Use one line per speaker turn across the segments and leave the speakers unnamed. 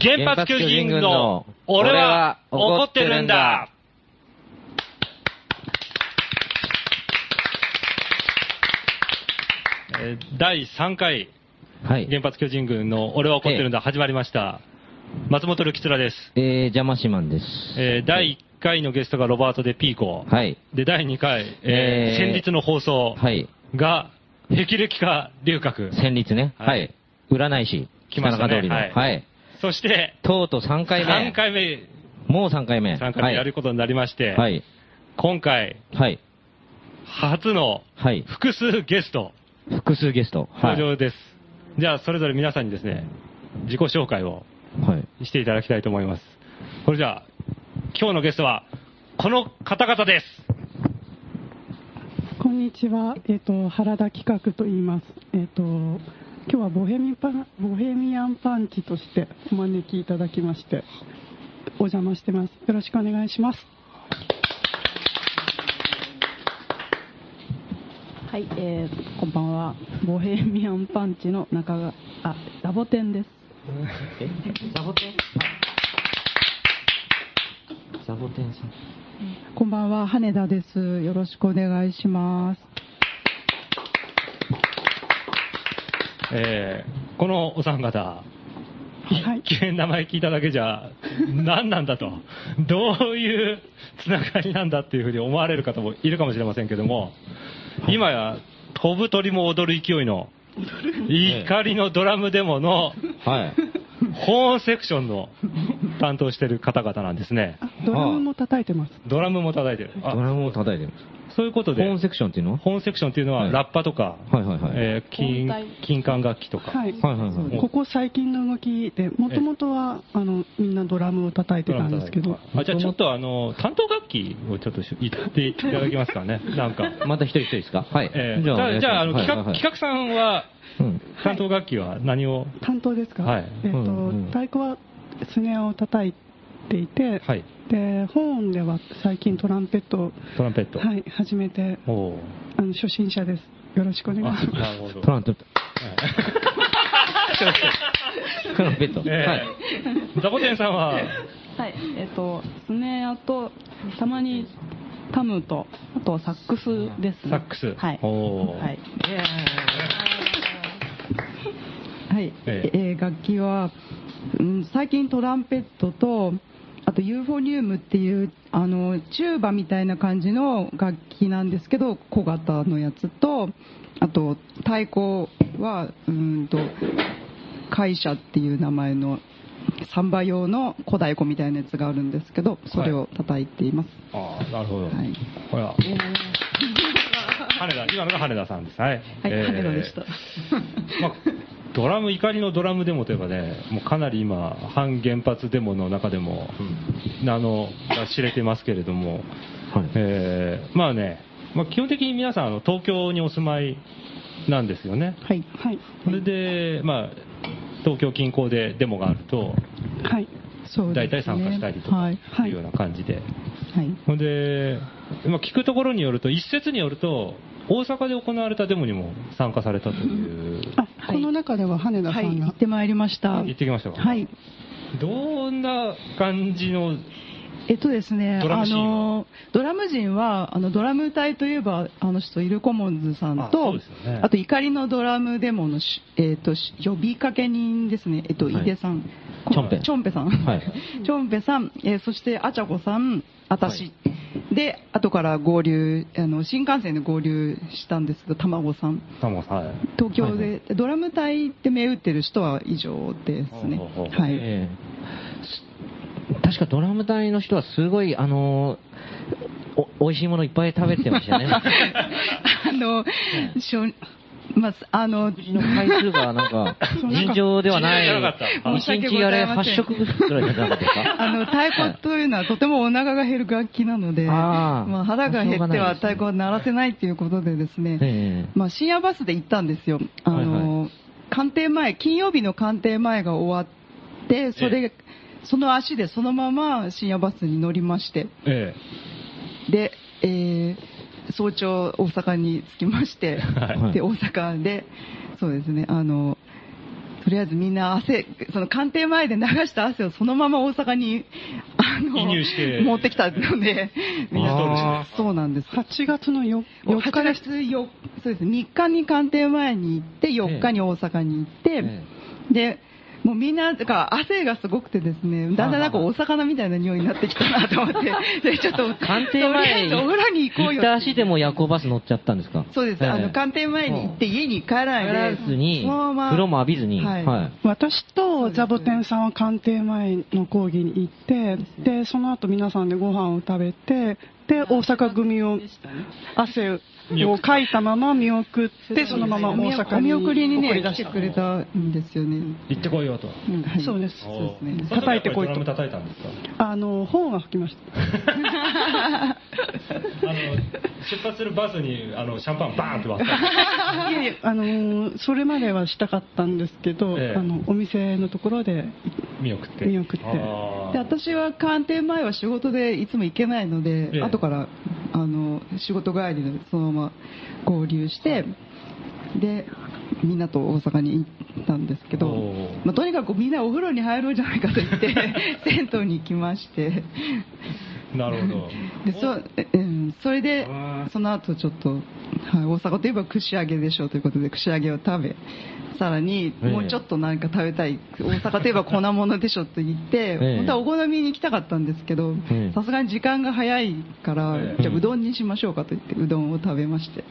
原発巨人軍の俺は怒ってるんだえー第3回
はい。
原発巨人軍の俺は怒ってるんだ始まりました。松本るきつらです。
えー、邪魔しマンです。
えー第1回のゲストがロバート・でピーコ。
はい。
で、第2回、えー
えー
先日の放送
はい。
が、霹靂か龍角。
戦慄ね。
は
はいい。占い師。
来ましたね
北中通りの。
はい
はい。
そして、
とうとう3回目。
3回目、
もう3回目。
3回目やることになりまして、
はい。はい。
今回、
はい。
初の
はい。
複数ゲスト
複数ゲスト。はい。
登場です。じゃあ、それぞれ皆さんにですね、自己紹介を
はい。
していただきたいと思います。それじゃあ、今日のゲストは、この方々です。
こんにちは、えっと原田企画と言います、えっと今日はボヘミパンボヘミアンパンチとしてお招きいただきましてお邪魔してますよろしくお願いします
はい、えー、こんばんは。ボヘミアンパンチの中が、あ、ダボテンです。
サボテンさん。
こんばんは、羽田です。よろしくお願いします。
えーこのお三方、
はい
一見名前聞いただけじゃ、何なんだと、どういうつながりなんだっていうふうに思われる方もいるかもしれませんけども、今や、飛ぶ鳥も踊る勢いの怒りのドラムデモの
はい。
保温セクションの担当してる方々なんですね。
あドラムも叩いてます。
ドラムも叩いてる。
ド
あ
ラムを叩いてるんで
そういうこと
す。ホ
で
ーン、セクションっていうのは
保温セクションっていうのは
はい
ラッパとか、
はいはいはい。
えー金
音体
金管楽器とか。
はい。
はいはいはい。
ここ最近の動きで、もともとはあのみんなドラムを叩いてたんですけど、
あじゃあちょっとあの担当楽器をちょっとし言っていただけますか ね、なんか。
また一人一人ですかはい。
えーじゃあ、じゃああの企画企画さんは、
画。うん
担当楽器は何を、
担当ですか、
はい
えっと
うんうん
太鼓はスネアを叩いていて、
はい、
でホーンでは最近トランペットを、
トランペット。
はい、始めて
おー
あの初心者ですよろしくお願い
あ
しま
なるほど。
トランペット。トランペット。
え
はい。
ーザボテンさんは、
はい、えっ、と、スネアと、たまにタムと、あとはサックスですね。
サックス
はい。
おー
はい。
はい、
え
えー楽器は、うん、最近トランペットとあとユーフォニウムっていうあのチューバみたいな感じの楽器なんですけど小型のやつとあと太鼓はうーんと会社っていう名前のサンバ用の小太鼓みたいなやつがあるんですけどそれを叩いています、
あーなるほど。
はい
ほら。羽田、今のが羽田さんです。はい。
はい
えー
羽田でした
まあドラム、怒りのドラムデモといえばね、もうかなり今、反原発デモの中でも、あの、が知れてますけれども、
はい
えーまあね、まあ、基本的に皆さんあの、東京にお住まいなんですよね。
す。はい、はい、
それで、まあ、東京近郊でデモがあると、
はい、
そうですね
大体参加したりとか、
はいい、
うような感じで。
はい、
ほんで、まあ、聞くところによると、一説によると、大阪で行われたデモにも参加されたという、
あこの中では羽田
は
さ
い
んが、
行ってまいりました
言ってきましたか、
はい
どんな感じの、
えっとですね、
ドラム
あ
シーンは
のドラム人はあのドラム隊といえばあの人イルコモンズさん
あそ
と
うですよね
あと怒りのドラムデモのしえっとし呼びかけ人ですね。えっと、
はい
井出さん、
チョンペ
チョンペさん、
はい
チョンペさん、えーそしてあちゃこさん、あたし、で後から合流あの新幹線で合流したんですけど、たまごさん。
タモさん、はい
東京で、ドラム隊って銘打ってる人は以上ですね
ほうほうほ。う
はい。
えーす確かドラム隊の人はすごい、あのー、お、美味しいものいっぱい食べてま したね。
あの、しょまあ、あの、
食事の回数がなんか、尋常ではない。
尋常じゃなかった
一日あれ8食ぐらいじゃなかった ですか
あの太鼓というのはとてもお腹が減る楽器なので、
あー
まあ、腹が減っては太鼓は鳴らせないということでですね、
え
まあ、深夜バスで行ったんですよ。あの、官邸前、金曜日の官邸前が終わって、それ、その足でそのまま深夜バスに乗りまして、
え
で、えー早朝大阪に着き まして、
はい
で大阪でそうですねあのとりあえずみんな汗その官邸前で流した汗をそのまま大阪にあの
移入して
持ってきたのでみん
インストールして
なそうなんです
8月のよ4
4日
日で。
ですすよそうです3日に官邸前に行って4日に大阪に行って、
ええ
でもうみんな、だから汗がすごくてですね、だんだんなんかお魚みたいな匂いになってきたな と思って、で、ちょっと、
官邸前
とりあえずお風呂に
に
行こう
行
よ
った足でも夜行バス乗っちゃったんですか
そうです、あの官邸前に行って家に帰らないで、
帰らずに
そのまま
風呂も浴びずに
はい
はい
私とザボテンさんは官邸前の講義に行って、で、その後皆さんでご飯を食べて、で、大阪組を
でしたね。
汗をかいたまま見送って、そのまま大阪
お
に
見送りに
送
ね、
出し
来
た
てくれたんですよね。
行ってこいよと。
うんはい
そうです。
そうですね
おー
叩いてこいと
その時はやっぱりドラム叩いたんですか
あの、本が吹きました。
あの出発するバスにあのシャンパンバーンって割った
いえいえあの、それまではしたかったんですけど、
ええ
あの、お店のところで、
見送って
見送って
あー
で私は官邸前は仕事でいつも行けないので、
ええ
後からあの仕事帰りでそのまま合流して、でみんなと大阪に行ったんですけど
おー、
まあ、とにかくみんなお風呂に入ろうじゃないかと言って銭湯に行きまして
なるほど。
でそ,、うん、それで
うん
その後ちょっと、はい、大阪といえば串揚げでしょうということで串揚げを食べさらに
ええ
もうちょっとなんか食べたい、大阪といえば粉物でしょと言って、
ええ
本当はお好みに行きたかったんですけど
ええ
さすがに時間が早いから、
ええ
じゃあうどんにしましょうかと言ってうどんを食べまして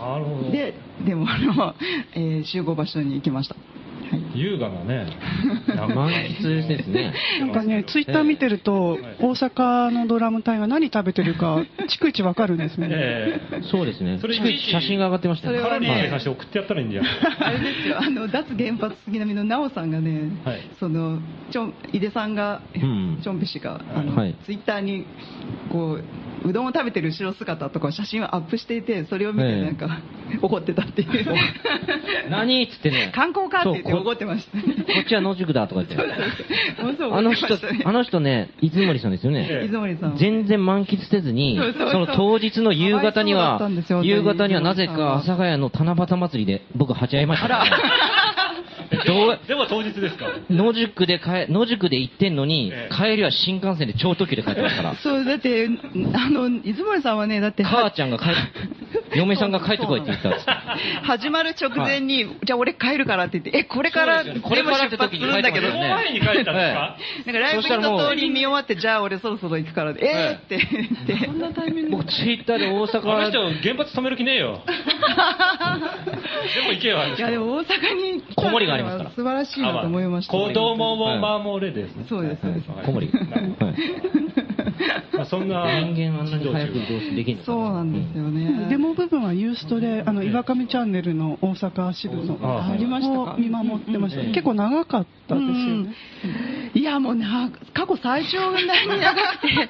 なるほど。
ででもあの、えー集合場所に行きました、はい、
優雅なね。
満喫ですね。
なん かね、ツイッター見てると、大阪のドラム隊は何食べてるか、逐一わかるんですよね。
ええ
そうですね。
それいちいち
写真が上がってました
それ
ね。
は
カロリー計算して送ってやったらいいんじゃん。
あれで すよ、あの脱原発杉並の奈緒さんがね、
はい
そのちょん井出さんが、
うん
ちょんべ氏が、あの
はい
ツイッターにこううどんを食べてる後ろ姿とか写真をアップしていて、それを見て
ええ
なんか、怒ってたっていう、
何っつって ね。
観光かって言って
そう
怒ってましたね。
こっちは野宿だとか言って。
ものすご
あ
い怒
の
ってま
人
したね、
あの人ね、出森さんですよね。
え
出森さんは
全然満喫せずに、
そうそうそう
その当日の夕方には
かわいそうだったんです、よ
夕方にはなぜか阿佐ヶ谷の七夕祭りで僕はち合いましたからね。 どう
でも当日ですか。
野宿で帰、野宿で行ってんのに、
ええ
帰りは新幹線で超特急で帰ってますから。
そうだって、あの出森さんはね、だって、
母ちゃんが帰っ、嫁さんが帰ってこいって言ったんです。
始まる直前に、じゃあ俺帰るからって言って、え、これか
そう
ら、
ですよこれからって時に
でも出発するんだけ
帰ってこ
ど、
そ
な
の
い
前に帰ったんですか。
なんかライ
そ
ブ
したらもう
一通り見終わって、じゃあ俺そろそろ行くからで、えーって言って、
僕、ツイッターで大
あの人
阪、
原発止める気ねえ よ。でも行けよ。あの
い
人
やでも大阪に来た
こもりがありますから
素晴らしいなと思いました、
子供を守れですね。
そうです、そうです。
はい
小森。はい
まあそんな
人間あんなに早く移動できるのか
そうなんですよね。
デモ部分はユーストで、あの、岩上チャンネルの大阪支部の、
ああり
ましたか
を見守ってました。結構長かった
う
ですよね
ん。いやもうな過去最長に長くて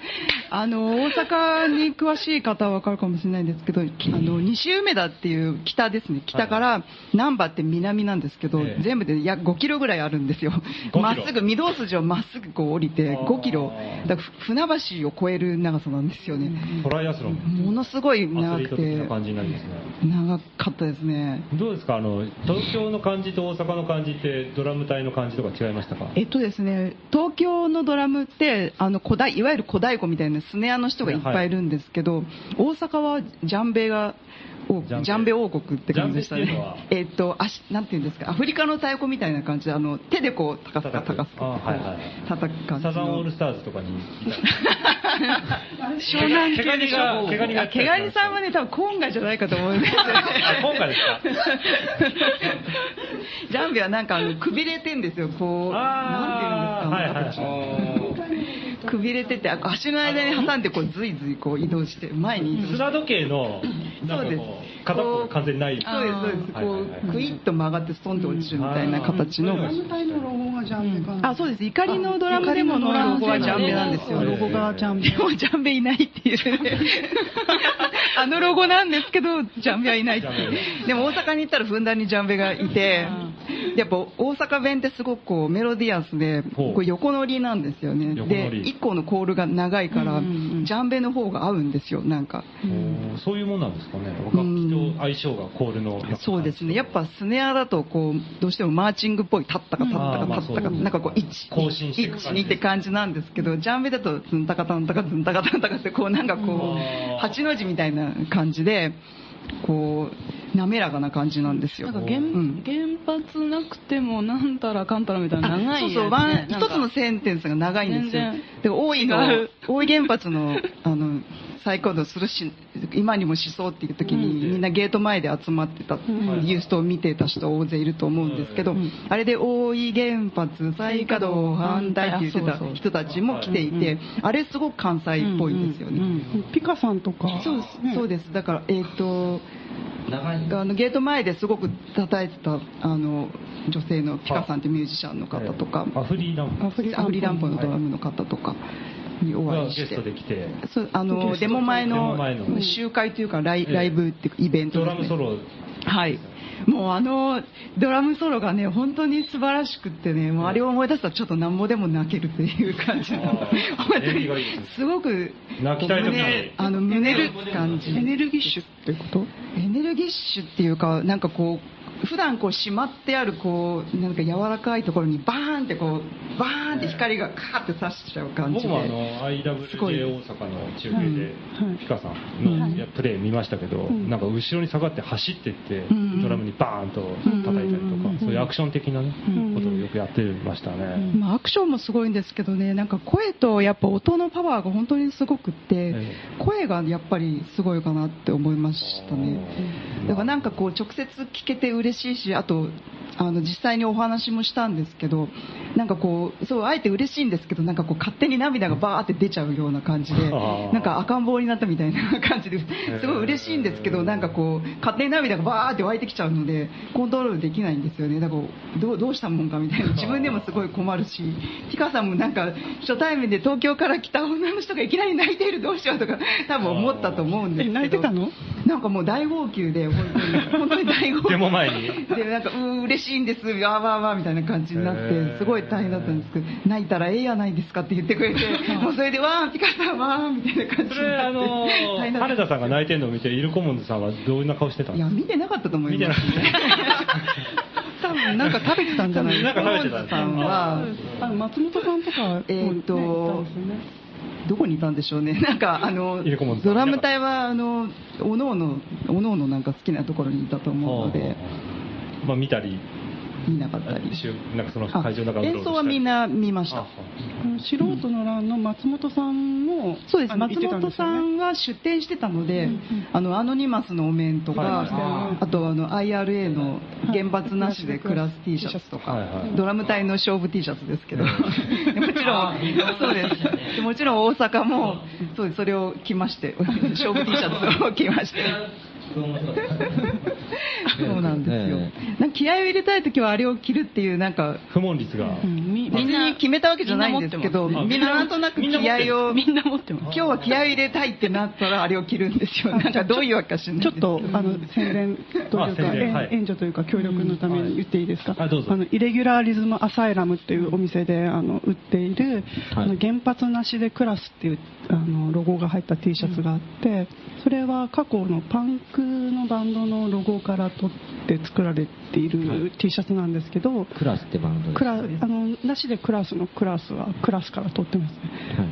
あの大阪に詳しい方は分かるかもしれないんですけどあの西梅田っていう北ですね北から難波って南なんですけど、
ええ
全部で約5キロぐらいあるんですよ
キロ
まっすぐ御堂筋をまっすぐこう降りて
あー
5キロだからふ船橋を越える長さなんですよね、
トライアスロン。
ものすごい
アス
長
リート
く
的
て
な感じになりますね。
長かったですね
どうですかあの東京の感じと大阪の感じってドラム隊の感じとか違いましたか
えっとですね、東京のドラムってあの古代いわゆる古太鼓みたいなスネアの人がいっぱいいるんですけど、大阪はジャンベが多く
ジ
ジ
ャンベ
ャンベ王国って感じでした
ジャンベっ
ね。えっと足なんていうんですかアフリカの太鼓みたいな感じであの手でこう高すか
叩く
高す
あはいは
か
い
叩く感じ
サザンオー
の
ル。スターズとかに
湘南系
毛ガニが毛ガニが
あ毛ガニさんはね多分コンガじゃないかと思うんですよね。
あ今回ですか
ジャンベはなんかあのくびれてんですよこうなんていうんです
あ
か、
ーはいはい
くびれててあ足の間に挟んでこうずいずいこう移動して前に移動して
砂時計のなんかこう片っぽが完全にない
そうですそうです
はいはいはい
こうクイッと曲がってストンと落ちるみたいな形の
うんあー
ドラム隊のロゴがジャンベかな。
あそうです怒りのドラムデモのロゴはジャンベなんですよ
ロゴがジャンベ
で。もジャンベいないっていうねあのロゴなんですけどジャンベはいないって
ジャンベい
いうでも大阪に行ったらふんだんにジャンベがいてやっぱ大阪弁ってすごくこうメロディアスで
ほう
こう横乗りなんですよね
横乗
で
り
1個のコールが長いから
うん
ジ
うん
ャ
うん
ンベの方が合うんですよなんか
おーそういうもんなんですかね楽器と相性がコールの
そうですね。やっぱスネアだと、こう、どうしてもマーチングっぽい、立ったか立った
あー
か
まあ
立ったか、
そう
なんかこう、1、
更新していく感じ
2って感じなんですけど、ジャンベだと、ズンタカタンタカ、ズンタカタンタカって、こう、なんかこ
うん
う、八の字みたいな感じで、こう、滑らかな感じなんですよ
なん。か原,、
ん
原発なくてもなんたらかんたらみたいな長
あ
い
そ
やつ
うそう、ワン
なん
一
か
つのセンテンスが長いんですよ
全然。
で、大井の
違う、
大井原発の、あの、再稼働するし、今にもしそうっていう時に、みんなゲート前で集まってた、
ん
ユーストを見てた人大勢いると思うんですけど、あれで大井原発再稼働反対って言って
あ
た
そうそう
人たちも来ていて、あれすごく関西っぽいですよね。
ピカさんとか。
そうです、そうです。だから、えっ、と、
長い
あのゲート前ですごく叩いてた、あの、女性のピカさんってミュージシャンの方とか、
アフリーダンプ
アフリアフリランポのドラムの方とかにお
が
会
ゲ
いし
ス
て
ト、で来て
そうあのデモ前
デモ
の
前の
集会というかライ,、
ええ
ライブっていうかイベント
ド
です、
ラ
ね、
ムソロ
はいもうあのドラムソロがね本当に素晴らしくってねもうあれを思い出したらちょっとなんぼでも泣けるっていう感じの
あー
本当
演技
に
がいいですね
すごく
泣きたい時に
胸あの胸る感じ
エネルギッシュってこと
エネルギッシュっていうか、なんかこう、普段こうしまってあるこうなんか柔らかいところにバーンってこうバーンって光がカーって差しちゃう感じ
僕
で
もあの IWJ 大阪の中継で、
はい
ピカさんのいやプレー見ましたけど、
ん
なんか後ろに下がって走っていって、
んうん
ドラムにバーンと叩いたりとか、そういうアクション的な、ねことをよくやってましたね。
まあ、アクションもすごいんですけどねなんか声とやっぱ音のパワーが本当にすごくって、
え
声がやっぱりすごいかなって思いましたねだからなんかこう直接聞けて嬉しいしあとあの実際にお話もしたんですけどなんかこうそうあえて嬉しいんですけどなんかこう勝手に涙がバーって出ちゃうような感じで
あー
なんか赤ん坊になったみたいな感じですごい嬉しいんですけどなんかこう勝手に涙がバーって湧いてきちゃうのでコントロールできないんですよねだからどうどうしたもんかみたいな自分でもすごい困るしピカさんもなんか初対面で東京から来た女の人がいきなり泣いているどうしようとか多分思ったと思うんですけ
え
ど
泣いてたの
なんかもう大号泣で、本当に、本当に大号泣。
デモ前に
で、なんか、うー、嬉しいんです、わーわーわーみたいな感じになっ
へー
て、すごい大変だったんですけど、泣いたらええやないですかって言ってく れて、もうそれで、わー、ピカさん、わー、みたいな感
そ
じに
れ、あ
なって。
の
大変だ
羽
った
田さんが泣いてるのを見て、イルコモンズさんはどんな顔してたん
い
で
や、
すか
見てなかったと思い
見てな
ま
い
す。 多分、なんか食べてたんじゃないですか。
なんか食べてたんです
さんは、
あの松本さんとか、
えーっと
もうねいたんですよね
どこにいたんでしょうね。なんか、あの
入れ込むん、です
ドラム隊は、あの、おのおの、おのおのなんか好きなところにいたと思うので、
まあ、見たり、
見なかったり。
一緒なんかその
あ
会場の中うろうろしたり
演奏はみんな見ました
あ。
あの素人の欄の松本さんも、
そうです
あの
松本さんは出店してたので、あのアノニマスのお面とか、
はい
あとあの IRA の原発なしで暮らす T シャツとか、
はいはい
ドラム隊の勝負 T シャツですけど、
は
もちろん、そうです、もちろん大阪も、そうですそれを着まして、 勝負 T シャツを着 まして。そうなんですよ。
え
なんか気合を入れたい時はあれを着るっていうなんか
不問率が、
みんなに決めたわけじゃないんですけど、
みんな持って
みん
ます
ななんとなく
みんな持
気
ってる
合を
みんな持ってます
今日は気合を入れたいってなったらあれを着るんですよ。なんかどういうわけか知らない
ち
で
ょ
す
っ
けど
とあの宣伝と
あ
いうか、
宣伝はい
えん援助というか協力のために言っていいですか、
うんはいあどうぞ
のイレギュラーリズムアサイラムっていうお店であの売っている、
はい
あの原発なしで暮らすっていうあのロゴが入った T シャツがあって、それは過去のパンクのバンドのロゴから取って作られている T シャツなんですけど、
クラスってバンドです
クラあのなしで暮らすのクラスはクラスから取ってますね。
はい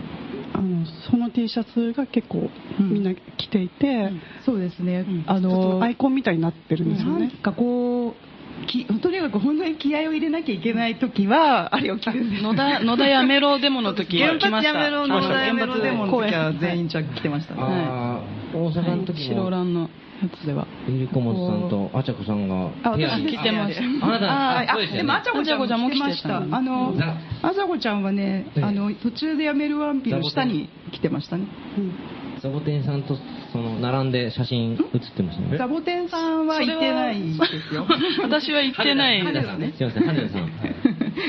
あのその T シャツが結構
うん
みんな着ていて、
そうですね
うん。
あ
ちょっと
の
アイコンみたいになってるんですよ
なん
ね。
かこうきとにかく本当に気合を入れなきゃいけない時はあれを着るんです。
野田野田やめろデモの時
原
来ま
発
した
やめろ
来ま
の
した
やめろデモの
公演
時は全員着着てましたね。
あー大阪の時
白
も
蘭のやつでは
ゆりこもつさんとあちゃこさんが
あ私
ペアに
来てました
あなた
あ
あそうですよね
でもあちゃこちゃんも着てました。
あ
あ
ちゃこちゃんも着てた
ザ
のあちゃこちゃんはね、
ええ
あの途中でやめるワンピの下に着てましたね。
サボテンさんとその並んで写真写ってましたね
ザボテンさんはいてないですよ。
私は行ってない
羽
で
田
す
さん
ね
すいません羽田さんはい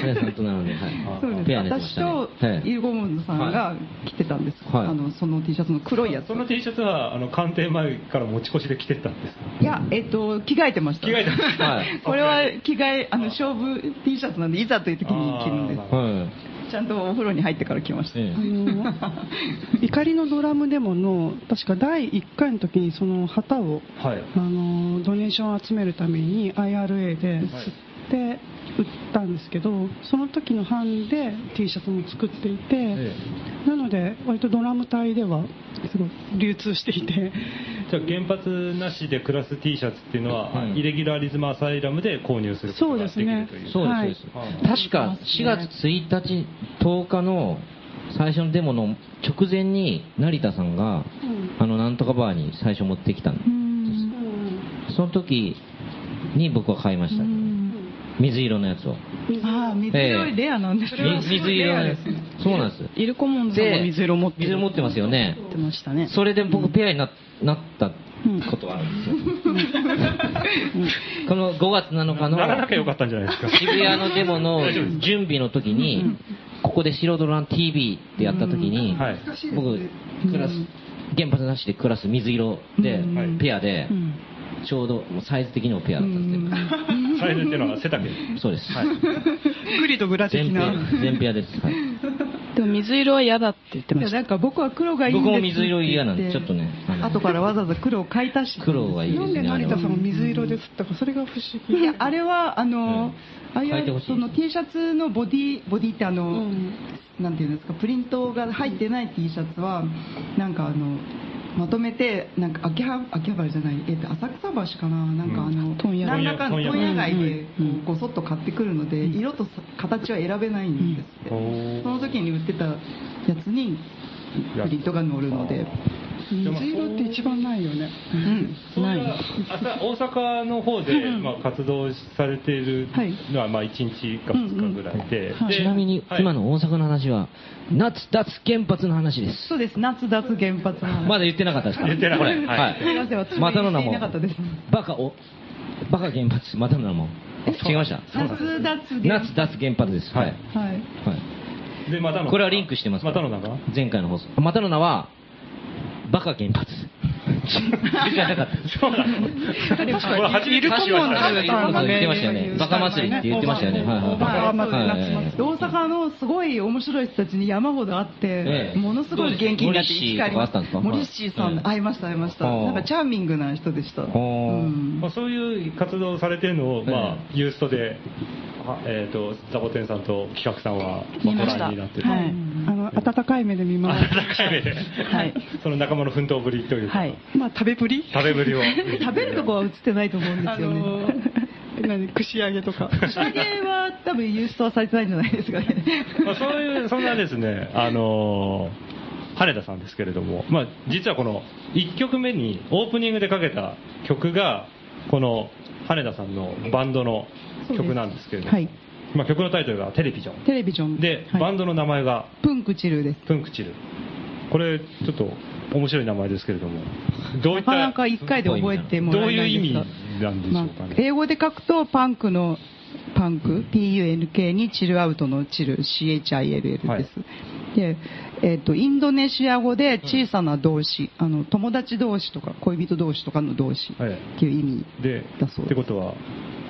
羽田さんと並んではい
そうです
ペアでし
私
たね
と
はい
イルゴモンズさんが着てたんです、
はい
あのその T シャツの黒いやつ
その T シャツはあの鑑定前から持ち越しで着てたんですか
いや、えっと、着替えてました
着替えてました
はい
これは着替えあの勝負 T シャツなんでいざという時に着るんで
あ
はい
すちゃんとお風呂に入ってから着ました、
ええ
あの 怒りのドラムデモの確か第1回の時にその旗を
はい
あのドネーションを集めるために IRA で吸って売ったんですけどその時の版で T シャツも作っていて、
え
なので割とドラム隊ではすごい流通していて
じゃあ原発なしで暮らす T シャツっていうのは、
うん
イレギュラーリズムアサイラムで購入することができるという
そう
は
で
い
す、そうです。確か4月1日、10日の最初のデモの直前に成田さんが、あの、なんとかバーに最初持ってきたの。その時に僕は買いました。水色のやつを。
ああ水色いレアなんですよ、
み水色のやつ。そうなんです。
イルコモンズさんも
で、
水色持ってる
水色持ってますよね。
持ってましたね
それで僕ペアにななったことはあるんですよ。この5月7日の。
ならなきゃよかったんじゃないですか
渋谷のデモの準備の時に、ここで白ドラン TV ってやった時に、
はい
僕、クラス、原発なしでクラス水色で
んはい、
ペアで
ん、
ちょうどもうサイズ的にもペアだったんです
サイズっていうのは背丈
けど、そうです。
グリとグラ的
全ペ
な
ア、全ペアです。はい
でも水色は嫌だって言って
い
ま
や
した
なんか僕は黒がいいん
僕
です
も水色嫌なんで、ちょっとね、あのね。
後からわざわざ黒を買い足して
黒がいいで
な
す
んで
ね。あれ
成
は
田さんは水色で吸ったかそれが不思議
いやあれはあ
う
の、
ん
ああい
書いてほ
う
しい
その T シャツのボディボディってあの、
うん
なんていうんですかプリントが入ってない T シャツはなんかあのまとめてなんか秋葉秋葉原じゃないえっと浅草橋かななんかあの、
問屋
何らかの
問屋
問屋街で
うんうん
こうごそっと買ってくるので、色とさ形は選べないんですって、
うん
その時に売ってたやつにプリントが乗るので、
水色って一番ないよね
うん、
それは朝大阪の方で、まあ、活動されているのは、まあ、1日か2日ぐらいで、で
ちなみに、今、の大阪の話は、夏脱原発の話です。
そうです夏脱原発の話
まだ言ってなかったですか
言ってない
こ
は
れ
い
は
すみません私
い。またの名
言って
も
いなかったです。
バカお、バカ原発、またの名も。違いました。
夏脱原
夏脱原発です。はい。
はい。
はい。
でまたの
これはリンクしてますか
ま
ら。
たの中
前回の放送。またの名は、バカ原発。じゃなかった。
そうなのこれ初めて聞きましたね
言ってましたよね。バカ祭りって言ってましたよね。はいはい
バカ祭り
はいはいはい
夏祭り大阪のすごい面白い人たちに山ほど会って、
ええ
ものすごい元気になっていい機会ありました
モリッシーとかあったんですかは
モリッシーさん、
い
会いました会いました
はあ
なんかチャーミングな人でした、
あ
うん
まあ、そういう活動をされてるのを、まあ
え
ユーストで、あえー、とザボテンさんと企画さんは、
見まし
まあ、
た
ご覧になってる、
はい
あの温かい目で見ます
はい
その仲間の奮闘ぶりというか、
はい
まあ食べっぷり
食べぶりを
食べるとこは映ってないと思うんで
あ
すよね、
のー何串揚げとか
仕上げは多分郵送はされてないんじゃないですかね
まあ、そういう、そんなですね、あのー羽田さんですけれども、まあ、実はこの1曲目にオープニングでかけた曲が、この羽田さんのバンドの曲なんですけれども、
そうです
まあ、曲のタイトルがテレビジョン。
テレビジョン
で、
はい
バンドの名前が
プンクチルです
プンクチル。これ、ちょっと面白い名前ですけれど も、どうい
な
った、
かなか1回で覚えても
ど
ら
う
え
いう
ないです
意
か
味なんでし
ま
ょ
あ
うかね。
英語で書くとパンクのパンク PUNK にチルアウトのチル CHILL です、
はい
で、えっとインドネシア語で小さな動詞、あの友達同士とか恋人同士とかの動詞
はい
っていう意味
で、
だそう
っ
で
て
す、
ことは、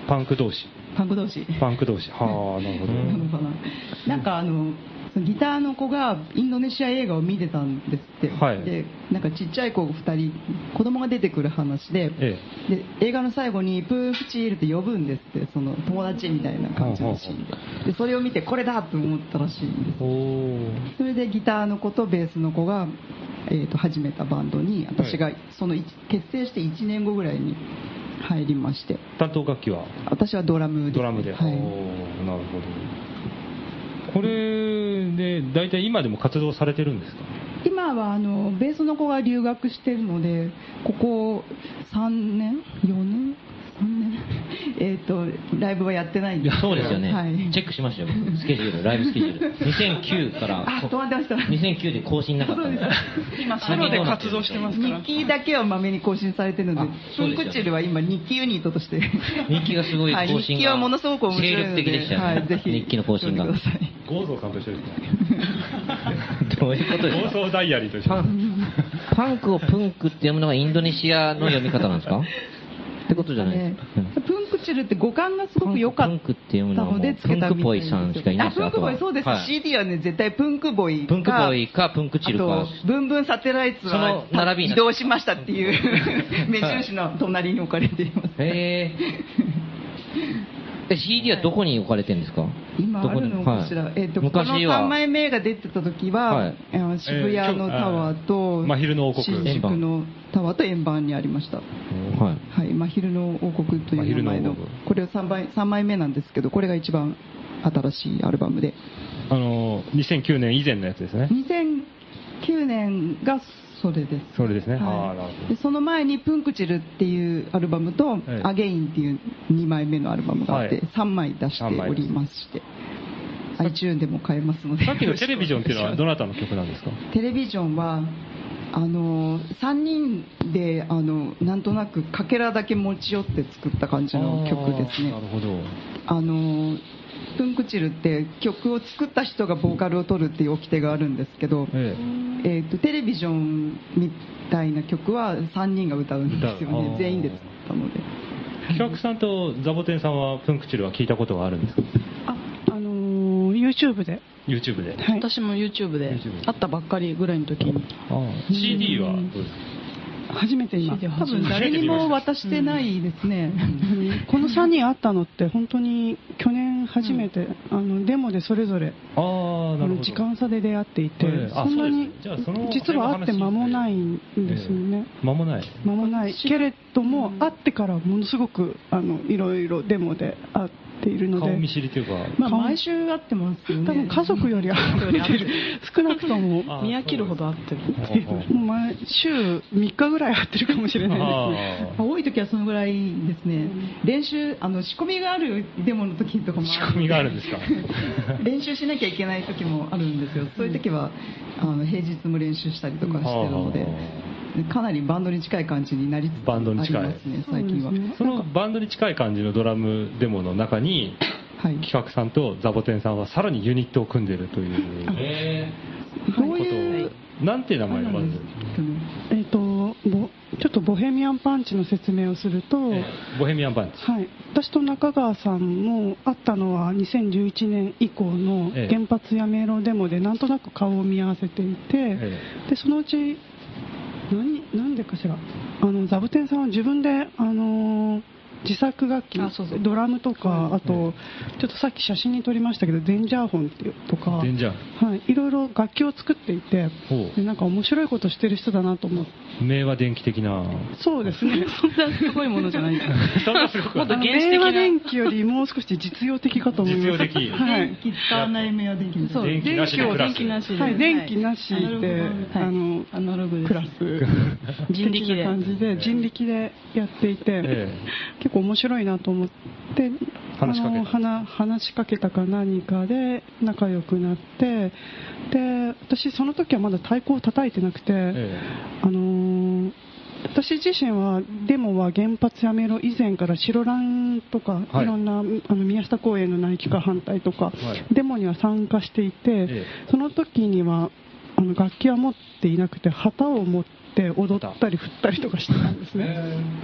パンク同士。
パンク同士
パンク同士。はあ、なるほど。
なのかななんかあのそのギターの子がインドネシア映画を見てたんですって、
はい
でなんかちっちゃい子2人子供が出てくる話で、
え
で映画の最後にプーフチールって呼ぶんですってその友達みたいな感じのシーンででそれを見てこれだと思ったらしいんで
おー
すそれでギターの子とベースの子が、えー、と始めたバンドに私がその一結成して1年後ぐらいに入りまして
担当楽器は
私はドラムです
ドラムで、
は
おー
い
なるほどこれで大体今でも活動されてるんですか
今はあのベースの子が留学してるのでここ3年4年3年 えっとライブはやってないんです
そうですよ
は
ね
い。
チェックしましたよ、僕スケジュール、ライブスケジュール。2009から、
あ止まってました
2009で更新なかったんで。
今
最近
ソロ
どう
で
なってる
活
ん
動
で
し
しょ
て
う
ますから
日記だけはまめに更新されてるので
あ、そうですよね
フンクチルは今、日記ユニットとして、
日記がすごい
は
更新が
日記はものすごく面白いの
精
で、
力的でしたよね
はい、ぜひ
日記の更新が
読んでください
郷蔵さんと一 緒ですね
どういうことで
郷
すか
蔵ダイアリーと一
パ
緒です
ンパンクをプンクって読むのがインドネシアの読み方なんですかってことじゃないですか。うん
プンクチルって語感がすごく良かったので
プンクって読むのはもう
つけたみたです
プンクボイさんしかいないですよ
あプンクボイ
あとは
そうです、
はい
CD はね絶対プンクボイか
プンクボイかプンクチルか
あとブンブンサテライツは
その並びに
移動しましたっていう 目印の隣に置かれています、
へえ。え CD はどこに置かれてるんですか
今あるのかしら、
どこに
えっとこの
昔は
3枚目が出てた時は、
はい
あの渋谷のタワーと、
えー真昼の王国
新宿のタワーと円盤にありました、
はい。
はい、真昼の王国という名前の
真昼の王国
これを 3, 枚3枚目なんですけどこれが一番新しいアルバムで
あの2009年以前のやつですね
2009年がそれです
それですねあ
は
ーなるほ
い、でその前に「プンクチル」っていうアルバムと
ええ
「アゲイン」っていう2枚目のアルバムがあっ
は
て
い
3枚出しておりまして、iTune でも買えますの で
さっきのテレビジョンっていうのはどなたの曲なんですか
テレビジョンはあの3人であのなんとなくかけらだけ持ち寄って作った感じの曲ですね
あーなるほど
あのプンクチルって曲を作った人がボーカルを取るっていう掟があるんですけど、
え
えー、とテレビジョンみたいな曲は3人が歌うんですよ
歌うあ
ね
ー
全員で作ったので
え企画さんとザボテンさんはプンクチルは聞いたことがあるんですか
ああのー YouTube で
YouTube で
はい
私も YouTube で
YouTube
会ったばっかりぐらいの時に
CD はどうです
初めて今
多分誰にも渡してないですね。
この3人会ったのって本当に去年初めて、あのデモでそれぞれ
ああ
あ
なるほ
の
ど
時間差で出会っていて、
ええあ
そんな
そう
に
ですじゃあその
実は会って間もないんですよね、
間もない
間もないけれども、会ってからものすごくあのいろいろデモで会っているの
顔
で
見知りというか
まあ
顔
毎週会ってますよね。
多分家族より会ってる少なくとも
あ
見飽きるほど会ってる。
ほうほう
もう毎週3日ぐらい会ってるかもしれないですね
あ
多い時はそのぐらいですね。練習あの仕込みがあるデモの時とか
あ
も
仕
ある
込みがあるんですか
練習しなきゃいけない時もあるんですよ。そういう時はあの平日も練習したりとかしてるの
は
で
あは。
かなりバンドに近い感じになりつつ
バンドに近い
ありますね最近は、
そうですね
そのバンドに近い感じのドラムデモの中に
はい、
企画さんとザボテンさんはさらにユニットを組んでるという
どういう、
なんていう名前がま
な
ず
んですけど
えっ、とぼちょっとボヘミアンパンチの説明をすると、
えボヘミアンパンチ
はい、私と中川さんも会ったのは2011年以降の
ええ
原発や迷路デモでなんとなく顔を見合わせていて、
え
でそのうち何何でかしらあのザブテンさんは自分で、あのー自作楽器
あそうそう
ドラムとかあと、ちょっとさっき写真に撮りましたけどデンジャーホンっていうとか
デンジャー
はい、いろいろ楽器を作っていて
ほう
でなんか面白いことしてる人だなと思って
名和電気的な
そうですね
そんなすごい ものじゃない。
そんなすごく
もっと
あの
原始的
令和
な。
電気よりもう少し実用的かと思います。
実用的
はい
電。気使わない目はできない
そう
電気なしで
電気
暮
を
らす
電気なしで。
はい、電気なしで、
はい
あの、
アナログです
クラス、
人力で
的な感じで、人力でやっていて、
え
結構面白いなと思って、
話しかけた
あの話話しかけたか何かで仲良くなって、で、私その時はまだ太鼓を叩いてなくて、
え
あのー私自身はデモは原発やめろ以前から白蘭とか、
はい
い、ろんなあの宮下公園の内規化反対とか、
い
デモには参加していて、
え
その時にはあの楽器は持っていなくて旗を持って踊ったり振ったりとかしてたんですね。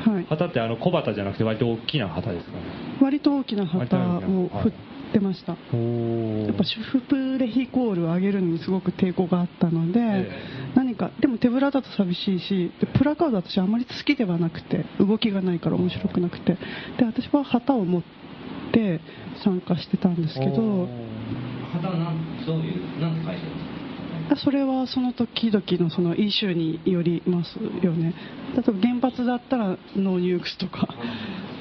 はい、
旗ってあの小旗じゃなくて割と大きな旗ですかね
割と大きな旗を振ってました。
お
やっぱ主婦レヒコールを上げるのにすごく抵抗があったので、
え
何かでも手ぶらだと寂しいしでプラカードは私あまり好きではなくて動きがないから面白くなくてで私は旗を持って参加してたんですけど
旗なんどういうなんて書いてるんですか
それはその時々のそのイシューによりますよね例えば原発だったらノーニュークスとか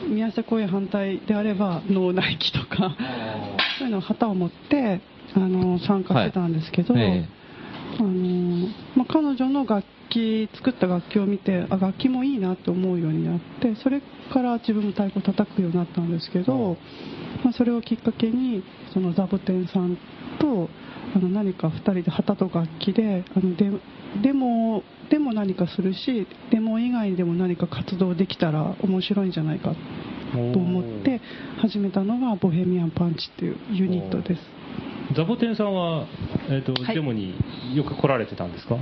宮下公園反対であればノーナイキとかそういうのを旗を持ってあの参加してたんですけど、
え
あのーまあ、彼女の楽器作った楽器を見てあ楽器もいいなって思うようになってそれから自分も太鼓を叩くようになったんですけど、まあ、それをきっかけにそのザボテンさんとあの何か2人で旗と楽器であのででもでも何かするしデモ以外でも何か活動できたら面白いんじゃないか
と
と思って始めたのがボヘミアンパンチっていうユニットです。
ザボテンさんは、えーと
はい
デモによく来られてたんですか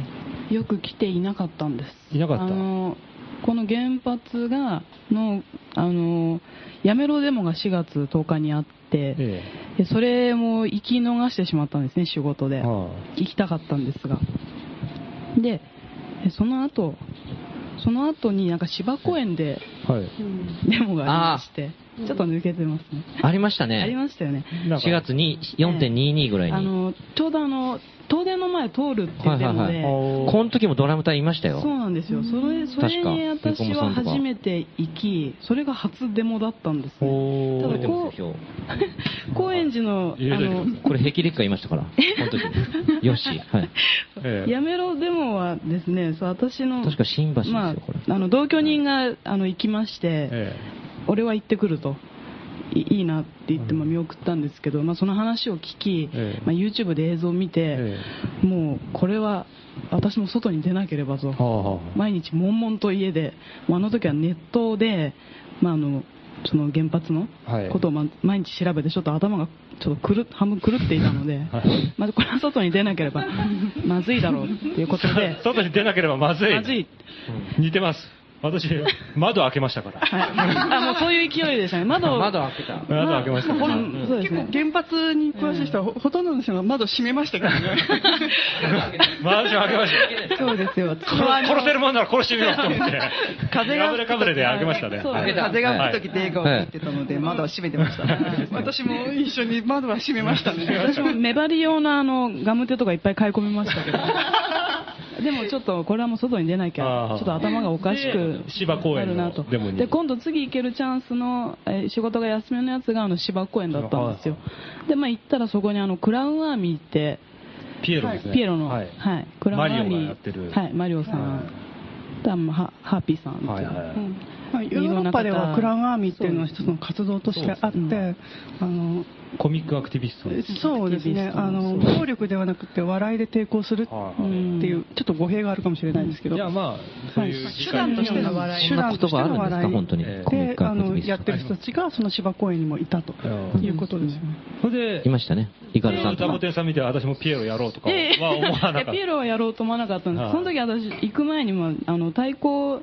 よく来ていなかったんです
いなかった
あのこの原発がのあのやめろデモが4月10日にあって、
え
でそれも行き逃してしまったんですね仕事で、
えは
行きたかったんですがでえその後その後になんか芝公園で
あはい
デモがありましてちょっと抜けてますね、
ありましたね。
ありましたよね
なんか
4月に4.22ぐらい
あ
に。
のちょうどあの東電の前通るっていうデモで、
はいはい
おー
この時もドラム隊いましたよ
そう。なんですよ。それそれに
確か
私は初めて行き、それが初デモだったんですね。
お
ただ
ー
こ
こ
う高円寺のあ
入れといてくだ
の
さ
これ霹靂が言いましたから。この時に。よし。はい。
ええ
やめろデモはですね、そう私の
確か新橋ですよ
ま
こ
ああの同居人があの行きまして、
え
俺は行ってくると。いいいなって言って、まあ、見送ったんですけど、まあ、その話を聞き、
ええ
まあ、YouTube で映像を見て、
え
もうこれは私も外に出なければと、
えはあはあ
毎日悶々と家で、もうあの時はネットで、まあ、あのその原発の
はい
ことを、ま毎日調べて、ちょっと頭がちょっと狂っ半分狂っていたので、
はい
まあ、これは外に出なけれ
、
ば まずいだろうっていうことで
外に出なければまずい
まずい、
似てます 私、窓開けましたから。
あもうそういう勢いでしたね。窓を
窓開けた。
窓開けましたか
ほ
ら。
んそうで
結
す
構
ね。
原発に詳しい人はほ,、とんどの人が窓閉めましたからね。
窓開けました。
そうです よ。
殺殺せるもんなら殺してみようと思 って。
風が
かぶれかぶれで開けましたね。
そう
はい
風が吹くときって映画を
はい
見てたので、窓を閉めてました。
私も一緒に窓は閉めましたね。
私も目張り用のあのガムテとかいっぱい買い込みまし たけど。でもちょっとこれはもう外に出なき
あ
ゃ
ー
ちょっと頭がおかしく
で芝公園の
なるなと
デモに
で今度次行けるチャンスの、えー仕事が休みのやつがあの芝公園だったんですよでまあ行ったらそこにあのクラウンアーミーって
ピエロですね。
ピエロの、は
はいい。
クラウン
マ
ア
リ
ー
オ
ミ
が
ー
やってる。
はい、マリオさん、とあのハハーピーさんと、
はいはい
うんまあ ヨーロッパではクラウンアーミーっていうのは一つの活動としてあって、
そうです
あの
コミックアクティビストです。
そうですね、あの暴力ではなくて笑いで抵抗する
は
っ
いはい
ていう、ちょっと語弊があるかもしれないんですけど、
じゃあまあ、そういう機
手
会
段
に
としての笑い、
そんな言葉あるんですか、本当に。
ええ
コミッ
で
クア
あ
クティ
の
ビスト
やってる人たちがその芝公園にもいたと
うん
いうことですよね。
それで
い、ましたね。イカルさんと
歌
か
ボ。テンさん見て、私もピエロやろうとか
いやいや
は思わなかっ
いやピエロはやろうと思わなかったんです、
はい
その時私、行く前にもあの太鼓、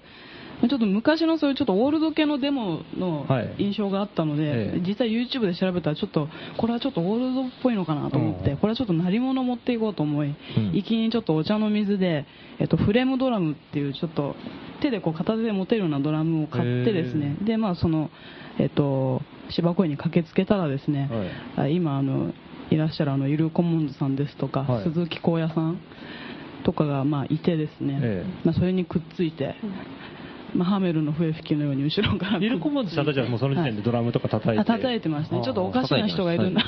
ちょっと昔のそういうちょっとオールド系のデモの
はい
印象があったので、
ええ
実際 YouTube で調べたら、ちょっとこれはちょっとオールドっぽいのかなと思って、
うん
これはちょっと鳴り物持っていこうと思い、
うん
一気にちょっとお茶の水で、えっと、フレームドラムっていう、ちょっと手でこう片手で持てるようなドラムを買ってですね、で、まあ、その、えっと、芝公園に駆けつけたらですね、あ今あのいらっしゃるあのイルコモンズさんですとか、
はい
鈴木光也さんとかがまあいてですね、
え
まあ、それにくっついて、まあ、ハメルの笛吹きのように後ろから
た。イルコモンズさんたちはもうその時点でドラムとか叩いて。
あ叩いてましたねちょっとおかしな人がいるな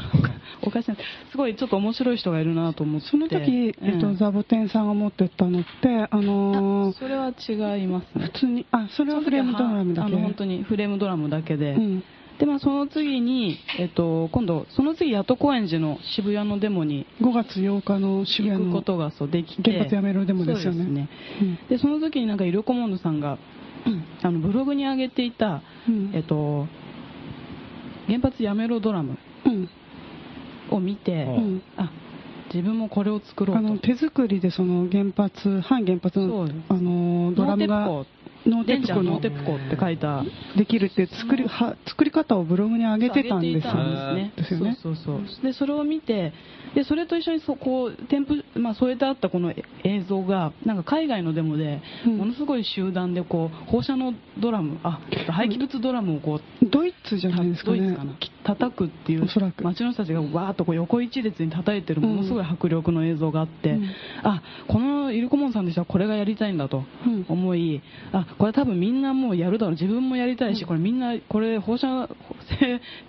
おかしなすごいちょっと面白い人がいるなと思って
その時、えっ
う
と
ん
ザボテンさんが持ってったのって、あのー
それは違いますね
普通に、あそれはフレームドラムだ
あ
け。
の本当にフレームドラムだけで、
うん
でまあ、その次に、えっと、今度、その次、八戸高円寺の渋谷のデモに
5月8日の渋
行
谷
くこ
の
とがそうできて
原発やめろデモですよね
そう
うん
でその時になんかイルコモンドさんが うんあのブログに上げていた、
うん
えっと、原発やめろドラム
うん
を見て、
うん
あ自分もこれを作ろ
あ
う
の
と
手作りでその原発反原発
そ
の
うです
あのドラムが
ノー
ノーテ
テプ
ッ
コ
ク
ノー
の
テプコって書いた
できるって作りは作り方をブログに上げてたんですよね。
上げていたん
ですよね
そうそうそう。でそれを見て、でそれと一緒にそこう添付まあ添えてあったこのえ映像がなんか海外のデモで、
うん
ものすごい集団でこう放射能ドラムあ廃棄物ドラムをこう
ドイツじゃないですか
ドイツ
ね
か。な叩くっていう
おそらく
街の人たちがわーっとこう横一列に叩いてるものすごい迫力の映像があって、
うん
あこのイルコモンさんでしたらこれがやりたいんだと
うん
思い、あこれ多分みんなもうやるだろう自分もやりたいし、これみんなこれ放射 放射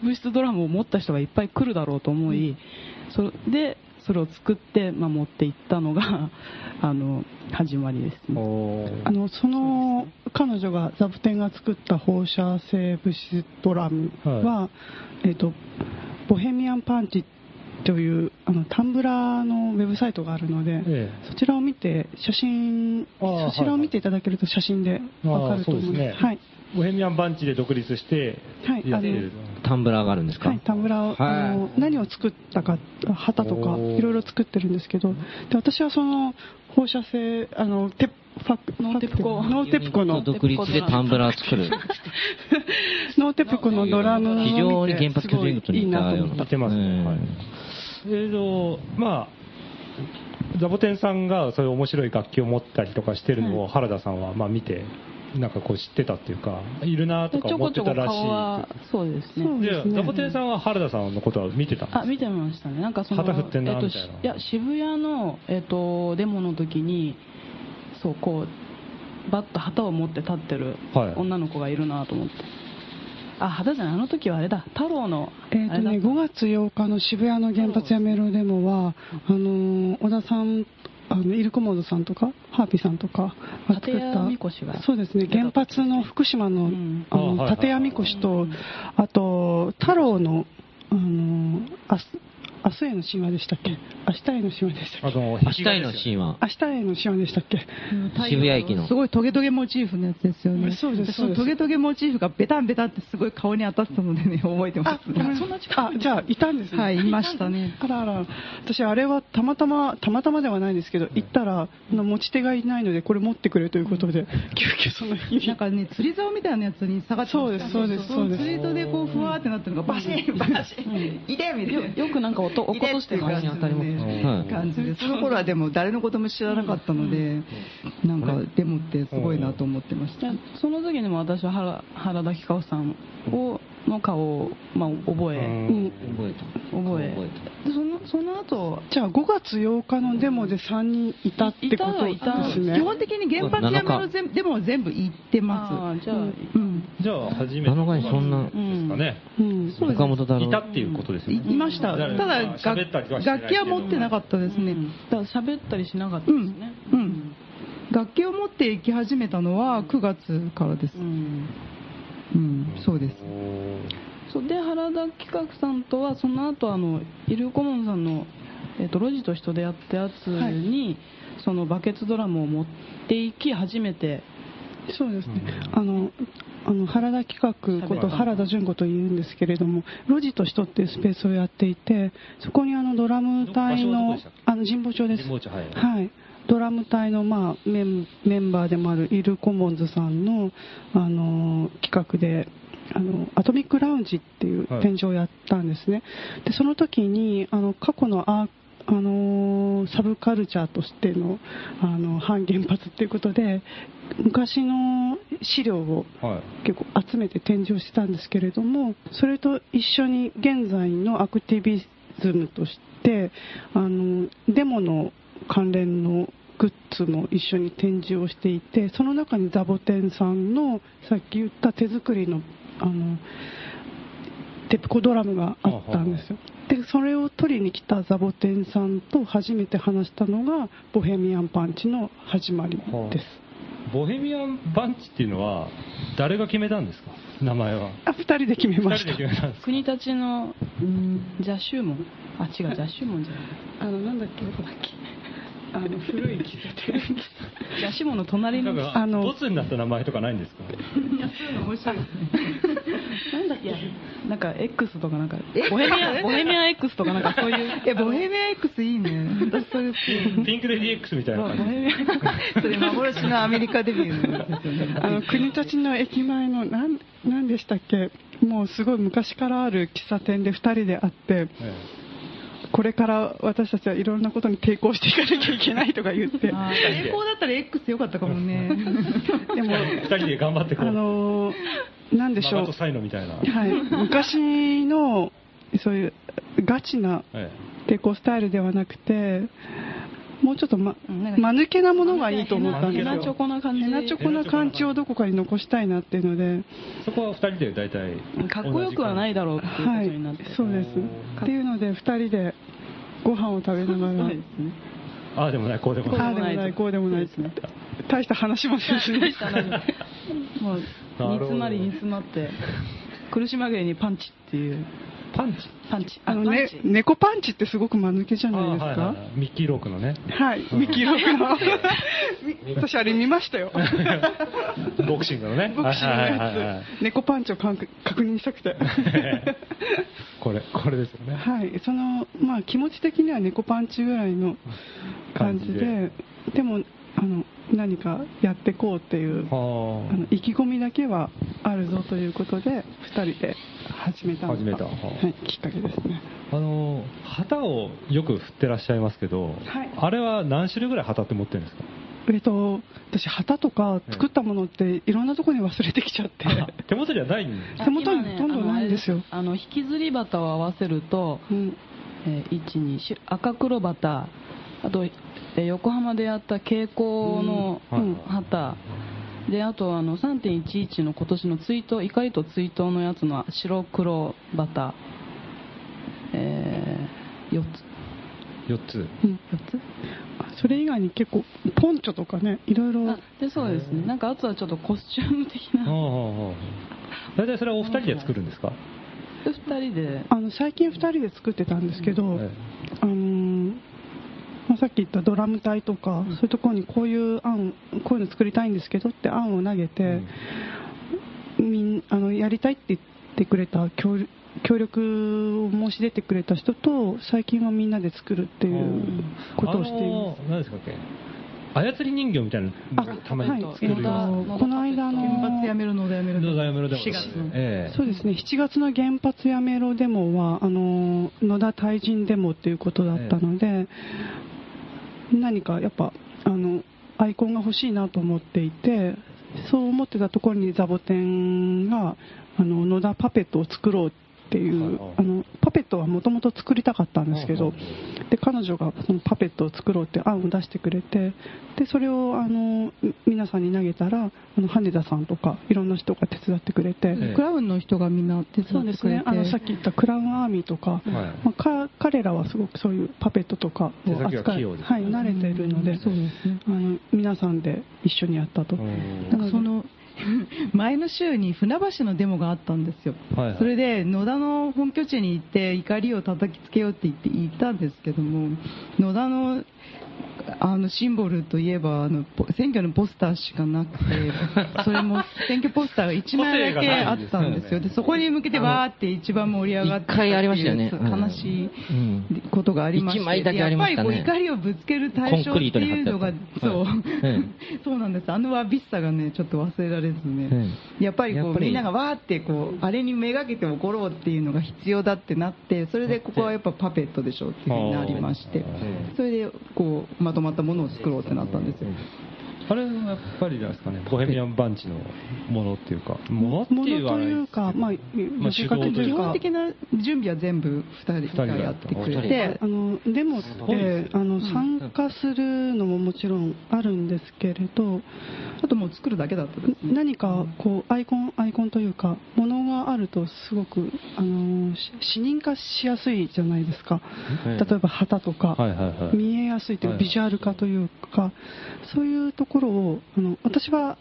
物質ドラムを持った人がいっぱい来るだろうと思い、それでそれを作って、まあ、持っていったのがあの始まりですね。
おー
あのその彼女がザブテンが作った放射性物質ドラムは、
は
えっとボヘミアンパンチというあのタンブラーのウェブサイトがあるので、
ええ
そちらを見て写真
あー
そちらを見ていただけると写真でわかると思
あーそ
います。
うですね
はい
ボヘミアンバンチで独立して
はい
やってる。
タンブラーがあるんですか
はい、田村を、
はい
あの何を作ったか旗とか
おー
いろいろ作ってるんですけどで私はその放射性あのテファク
ノーテプコ
ノーテプコの
独立でタンブラー作る。
ノーテプコのドラムを見て
非常に原発拠点と
すごいい
似
い
た
なと
よう
思っ
な。
た
似てますね
うん
はいえっと、まあ、ザボテンさんがそういう面白い楽器を持ったりとかしてるのを原田さんはまあ見て、なんかこう知ってたっていうか、いるなとか
ちょ
思っ
こち
て
ょこ
たらし。
顔はいそうですね
そう
で
ですね
ザボテンさんは原田さんのことは見てたんです
あ見てましたね、なんかその、
旗振ってんな
えっと
みたいな
しや渋谷の、えっと、デモの時にそうこうバッと旗を持って立ってる
はい
女の子がいるなと思って、あ旗じゃない、あの時はあれだ、太郎の、
えー
あ
と
れだ
ね、5月8日の渋谷の原発やめろデモは、あのー小田さん、あのイルコモードさんとか、ハーピーさんとかが作っ
立山
た
みこしが、
そうですね、原発の福島の,、
ん
あ
あはい
の
はい
立山みこしと、あと、太郎の、あのー、明日明日への神話でしたっけ明日への島でしたっ
あ
け
の
明日へのシーンは
明日への島でしたっけ
渋谷駅の
すごいトゲトゲモチーフのやつですよね。
そうですそう
の
です
トゲトゲモチーフがベタンベタンってすごい顔に当たってたのでね、覚えてます。
そんな近くあじゃあいたんですね
はいいましたね
あらあら私あれはたまたまたまたまではないんですけど行ったらあの持ち手がいないのでこれ持ってくれということで急遽その日に
なんかね、釣り竿みたいなやつに下がってました
そうですそうですそうで
の
す
釣り糸でこう、ふわーってなってるのがバシン、バシン、いでみたいな。
よくなんか音落っことしてますね当たりますね
はい
感じで、その頃はでも誰のことも知らなかったので、なんかデモってすごいなと思ってまし
い
た
や。その時にも私は原原田貴香さんをの顔を、まあ、覚え、
うん
覚えた
覚え
覚
でそのその後
じゃあ5月8日のデモで3人いたってことで
いたはいた
すね
基本的に原発山の全デモは全部行って
あ
ま
あじゃあ、
す。うん
じゃあ、初め
え
て。
たあの間にそんな
うん
ですかね。
うん
そうです
岡本太郎
いたっていうことですよ
い
ね。
ました。ただ
誰まあ喋ったりはしてないけど
楽器は持ってなかったですね。
だから喋ったりしなかったですね、
うん。楽器を持って行き始めたのは9月からです
う。ん
うん、そうです。
そうで原田企画さんとはその後あのイルコモンさんの「えっと路地と人でやったやつに」そのバケツドラムを持っていき初めて
そうですね、あのあの原田企画こと原田純子というんですけれども、路地と人っていうスペースをやっていて、そこにあのドラム隊
場所はどこ
の
でしたっけ
あの神保町です、
神保町はい
はい、ドラム隊の、まあ、メンメンバーでもあるイル・コモンズさんの、あの企画であのアトミック・ラウンジっていう
はい
展示をやったんですね、でその時にあの過去のアーあのサブカルチャーとしてのあの反原発っていうことで昔の資料を
はい。
結構集めて展示をしてたんですけれどもそれと一緒に現在のアクティビズムとしてあのデモの関連のグッズも一緒に展示をしていてその中にザボテンさんのさっき言った手作りのあのテプコドラムがあったんですよでそれを取りに来たザボテンさんと初めて話したのが「ボヘミアン・パンチ」の始まりです
ボヘミアン・バンチっていうのは、誰が決めたんですか名前は。
あ2人で決め
誰
ま
人
し
で
た
決めたんですか
国立の邪衆門あ違う邪衆門じゃない
あの、なんだっけ、なんだっけ。あの、古い喫茶店。
邪衆門の隣
な
の
ん
なんだ
か、
あの
ボツになった名前とかないんですか
っけなんか X とかなんかボヘミアボヘミア X とかなんかそういう
え、ボヘミア X いいね。私それ好き。
ピンクレディ X みたいな感じ
ボヘミア
それ幻のアメリカデビューなんですよね。
あの、国立の駅前の、なん、なんでしたっけ。もう、すごい昔からある喫茶店で、二人で会って。
え
これから、私たちはいろんなことに抵抗していかなきゃいけないとか言って。
あー成功だったら X 良かったかもね。
でも、
え二人で頑張ってこ
あ
う。
のー、なんでし
マ
ょ
ガト
う。
サイノみたいな。
はい、昔の、そういう、ガチな。
え
抵抗スタイルではなくて。もうちょっとま、
うんなんか
間抜けなものがいいと思ったんです
ヘ
よ。
ナチョコな感じ
ヘナチョコな感じをどこかに残したいなっていうので、
えそこは二人で大体。
かっこよくはないだろうっていうこ
は
と
い
になって、、
そうです。っていうので、2人でご飯を食べながら、
ああでもない、こうでも
あ
ない。
あでもない、こうでもないって、大した話もせずに、
もう
ほど
煮詰まり煮詰ま って苦し紛れにパンチっていう
パンチ。
パンチ
あの
パン
ね
チ、
猫パンチってすごく間抜けじゃ
あ
ないです
はいはいは
か。
いミッキーロークのね。
はい、ミキロクの。 み私あれ見ましたよ。
ボクシングのね。
ボクシングの
はいはいはいは
や
い
つ。猫パンチをかん確認した くて。
これ、これですよね。
はい、その、まあ、気持ち的には猫パンチぐらいの感じで、
感
でも、あの、何かやってこうっていう。
は
あの意気込みだけはあるぞということで2人で始めたのが
始めたは
は
あ
い、きっかけですね
あ。あの、旗をよく振ってらっしゃいますけど、
はい
あれは何種類ぐらい旗って持ってるん ですか
えっと私旗とか作ったものっていろんなところに忘れてきちゃって、
あ手元にはないんです
手元にどんどんないんですよ、
あの引きずり旗を合わせると、
うん、
えー、1 2し赤黒旗あと、えー横浜でやった蛍光の
うんはい
うん旗、であとあの3.11の今年の追悼怒りと追悼のやつの白黒旗、え4つ
4つ。
うんそれ以外に結構ポンチョとかねいろいろ
あでそうですねなんかあとはちょっとコスチューム的
はあ
な
はあはあ大体それはお二人で作るんですか
で2人で
あの最近2人で作ってたんですけど、
え
あのーまあさっき言ったドラム隊とか、そういうところにこういう案こういうの作りたいんですけどって案を投げて、みんあのやりたいって言ってくれた協力協力を申し出てくれた人と最近はみんなで作るっていうことをしてい
あ
ます。
のー何でしたっけ操り人形みたいなのたまに作るよう
あ
な。
のこの間の
原発やめるのでやめる
どう
の
ぞやめろでも
4月の
ええ
そうですね7月の原発やめろデモはあの野田退陣デモっていうことだったので、何かやっぱあのアイコンが欲しいなと思っていてそう思ってたところにザボテンがあの野田パペットを作ろうっていう、
はいはい
あのパペットはもともと作りたかったんですけど、
はいは
で彼女がそのパペットを作ろうって案を出してくれてでそれをあのみ皆さんに投げたらあの羽田さんとかいろんな人が手伝ってくれて、
ええ
クラウンの人がみんな手
そ
伝っ
うで
て
す
くれ
ね
て、
あのさっき言ったクラウンアーミーとか、まあか彼らはすごくそういうパペットとか
手先
を
が
扱
器
い、
用ですね
はい、慣れているので、
そうですね
あの皆さんで一緒にやったと、
うん
なんかその 前の週に船橋のデモがあったんですよ、
はいはい
それで野田の本拠地に行って怒りを叩きつけようって言って言ったんですけども野田のあのシンボルといえばあのポ選挙のポスターしかな くてそれも選挙ポスターが1枚だけあったんですよでそこに向けてわーって一番盛り上がって
一回ありましたよね
っていう悲しい
うん
ことがありまして
一枚だけありましたね
やっぱりこう怒りをぶつける対象っていうのが
コンクリート
そ
に
う
貼ってあったはいうん
そうなんです。あのわびしさがね、ちょっと忘れられずね。やっぱりこ
やっ
う
ぱり
みんながわーってこうあれにめがけて怒ろうっていうのが必要だってなってそれでここはやっぱパペットでしょっていうふうになりましてそれでこうまとまったものを作ろうってなったんですよ
あれはやっぱりなんですかね、ボヘミアン・バンチのものっていうか、ものって
も
いう
の
は
と
ない
いうか、まあ、
まあ手動というか
基本
的
的な準備は全部2人がやってくれ
二人がや
て
あのデモってあの参加するのももちろんあるんですけれど、
あともう作るだけだったですね
何かこうアイコンアイコンというかものがあるとすごくあのし視認化しやすいじゃないですか、
ええ
例えば旗とか、
はいはいはい
見えやすいという
は
か
い
ビジュアル化というか、そういうところをあの私は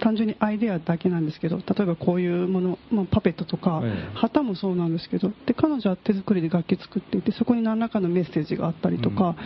単純にアイデアだけなんですけど例えばこういうもの、まあ、パペットとか、
ええ
旗もそうなんですけどで彼女は手作りで楽器作っていてそこに何らかのメッセージがあったりとか、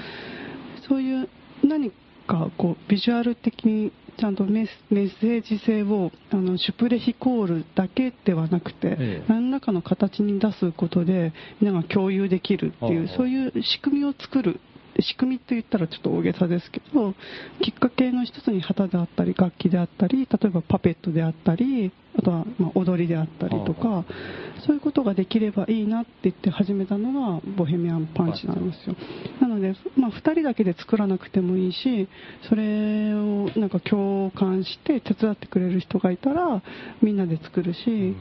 そういう何かこうビジュアル的にちゃんとメッメッセージ性をあのシュプレヒコールだけではなくて、
ええ
何らかの形に出すことでみんなが共有できるってい
あ
う
あ
そういう仕組みを作る仕組みって言ったらちょっと大げさですけどきっかけの一つに旗であったり楽器であったり例えばパペットであったりあとはまあ踊りであったりと
あ
かそういうことができればいいなって言って始めたのがボヘミアンパンチなんですよなので、まあ、2人だけで作らなくてもいいしそれをなんか共感して手伝ってくれる人がいたらみんなで作るし、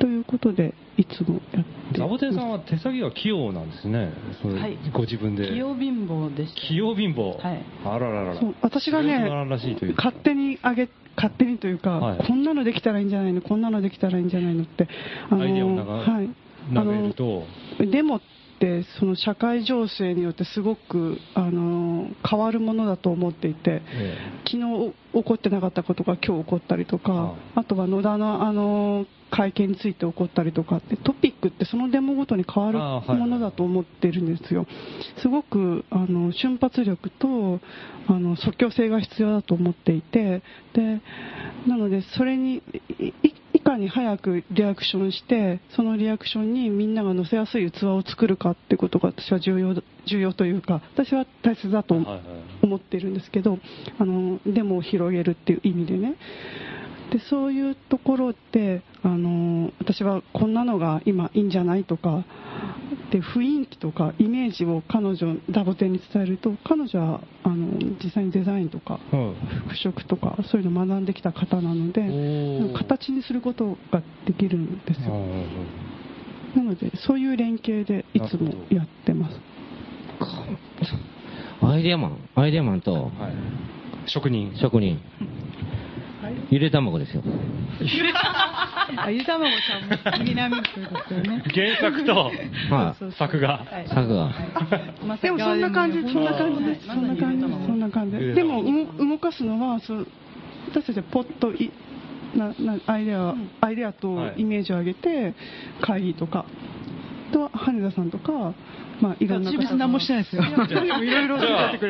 ということでいつもやって
ザボテンさんは手先が器用なんですね、それ
はい
ご自分で。
器用貧乏でした
器用貧乏、
はい
あらららら
そう私がね
強くならんらしいというか
勝手にあげ勝手にというか、
はい
こんなのできたらいいんじゃないのこんなのできたらいいんじゃないのってあの
アイデアをなが
はい
投げると
あのデモってその社会情勢によってすごくあの変わるものだと思っていて、
え
昨日起こってなかったことが今日起こったりとか
は、
あとは野田のあの会見について起こったりとかって、トピックってそのデモごとに変わる
あーはい
ものだと思ってるんですよ、すごくあの瞬発力とあの即興性が必要だと思っていて、でなので、それにいいいかに早くリアクションして、そのリアクションにみんなが乗せやすい器を作るかってことが私は重要だ重要というか、私は大切だと
はいはい
思ってるんですけどあのデモを広げるっていう意味でねでそういうところってあの私はこんなのが今いいんじゃないとかで雰囲気とかイメージを彼女ダボテンに伝えると彼女はあの実際にデザインとか
はい
服飾とかそういうのを学んできた方なので
おー
形にすることができるんです
あ
よ
ー
なのでそういう連携でいつもやってます
アイデアマン、アイデアマンと
はい職人
職人。ゆで卵ですよ。
あゆで卵さんも南区ですよね
原作と
は
作画
はい
い。作が。
でもそんな感じ、そんな感じです。そ
ま
ん
さに
な
ゆで
感じ
卵
です。そんな感じです。でも動動かすのは、そう私たちはポッといななアイデア、アイデアと
はい
イメージを上げて会議とか、あとは羽田さんとかまあ、いろんな
私別に何もしてないですよ。でもいろいろ
じゃあ、もし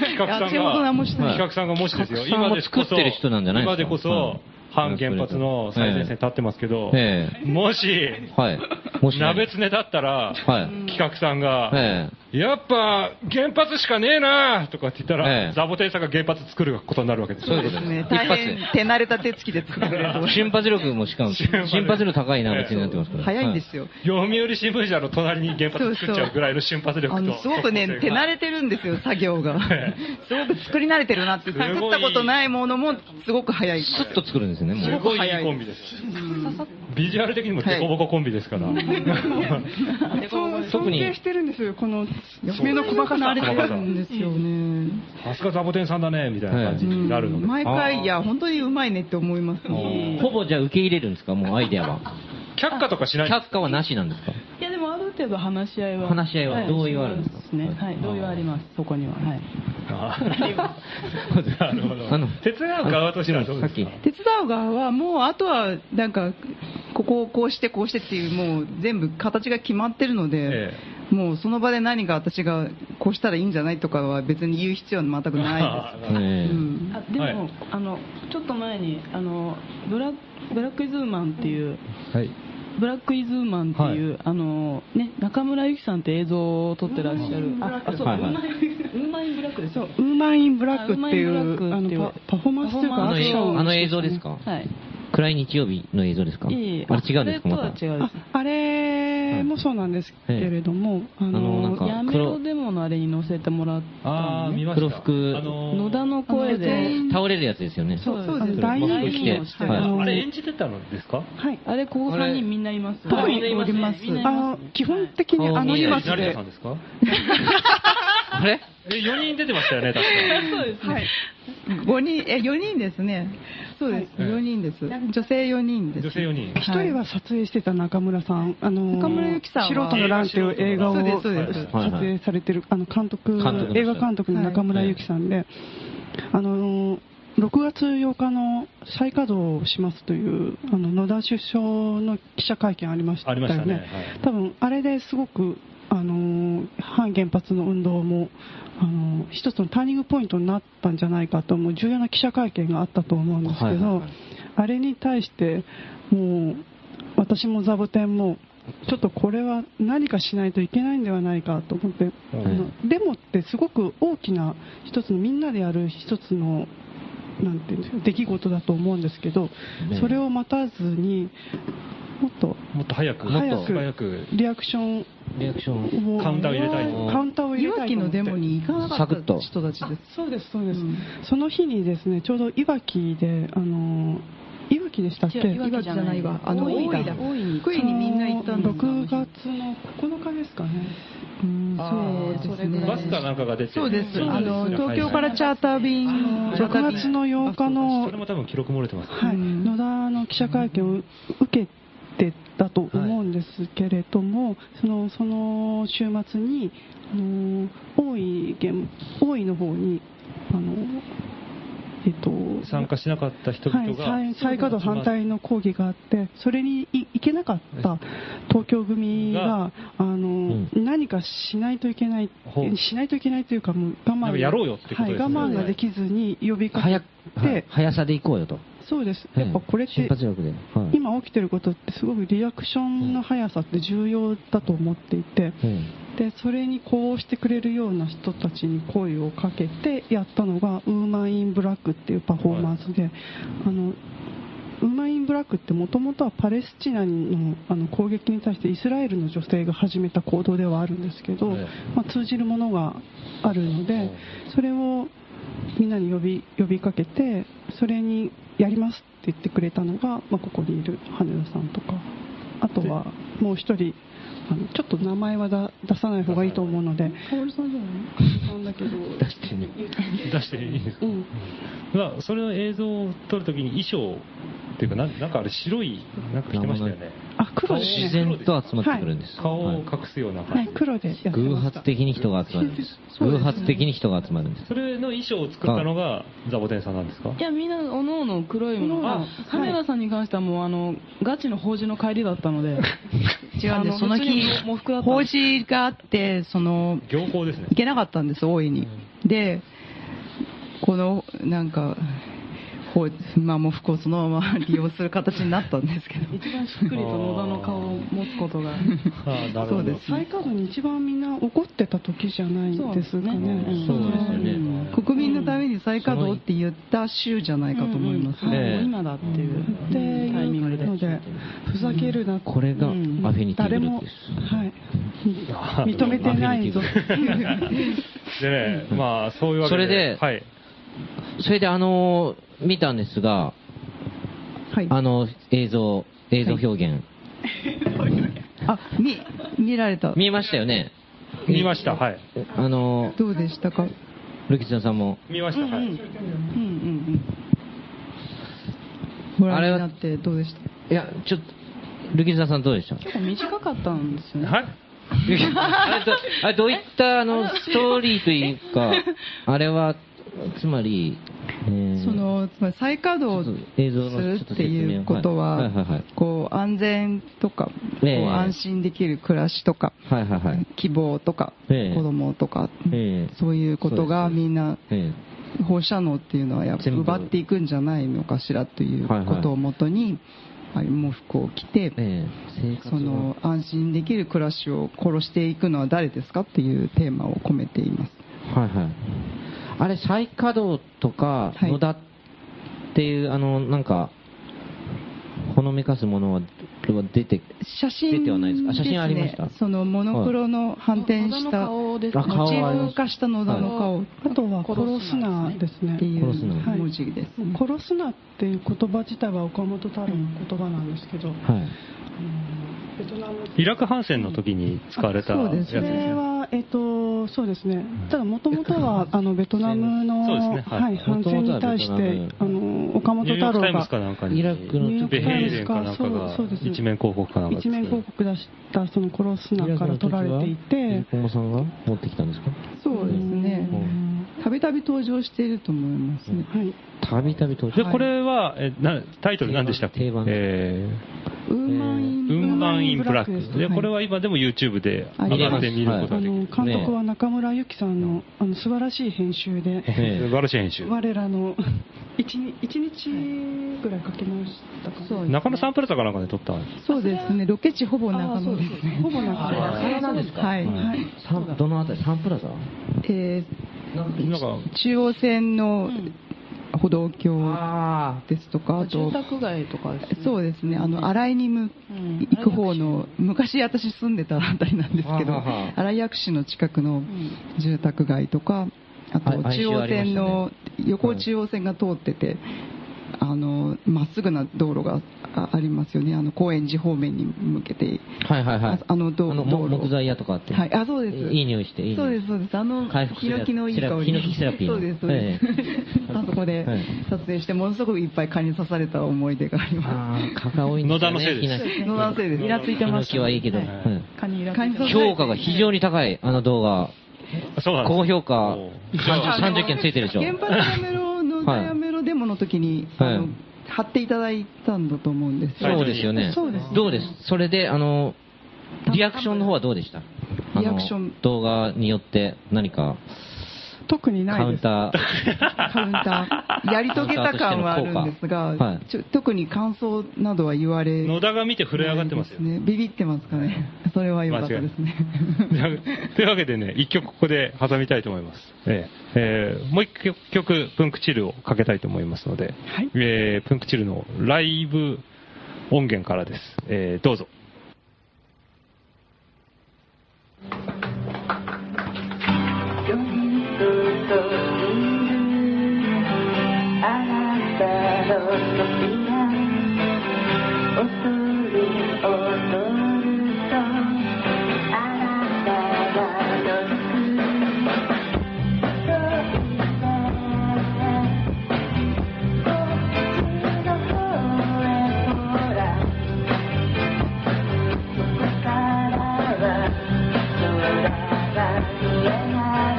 企画さん
いや私も
が、
何もしてない
企画さんがもしですよ、
企画さん
今
も
ですこそ、
作ってる人なんじゃないです
今
か
でこそ、反原発の最前線に立ってますけど、
え
もし、
えはい。もし、
鍋つねだったら、
はい
企画さんが、
え
やっぱ原発しかねえなとかって言ったら、
ええ
ザボテンさんが原発作ることになるわけです
え。そういうことです。一
大
発
変手慣れた手つきで作ってくれると思
で。
う
瞬発力もしかも、瞬発力高いな、別になってますから。
早いんですよ、
読売新聞社の隣に原発作っちゃうぐらいの瞬発力
あの
と。
すごくね、手慣れてるんですよ、作業が、すごく作り慣れてるなって、
すごい
作ったことないものもすごく早い、
はい。スッと作るんですよね、も
す
う。
ごいいいコンビです。ビジュアル的にもデコボココンビですから。
そう
特
尊
に
敬してるんですよ、この目の細かさ、あれ
細かさ
ですよね。
さすがザボテンさんだね、みたいな感じになるので。
毎回、いや、本当にうまいねって思いますね。
ほぼじゃあ受け入れるんですか、もうアイデアは。
却下とかしない
却下はなしなんですか
いやでもある程度話し合いは
話し合いは同意はあるんですか
そうねはい同意はありますそこにははい
あーなるほ
あの
ど。手伝う側としてはどうです
さっ
か
き
手伝う側はもうあとはなんかここをこうしてこうしてっていうもう全部形が決まってるので
え、
もうその場で何か私がこうしたらいいんじゃないとかは別に言う必要は全くな
あ
い
ーなる
で
ほど
す。
え
うん
あでも、
はい
あのちょっと前にあのブラブラックイズーマンっていう、
えはい。
ブラックイズーマンっていう、あのね中村ゆきさんって映像を撮ってらっしゃるああそう、
はいはい
ウーマンウーマンインブラックです
そうウーマン・イン・ブラックってい
ウーマンインブ
う
ラッ
あ
クっていう
のパパフォーマンスとい
パフォー
うか
あ
マ
ア
ン
の
ク
ス
シ
映
ョン
あの映像ですか
はい
暗い日曜日の映像ですか
いい
あれ違うんですか、また。
それとは違う
ああれもそうなんですけれども、あ
あのなん
の
か
やめろデモのあれに載せてもらった
あー、見ました。
黒服
あのー
野田の声で
倒れるやつですよね。
そう
そうです
大人
気で
をして
はい
あれ演じてたのですか
はい、
あれここ3人みんないます
あれ
みんないますみんない
あ
ま
の
す
基本的にアノニマス
成田
で
さんですか
あれ
え、4人出てましたよね、確か
はい。五人え四人ですね。そうです。
はい
四人です。女性四人です。
女性4人。
一人は撮影してた中村さん、あの
中村ゆきさんは
素人のランという映画を
そうです
撮
そうです
はい
影されてる、あの監督
監督の人
映画監督の中村ゆきさんで、あの6月8日の再稼働をしますというあの野田首相の記者会見ありました
あ
よ
り
ね、
ましたねはい
多分あれですごくあの反原発の運動もあの一つのターニングポイントになったんじゃないかと思う重要な記者会見があったと思うんですけど、
はいはいはい
あれに対してもう私もザボテンもちょっとこれは何かしないといけないんではないかと思って、
うん
あのデモってすごく大きな一つのみんなでやる一つのなんていうんですか出来事だと思うんですけど、
ね
それを待たずにもっと
もっと早く、
もっと
もっと早く。
リアクション
リアクション。
を
カウンターを入れたい
カウンターを入
い
れた
わ
い
き
と思
の
って
デモに行かなか
サクッ
っ
と
た人たちです。
そうですそうです、
うん
その日にですねちょうどいわきであのいわきでしたっけ
違ういわ
いわきじゃないわ。あの
大井
大
だ
井だ。
大井に
福井にみんな行ったんですよ。
6月の9日ですかね
うん
あー
そうですね。
バスかなんかが出て
そうです。あの
そうですね
東京からチャーター便のチャーター
6
便
月の8日の
それも多分記録漏れてます。
はい、
うん
野田の記者会見を受けてたと思うんですけれども、そのその週末に、あの大井原大井の方にあの、えっと、
参加しなかった人
は
々
い、
が、
再再稼働反対の抗議があって、それにい行けなかった東京組が、あの
ん
何かしないといけない
ほう、
しないといけないというか、もう我
なん
慢
かやろうよってこと
はい
ですね
我慢ができずに呼びかけ
早く
て、、
はい速さで行こうよと。
そうです、やっぱこれって、
瞬発力で。はい
今起きてることってすごくリアクションの速さって重要だと思っていて、
うん
でそれに呼応してくれるような人たちに声をかけてやったのがウーマン・イン・ブラックっていうパフォーマンスで、あのウーマン・イン・ブラックってもともとはパレスチナのあの攻撃に対してイスラエルの女性が始めた行動ではあるんですけど、
はい
まあ、通じるものがあるのでそれをみんなに呼び呼びかけてそれにやりますって言ってくれたのが、まあ、ここにいる羽田さんとかあとはもう一人あのちょっと名前はだ出さない方がいいと思うので
なんだけど。
出してね。
出していいですか、
うん
まあそれの映像を撮るときに衣装っていうか、なんなんかあれ白い、なんか着てましたよね。
あ、黒です
自
ね。
然と集まってくるんです。
顔
は
を
い
隠すような
は
感
い
じ、。
黒でやってま
偶
した
発的に人が集まるんです。偶発的に人が集まるんです。
それの衣装を作ったのがザボテンさんなんですか
いやみんなおのおの黒いも
おのお
の
の
あ羽田さんに関してはもうあのガチの法事の帰りだったの で
違うんで
あ
す。その
普通
日
に喪服だ、った
法事があって、その、
行幸ですね
行。けなかったんです、大いに。で、この、なんか、ほうまあ、喪服をそのまま利用する形になったんですけど。
一番しっくりと野田の顔を持つことが
ああ、なる
そ
ほど
うで。
再稼働に一番みんな怒ってた時じゃないですかね。
そうですよね。
国民のために再稼働って言った週じゃないかと思いま
う
す。
んうん
ええ
もう今だっていう
っていうので、ふざけるな、
これがアフィニティグ
誰
ルー
も、
プです。
はい、
あ
認めてないぞ
アフィニティグループ
でね、まあ、そういうわけで。
それで
はい。
それであのー見たんですが、
はい。
あの映像、映像表現、
あ、見、見られた。
見えましたよね。
見ました、はい。
あのー
どうでしたか
ルキツナさんも。
見ました、はい。
うんうんうん。ご覧になってどうでした
いや、ちょっと、ルキツナさんどうでした
結構短かったんですよね
はい
あれどあれどういったあのストーリーというか、あれは、つまり、えー
その、つまり再稼働
映
す
像の
るっていうこと
ちょっと説明をはいはいはいは、
はいこう、安全とか、こう
ええ
安心できる暮らしとか、
はいはいはい。
希望とか、
ええ
子供とか、
ええ
そういうことが
そうです
みんな、
え
放射能っていうのはやっぱ
全部
奪っていくんじゃないのかしらということをもとに、ああいう喪服を着
え、
て
ええ生活
その安心できる暮らしを殺していくのは誰ですかっていうテーマを込めています。
はいはい。あれ、再稼働とか、
はい
野田っていう、あの、なんか、ほのめかすものはは出て、
写真
出てはないですかあ写真
ね
ありました
そのモノクロの反転し
野田の
た、
顔です
あ
モチ
はあり
ー
ま
フ
した
化した野田の顔っ
あとは殺すなですね
て。いう
殺すの
はい
文字です。
殺すなっていう言葉自体は岡本太郎の言葉なんですけど、
はい。
ベトナム
イラク反戦の時に使われた
あ
や
そう
つで
ですす
それ
ね。
は、えっと、そうですね、ただ、もともとはあのベトナム
そう
の、
ですねはい
はい、反戦に対し
元々はベ
て
ト
あの岡本
ニューヨー
太
ク
郎
タイムズか
が
なんかに、
イラクの
ニューヨー
ベ
ク
ヘ
タイ
イ
ム
レ
ズ
ンか
か
なんかが
そうそうですね
一面広告かなんか
一面広告出したその殺すなから取られていて、
小野さんが持ってきたんですか
そうですね
う。ん
たびたび登場していると思いますね。
はい、
たびたび登
で、
場。
これは、えなタイトル何でしたっけ
定番
え
ウーマンイ
ー、
ン、
ウンマン・イン・ブラッ
ウンマンインブラッ
ク。
ク
で、
はい
これは今でも YouTube で上がって見ることが
あ
できる
の。監督は中村ゆきさんのあの素晴らしい編集で、
え
素晴らしい編集。
我 らの 1, 日ぐらいかけましたか、ね、
そうです
中野サンプラザかなんかで撮ったんです
そうですね。ロケ地ほぼ中野ですね。
ほぼなく
あれなんですか
はい
はいサンどのあたりサンプラザ
え
なんか
ー、中央線の歩道橋
あ
ですとか、あと
住、宅街とかですね
そうですね、あの、新井に向
うん
行く方の、昔私住んでたあたりなんですけ
は
ど
あは、あ
新井薬師の近くの住宅街とか、あと
あ
中央線の、横中央線が通ってて、あの、まっすぐな道路があありますよね、あの、高円寺方面に向けて、
あ。はいはいはい
あ。あの道
も
道路
木材屋とかあって。
はい、あ、そうです。
いい匂いして、いい匂い
そうです、そうです。あの、
回復
ヒノキのいい香り。
ヒノキセラピーの
そうです、そうです。 あそこで
はい
撮影して、ものすごくいっぱい蚊に刺された思い出がありま
ああ、蚊が多いんですよね。
野田のせいです
す。野田のせいです。イラつい
ヒノキはいいけど。
はい
うん
蚊にイラついてます
評価が非常に高い、あの動画。
あそうなんです
高評価
おう
30 30件ついてるでしょ。
原発やめろの
はい
ダイヤメロデモの時に、
はい
あの貼っていただいたんだと思うんですよ。
そうですよね。
そうですね
どうですそれで、あの、リアクションの方はどうでしたあの
リアクション
動画によって何か
特に
カ
な
ウ
い
ン
です
ター、
カウンター。やり遂げた感はあるんです
カウンター
が
と、
ちょ特に感想などは言われ
野田が見て震え上がってますよ。
ね。ビビってますかね。それは良かったですね。
というわけでね、一曲ここで挟みたいと思います。えええーもう一曲曲、プンクチルをかけたいと思いますので、
はい
えープンクチルのライブ音源からです。えーどうぞ。
「こっちの方へれない」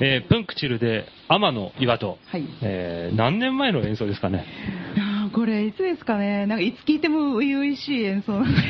えープンクチルで天の岩戸、
はい
えー何年前の演奏ですかね
あーこれいつですかねなんかいつ聴いても初々しい演奏なんで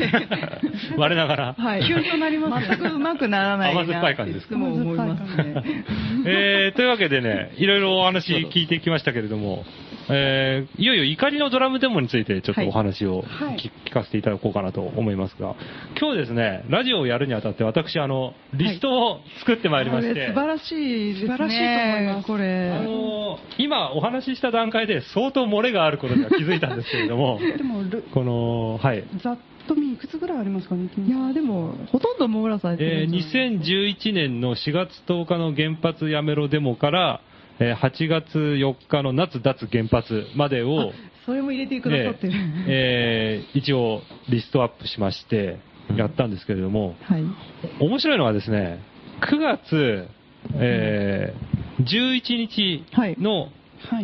我ながら、
はい急になります全くうまくならないな
甘酸っぱい感じですか
いつも思いますね
えーというわけでねいろいろお話聞いてきましたけれども、えーいよいよ怒りのドラムデモについてちょっとお話を聞,、
はい
聞かせていただこうかなと思いますが今日ですねラジオをやるにあたって私あのリストを作ってまいりまして、
これ素晴らしいですね
素晴らしいと思います
こ
あ
れ
のー今お話しした段階で相当漏れがあることには気づいたんですけれども
でもル
この、はい
ざっと見いくつぐらいありますかね
いやーでもほとんど網羅されて
え
るん
ー
じゃない
2011年の4月10日の原発やめろデモから、えー8月4日の夏脱原発までを、
それも入れてくださ
ね
ってる、
えー一応リストアップしましてやったんですけれども、
はい
面白いのはですね、9月、えー11日の
は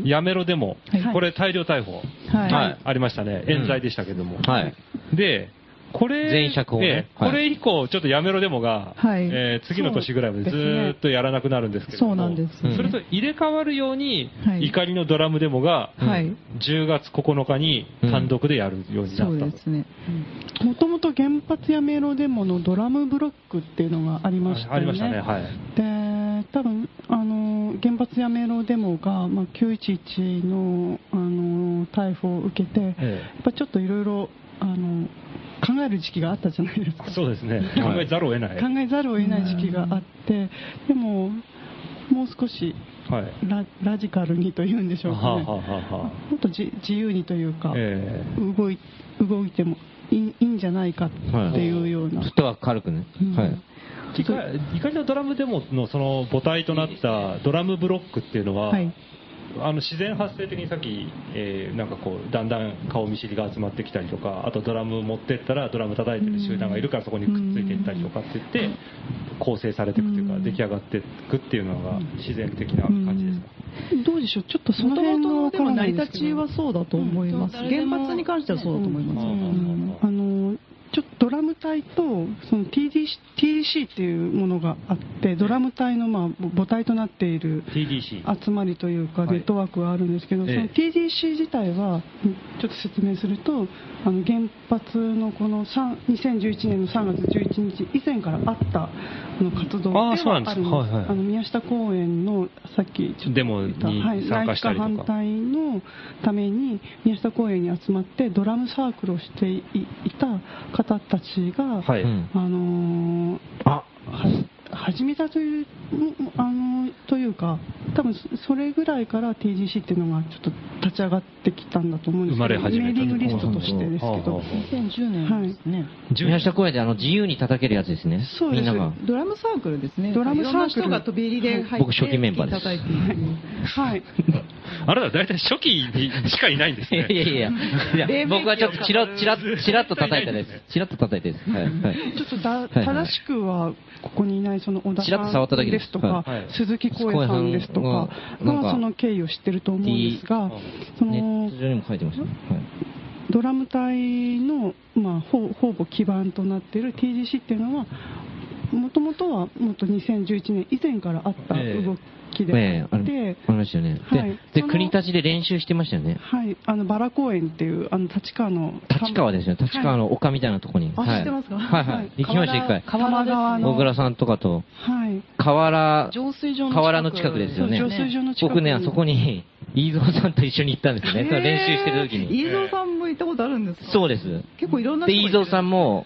い
やめろデモ、
はい
これ大量逮捕、
はい
はい
ありましたね、冤罪でしたけども。
はい。
で、これ、
全釈放ね
ええ
はい
これ以降、ちょっとやめろデモが、
はい
えー次の年ぐらいまでず
そうですね
ーっとやらなくなるんですけれども、
そうなんです
うん
それと入れ替わるように、
はい
怒りのドラムデモが、
はい、
10月9日に単独でやるようにな
そ
っ
う
たと。
ですね
もともと原発やめろデモのドラムブロックっていうのがありましたよね
ありましたね、はい。
で多分あの原発やめろデモが、まあ、911のあの逮捕を受けて、やっ
え
ぱちょっといろいろあの考える時期があったじゃないですか、
えそうですね、考えざるを得ない。
考えざるを得ない時期があって、でも、もう少し
はい。
ララジカルにというんでしょうか、ね
はあはあはあは
もっとじ自由にというか、
ええ
動い動いてもいいいいんじゃないかっていうような。
ちょっとは軽くね。はい。
怒怒りのドラムデモのその母体となったドラムブロックっていうのは、
はい
あの自然発生的にさっき、えーなんかこうだんだん顔見知りが集まってきたりとかあとドラム持ってったらドラム叩いてる集団がいるからそこにくっついていったりとかって言って構成されていくというか出来上がっていくっていうのが自然的な感じですか
どうでしょう、ちょっとその
もと
辺
も
の
とで
わか
も成り
らないで
立
すけ
ち
ど
はそうだと思います、
うん
原発に関してはそうだと思います、
うん
あのちょっとドドラム隊とその TD TDC っていうものがあってドラム隊のまあ母体となっている
TDC
集まりというか
はい
ネットワークはあるんですけど、
ええ
その TDC 自体はうんちょっと説明するとあの原発のこの3 2011年の3月11日以前からあったあの活動で
あ
は
ーそう
あ
な
るん
ん
で
ですすはいはい
あの宮下公園のさっきちょっと
デモに
はい、
参加したりとか
内地化反対のために宮下公園に集まってドラムサークルをしていた方たちが、
はい、
うん
あのー
あ
は始めたという、んあのというか、多分そそれぐらいから TGC っていうのがちょっと立ち上がってきたんだと思うんですけど、
生まれ始めた
メーリングリストとしてですけど、
はあはあ
2010年ですね、
宮下公園であの自由に叩けるやつですね。
そうで
み
す
んなが。
ドラムサークルですね
ドラムサークル
いろんな人が飛び入りで入って、
僕初期メンバーです
叩いてい
はい、
あなた大体初期にしかいないんです
いや
ね
いやい やいや、僕はちょっとチラッチラッチラッと叩いたです。チラッと叩いたです。はいはい
ちょっとだ
いはい
正しくはここにいないその小田
ちらっと触
さ
っただ
ん
け
で
ですす
とか、
はい
鈴木光栄さんですとか
光栄さんはなん
が
か
その経緯を知ってると思うんですが、そ
ネ
の
ット上にも書いてましたね。
ドラム隊の、まあ、ほほぼ基盤となっている TGC っていうのはもともとはもっと2011年以前からあった
ええ
動きで
はい。
あ
ええ
っ
あ
て、
のありましたよね。
はい
で、
そ
で
の
国立で練習してましたよね。
はい、あのバラ公園っていうあの立川の
立川ですよ。立川の丘みたいなとこに。
あ
はい
知ってますか
はいはい。行きました、一回。
多摩川の
小倉さんとかと。
はい
河原、
浄水場の近く
河原の近くですよね。
そう浄水場の近く
僕ね、あそこに、飯蔵さんと一緒に行ったんですよね。
へー
練習してる時に。
飯蔵さんも行ったことあるんですか
そう
う
です。
結構いろんな
で、
人がい
飯
る。
蔵さんも、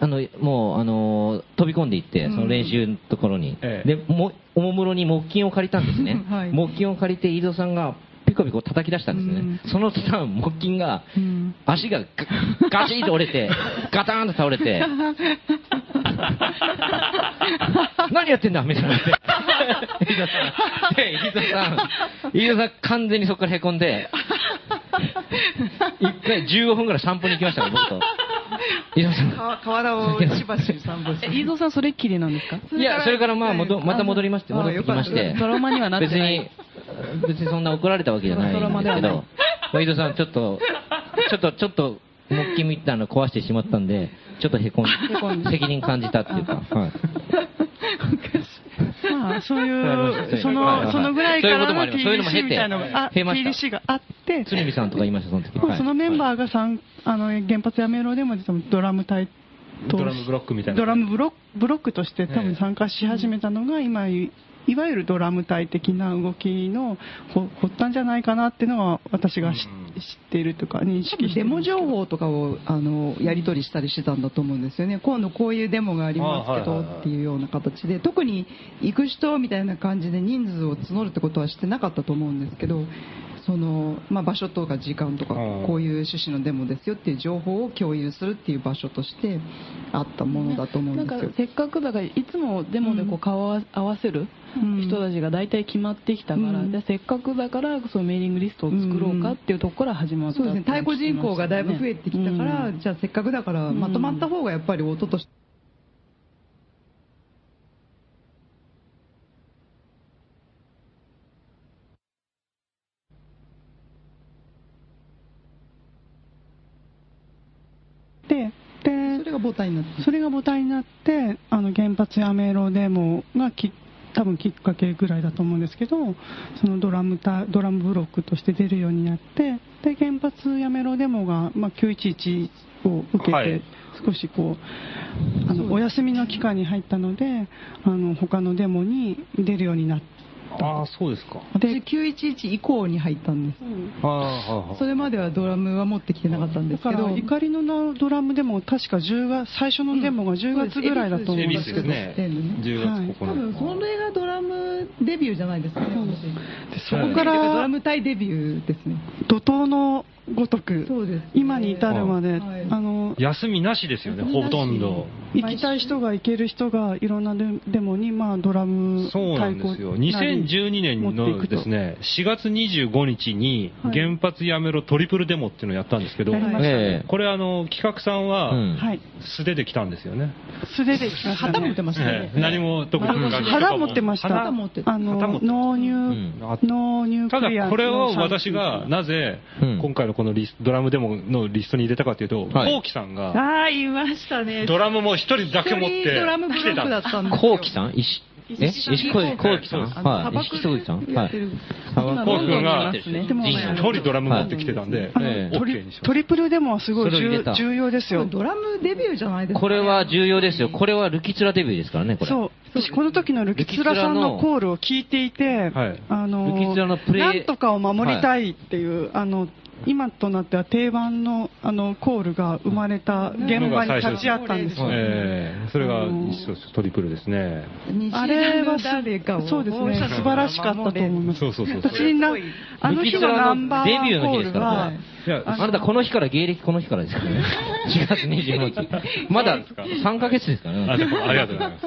あの、もう、あの、飛び込んでいって、その練習のところに。
ええ
で、も、おもむろに木琴を借りたんですね
はい
木琴を借りて、飯蔵さんが、ピコピコ叩き出したんですね。その途端、木琴が、
うん
足がガガチンと折れて、ガターンと倒れて、何やってんだみたいになって。伊沢さん。で、伊沢さん、伊沢さん完全にそこからへこんで、一回15分ぐらい散歩に行きましたから、僕と。伊沢さん。
川河原をしばし散歩して
え飯蔵さんそれっきりなんですか
いや、それからまあ、戻また戻りまして、
あ
戻ってきまし
よか
て
った。
ドラマにはなって
別
ない
に、別にそんな怒られたわけじゃないんです
ドラマでは
け
ない
ど、小井戸さん、ちょっと、ちょっと、ちょっと、木琴みたいなの壊してしまったんで、ちょっとへこんで、責任感じたっていうか、はい。
まあ、そう
わかりまし
いう
た
そ
はいはい
の
はい
そのぐらいからの
そういうこともあります
TGC みたいなのがあ
そういうのも経て
TGC があって
鶴見さんとか言いました、その時。
ま
は
あ
い
そのメンバーがさんあの原発やめろでもドラム隊と
ドラムブロックみたいな
ドラムブロブロックとして多分参加し始めたのが今いいわゆるドラム隊的な動きのほ発端じゃないかなっていうのは私がし
うん
知っているというか認
多
識
分
して
デ
るん
モ
ですけど
情報とかをあのやり取りしたりしてたんだと思うんですよね、今度こういうデモがありますけ
あ
ど
はいはいはい
っていうような形で、特に行く人みたいな感じで人数を募るってことはしてなかったと思うんですけど、そのまあ、場所とか時間とか、
うん
こういう趣旨のデモですよっていう情報を共有するっていう場所としてあったものだと思うんです
なん
よ
か。せっかくだからいつもデモでこう顔を合わせる
うん
人たちが大体決まってきたから、
うん
でせっかくだからそのメーリングリストを作ろうかっていうところから始まった
そうですね、太鼓人口がだいぶ増えてきたから、
うん
じゃあせっかくだからまとまった方がやっぱり音として
で
それが母体になって
でそれが母体になってあの原発やめろデモがき多分きっかけぐらいだと思うんですけどそのドラム隊ドラムブロックとして出るようになってで原発やめろデモが、まあ、911を受けて、
はい
少しこうあのお休みの期間に入ったのであの他のデモに出るようになって。
ああそうですか
私911以降に入ったんです
ああは
それまではドラムは持ってきてなかったんで
だ
すけ
か
ど
ら怒りのなドラムでも確か10月最初のデモが10月ぐらいだと思うん
恵
で
比
す
寿
け
です
ど
ね
そうですね
10月
多分
9日
それがドラムデビューじゃないですかね私
そこか
だからドラ
ら
ム対デビューですね
怒涛のごとく
そうですね
今に至るまで、
はい
あの
休みなしですよね
休みな
ほ
し
とんど
行きたい人が行ける人がいろんなデデモに、まあ、ドラム
そうなんですよ2012年のですね4月25日に原発やめろトリプルデモっていうのをやったんですけど、
やりました
ええ
これあの企画さんは
うん
はい
素手で来たんですよね、
素手で行きました
旗持っ
ね
てました
え
ね
え何も特に考えてなかった
腹持ってました
花
旗持ってた
あの
旗持ってた
納
う
入
ん
あ
納入
た
クリア
だ
の
これを私が
サンプル
なぜ
うん
今回のこのリスドラムデモのリストに入れたかというと、
はい
コウキさんが
ああ、いましたね。
ドラムも一人だけ持っ
一人ドラム
て
ブ
来
ロ
て
ックだ
た
っ。たんですよ
コウキさん石え
石
石
こ
こ
うき
コウキさん
あの
はい。
砂漠
石こうきさん
や
は
ってる
い。
砂漠君が
コウキ君
でも
人
一人ドラム持ってきてたんで、
あの
ええ
OK
トリ
にします
トリプルでもすごい
それを入れ
重
た
重要ですよ。
ドラムデビューじゃないですか、
これは重要ですよ。これはルキツラデビューですからね、これ。
そう。私、この時のルキツラさんのコールを聞いていて、
はい
あの
ルキツラのプレイ
なんとかを守りたいっていう、あの、今となっては定番のあのコールが生まれた現場に立ち会ったん
のが最初で
ですよ。
すね
ええそれが一緒トリプルですね。
あ
あ
れ
れ
は
は
す
誰かを
そうですね、素晴らしかったと思います。
そうそうそう。
私にな、あの日のナンバーワンコールは、
いや
あなたこの日から、芸歴この日からですから ね。4月25日。まだ3ヶ月ですから
あ
ね。
でもありがとうございま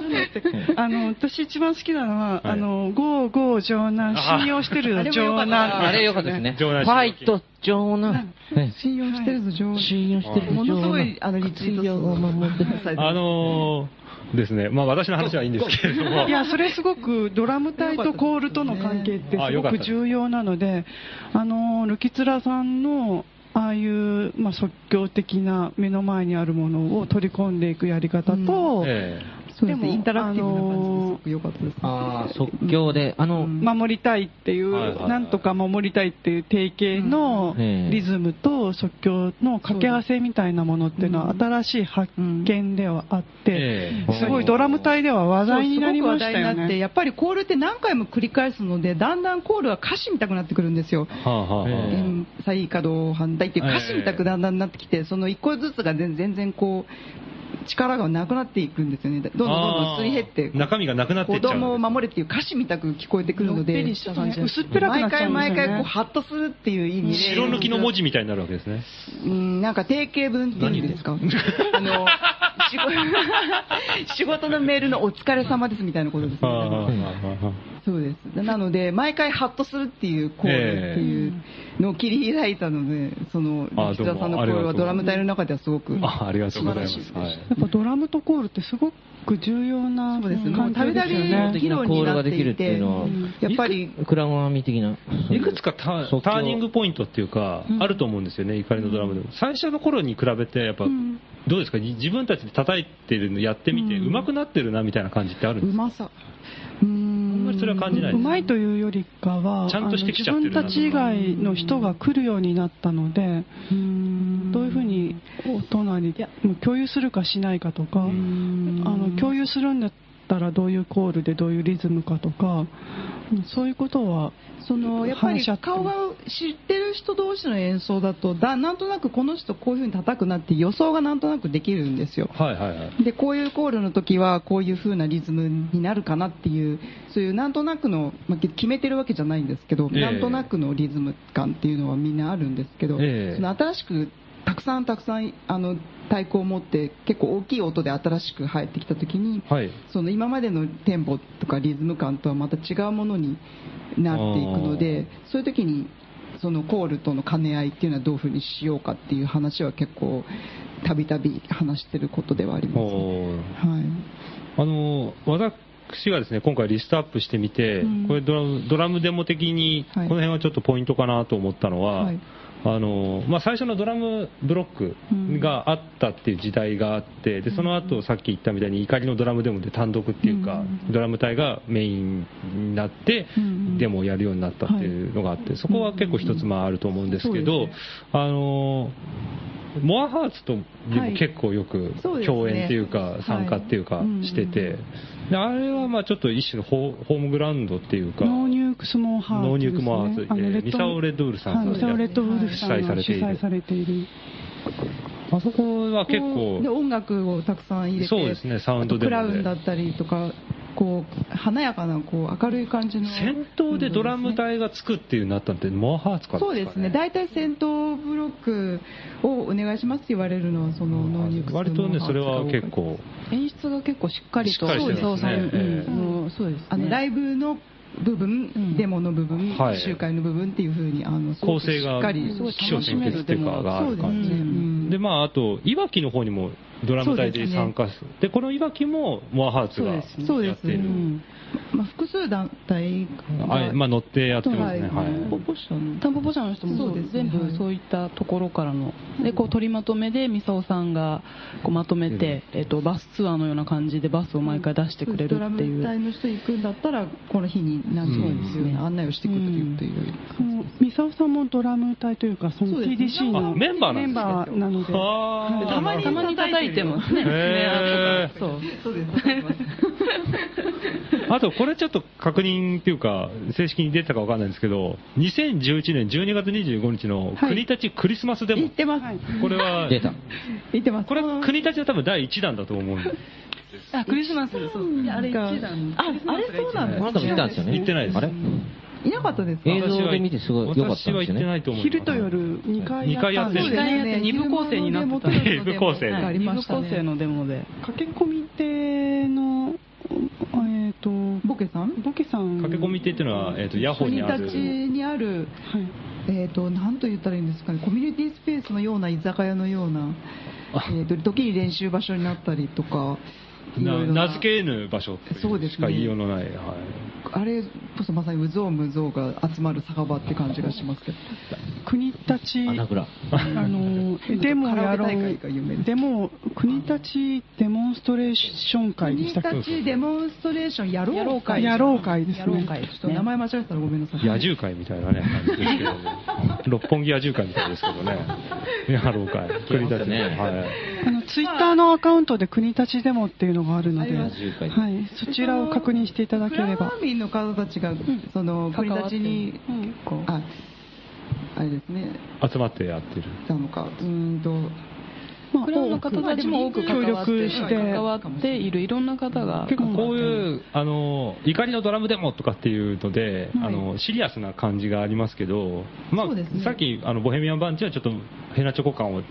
す。
あの、 私一番好きなのは、あの、ゴーゴー城南、信用してる城南。
あれ良かったですね。フ
場内
ァイト、長男。ね
信用してるぞ上司
信用してる
ものすごいあのリツイートを守ってください
あのーですね、まあ私の話はいいんですけれども
い、やそれすごくドラム隊とコールとの関係って
あ
す
よか
ご
った
く
です
重要なので、あのルキツラさんのああいう、まあ、即興的な目の前にあるものを取り込んでいくやり方と、
え
そう
で
です
も
ねインタラクティブな感じですごく良かったです、
ああ、即興で、あの、
守りたいっていう、
はいはいはい
なんとか守りたいっていう定型の
うん
リズムと即興の掛け合わせみたいなものっていうのは新しい発見ではあって、
え
うん
すごいドラム隊では話題になりました
そうすごく話題
よ
になって
ね。
やっぱりコールって何回も繰り返すのでだんだんコールは歌詞みたくなってくるんですよ
はあはあはあ
ええ
うん左可動反対っていう歌詞みたくだんだんなってきてその一個ずつが全全然こう力がなくなっていくんですよねどんどんどんどんすり減って
あー中身がなくなっていっ
子
ちゃう
供を守れっていう歌詞みたく聞こえてくるので
薄っぺらくな
毎
っちゃ
回
うんです
毎
よね
回こうハッとするっていう意味で
白抜きの文字みたいになるわけですね。
うん、なんか定型文っていうんですか。あの、仕事 仕事のメールのお疲れ様ですみたいなことです
はあはあ
ね。
はあは
そうです。なので、毎回ハッとするっていうコールっていうのを切り開いたので、その、
あ
吉田さんの
どうも
コール
ありが
は
とう
ドラム隊の中ではすごく。
あありがとうございます
素晴らしいで
は
す
やっぱドラムとコールってすごく重要な
そうですね。もう
関係
たび
で
た
す
び
よ
ね
議論になっていて、
うん
やっぱり、
クラマーミー的な。
い。いくつかター
即興
ターニングポイントっていうか、あると思うんですよね、怒りのドラムでも。最初の頃に比べて、やっぱ、どうですか、じ自分たちで叩いてるのやってみて、
うん
上手くなってるなみたいな感じってあるん
う
ですか
まさ。うー
あんまりそれは感じないで
う
す。
まいというよりかは、
ちゃんとしてきちゃっ
あ
て
の
るな
自分たち以外の人が来るようになったので、
ん
どういうふうに大人にもう共有するかしないかとか、あの共有するんだったらどういうコールでどういうリズムかとか、うんそういうことは
そのやっぱり
話し合って
顔が知ってる人同士の演奏だとだなんとなくこの人こういう風に叩くなって予想がなんとなくできるんですよ
はいはいはい。
でこういうコールの時はこういう風なリズムになるかなっていうそういうなんとなくの、まあ、き決めてるわけじゃないんですけど、
ええ
なんとなくのリズム感っていうのはみんなあるんですけど、
ええ
その新しくたくさんたくさんあの太鼓を持って結構大きい音で新しく入ってきた時に、
はい。
その今までのテンポとかリズム感とはまた違うものになっていくのでそういう時にそのコールとの兼ね合いっていうのはどういうふうにしようかっていう話は結構たびたび話してることではあります、ね
おー
はい、
あの私がですね今回リストアップしてみて、
うん
これドラムドラムデモ的に、
はい
この辺はちょっとポイントかなと思ったのは、
はい
あのまあ、最初のドラムブロックがあったっていう時代があって、でその後さっき言ったみたいに怒りのドラムデモで単独っていうか、ドラム隊がメインになって、デモをやるようになったっていうのがあって、そこは結構一つまああると思うんですけど、あのモアハーツとにも結構よく
そうですね
共演っていうか、
い
参加っていうか
うん
してて、であれはまあちょっと一種のホーホームグラウンドっていうか、
ノーニュークスモーハーツですね、
ノーニュークモアハーツ
あの
えー
レッド
ミサオレッドウルフさんが
はいミサオレッドウルフさんが
主
主
催
催
さ
されている。
あそこは結
で
構、
音楽をたくさん入れて
そうですねサウンド
あ
でも
とク
ね
ラウンだったりとかこう華やかなこう明るい感じの
先頭でドラム隊がつくっていうなったのってモアハーツから
そう
です
で
か
すね、
ね。
大体戦闘ブロックをお願いしますって言われるのは、そのノーニュークスの
割とね、それは結構、
演出が結構しっかり
しっ
と
かりしてますね。え
あ
え
のそうですね
あのライブの部分、デモの部分、
はい
集会の部分っていうふうにあの
構成が
すごくしっかり
起承転結っていうかがある感じ
そうですねうん
で、まあ、あと、いわきの方にもドラム隊で参加する。でこのいわきもモアハーツが
そう
や
で
っ
す
て
ね
る。
まあ、複数団体が、
あまあ乗ってやってますね。は。
はいい、保護者の
担保者の人も
そうですね
全部そういったところからのでこう取りまとめでミサオさんがこうまとめて、えっとバスツアーのような感じでバスを毎回出してくれる
ドラ
っ
ム
ていう、
隊の人行くんだったらこの日に何時にですよね、案内をしてくれるっていう、
そのミサオさんもドラム隊というか、そ
そ
の
うですね
TDC
あ
の
メンバーなんですね
メンバーなので、
あー
たまに
たまに叩いてますね
へー
スネアとかそう
そうです
あと、これちょっと確認っていうか、正式に出てたかわかんないんですけど、2011年12月25日の国立クリスマスデモ、
行ってます、
これは、
出た。
行ってます
これは国立は多分第1弾だと思うんです。
あクリスマスそう
あれ一段ああれそうな
あ
んです
なたも行ったんですよね。
行ってないです
あれ
いなかったですか
映像で見てすごい良かったんです
私は行
よね
ってないと思います。
昼と夜2回やったんで
二
す
回やっ
回
てる
よ
やって二部構成になってた
二部構成
はい
があり
二部
ま
構
した
成
ね
のデモで
駆け込み亭の、えっ、と、
ボケさん
ボケさん。
駆け込み亭っていうのは、えっ、と、ヤホーにあ
国
る。
立にある
はい。
えー、となんと言ったらいいんですかね、コミュニティスペースのような居酒屋のような、えー、と時に練習場所になったりとか、いろ
ない
ろな
名付けぬ場所ってい
そう
う
ですね
しか言いようのない。はい
あれこそまさにうぞうむぞうが集まる酒場って感じがしますけど、
国立、
穴倉。
あの、デモをやろ
カラオケ大会が有名
う。
です
デモ、国立デモンストレーション会で
国
したっけ
立デモンストレーションやろう会、
やろう会ですね
やろう会ちょっと名前間違えたらごめんなさい、
野獣会みたいなね、感じですけども六本木野獣会みたいですけどね。野郎会。国立
ね
はい。
あの、ツイッターのアカウントで国立デモっていうのがあるので、
あり
は
ま
い
す
10回、
そちらを確認していただけ
クラ
れ
ブ
ば
ハ。ーミンの方たちが、その国立にこうああれですね、
集まってやってる。
なのか、うーんと、
まあ
クラブの方たちも多く
協
関わっ
力
て
して、
関わっているいろんな方が
結構こういう、あの、怒りのドラムデモとかっていうので、
はい
あの、シリアスな感じがありますけど、まあ
そうですね、
さっき、あの、ボヘミアンバンチはちょっとヘナチョコ感を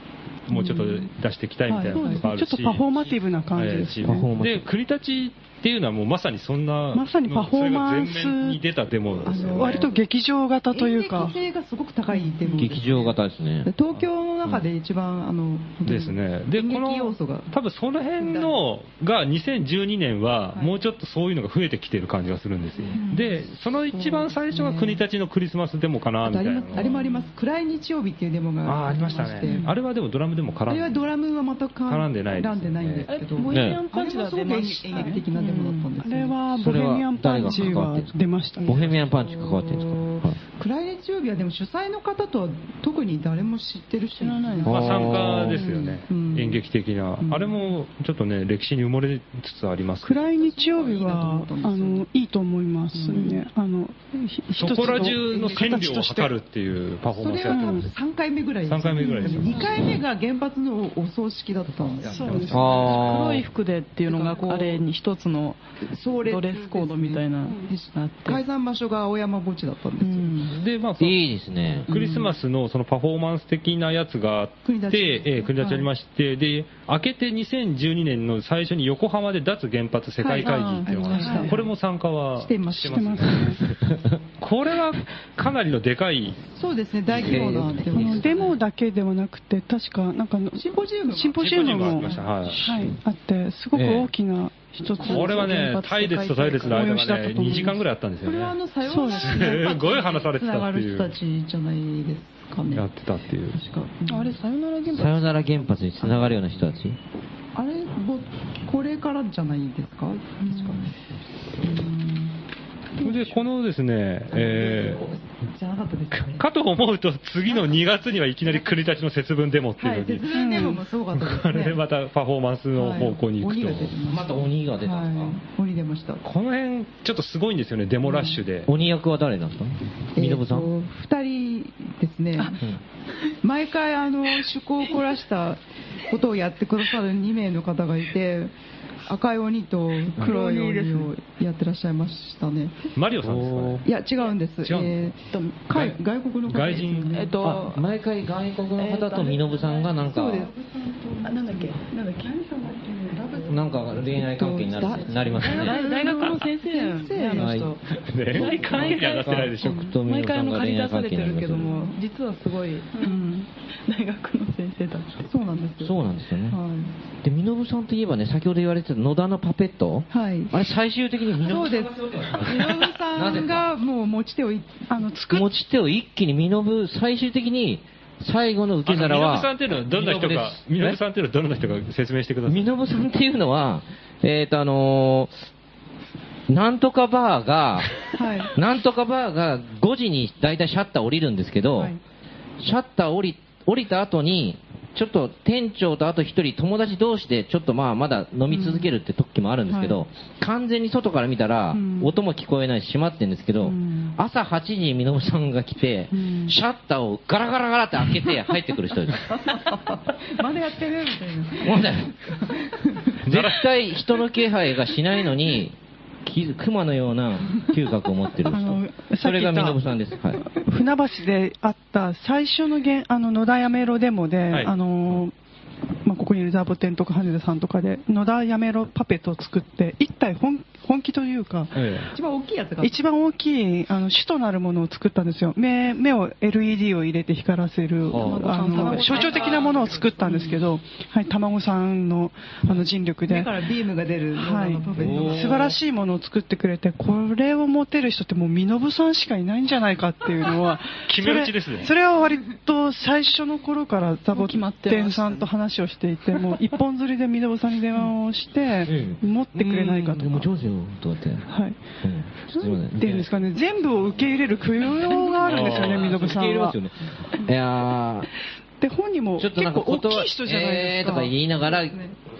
もうちょっと出していきたいみたいな
そう
の
です
があ
ね。ちょ
るし。
っとパフォーマティブな感じです
えー
パフォ
ね。
ーマ
で、国立っていうのはもうまさにそんな、
まさにパフォーマンス
それが前面に出たデモなんですよね、
あの
割と劇場型というか
演劇、性がすごく高いデモです
劇場型ですね。
東京の中で一番、あの
ですね。で、
演
こ
劇
の
要素が、
多分その辺のが2012年はもうちょっとそういうのが増えてきてる感じがするんですよ。で、その一番最初が国立のクリスマスデモかな
あ
み
と
た
あ
い
り
な
ますあれもあります、暗い日曜日っていうデモ
あ
が
ーありましたね。あれはでもドラムでも
あ
絡ん
れ
で
はドラムは全く
絡んでないですね
絡んでないんですけど、
ボ
ね
ヘミアンパンチ
あれ
が
はすご
出
く
ま
演
した
演劇的なデモだったんで
あ
す
れ
よね。
はボ
そ
ヘ
れは
ミアンパンチ
誰が関わっ
は
てるんですか
出ました
ボヘ
ね。
ミアンパンチ関わってるんですか、はい
暗い日曜日はでも主催の方とは特に誰も知ってる人
知らない
まあ参加ですよね
う。ん
演劇的な。あれもちょっとね、歴史に埋もれつつありますけど。
暗い日曜日は、あ
いいなと思
の、いいと思いますね。あの、ひ
そこら中の線量を測るっていうパフォー
そ
マンス
れ
や
は
ってます。
3回目ぐらいです
三回目ぐらいですよ
2回目が原発のお葬式だったんです
そうです
あ
黒い
ー
服でっていうのがあれに一つの
それ
ドレスコードみたいなあって
解散場所が青山墓地だったんです
う
よ、
ん
で、まあ、その
いいですね。
クリスマスのそのパフォーマンス的なやつがあって、
国立
ええ国立ありまして、で、明けて2012年の最初に横浜で脱原発世界会議っていうのがあって
はいはい
これも参加は
してます
してますね。 これはかなりのでかい、
そうですね大規模なで
あ
も
のデモだけではなくて、確か、なんかあの、
シンポジウムが
シンポジウム
シンポジウムがあ
も
りましたはい
はいあって、すごく大きな一つ、
これはね、隊列と隊列の間がね、2時間ぐらいあったんですよ
これはあ
ね。
のさような
すごい話されて
つな
た
が
って
る
い
人
う
たちじゃないですかね
やってたっていう。
確か
あれさよなら現
さよなら原発につながるような人たち
あれぼこれからじゃないですか確か
で、このですね、え
じゃなかったですかね
ーかと思うと次の2月にはいきなり国立の節分デモって
はいいう
の
節
に、
分デモもすごかったです
こ
ね
れでまたパフォーマンスの方向に行くと。
はい、鬼が出てま
ま鬼が出た
した
んです
はい、鬼出ました
この辺、ちょっとすごいんですよね、デモラッシュで
か、。鬼役は誰なんですかみのぶさん、
えーと二人ですね、 毎回あの趣向を凝らしたことをやってくださる2名の方がいて赤い鬼と黒い鬼をやってらっしゃいましたね
マリオさんですかね。
いや違うんです
違うん
えーかい外国の方
外
ですよ
人
ね
えっ
あ
と
毎回外国の方とみのぶさんがなんか
そうです
あなんだっけなんだっけ
なんか恋愛関係になるなりますね。
大大学の先生なんだよねあの人
恋愛関係にはなってないでしょ。
僕とみお
毎
さ
回あ
ん
の
が
借り
恋愛
出さ
関
れ
係
て
になります
るけど
よ
も
ね。
実はすごい、うん大学の先生だった
そうなんですよ。
そうなんですよね。
はい
で、みのぶさんといえばね、先ほど言われてた野田のパペット、
はい
あれ最終的にみのぶ
そうです。忍さんがもう持ち手をいあの作っ
持ち手を一気にみのぶ、最終的に最後の受け皿
あの
は
身延、さんっていうのはどんな人か、み
身延
の
です
さんっていうのはどんな人か説明してくださ
み
い。
のぶさんっていうのは、えっ、と、あのーなんとかバーが、
はい
なんとかバーが5時に大体シャッター降りるんですけど、
はい
シャッター降り降りた後に、ちょっと店長とあと1人、友達同士でちょっとまあまだ飲み続けるって時もあるんですけど、
うんは
完全に外から見たら、
ん
音も聞こえないし、閉まってるんですけど、
ん
朝8時にのぶさんが来て、
ん
シャッターをガラガラガラって開け て入ってくる人です。
まだやってるみたいな。
もうね絶対人の気配がしないのに、き熊のような嗅覚を持ってる
あのさ
人。
っき
それが
言った
忍さんです。はい。
船橋であった最初のげんあの野田やめろデモで、
はい
あのまあ、ここにいるザボテンとか羽田さんとかで野田やめろパペットを作って一体本本気というか、
え、
一番大きいやつが。
一番大きいあの主となるものを作ったんですよ目目を LED を入れて光らせる
は
あの象徴的なものを作ったんですけど、はい、卵さんのあの尽力
目
で
からビームが出るの
はい
パペットが。、
素晴らしいものを作ってくれて、これを持てる人ってもう身延さんしかいないんじゃないかっていうのは
決め打ちですね
それそれは割と最初の頃からザボテンさんと話をしていて、もう一本釣りで身延さんに電話をして、持ってくれないかと
で
か
も、上手よ、とかって。
はい。
うんすいません
っていうんですかね、全部を受け入れる供養があるんですよね、身延さんは。
いや
で、本人も
ー、ちょっ
結
となんか
構大
断
きい人じゃない
え
で
ー
す
と
か。
か言いながら、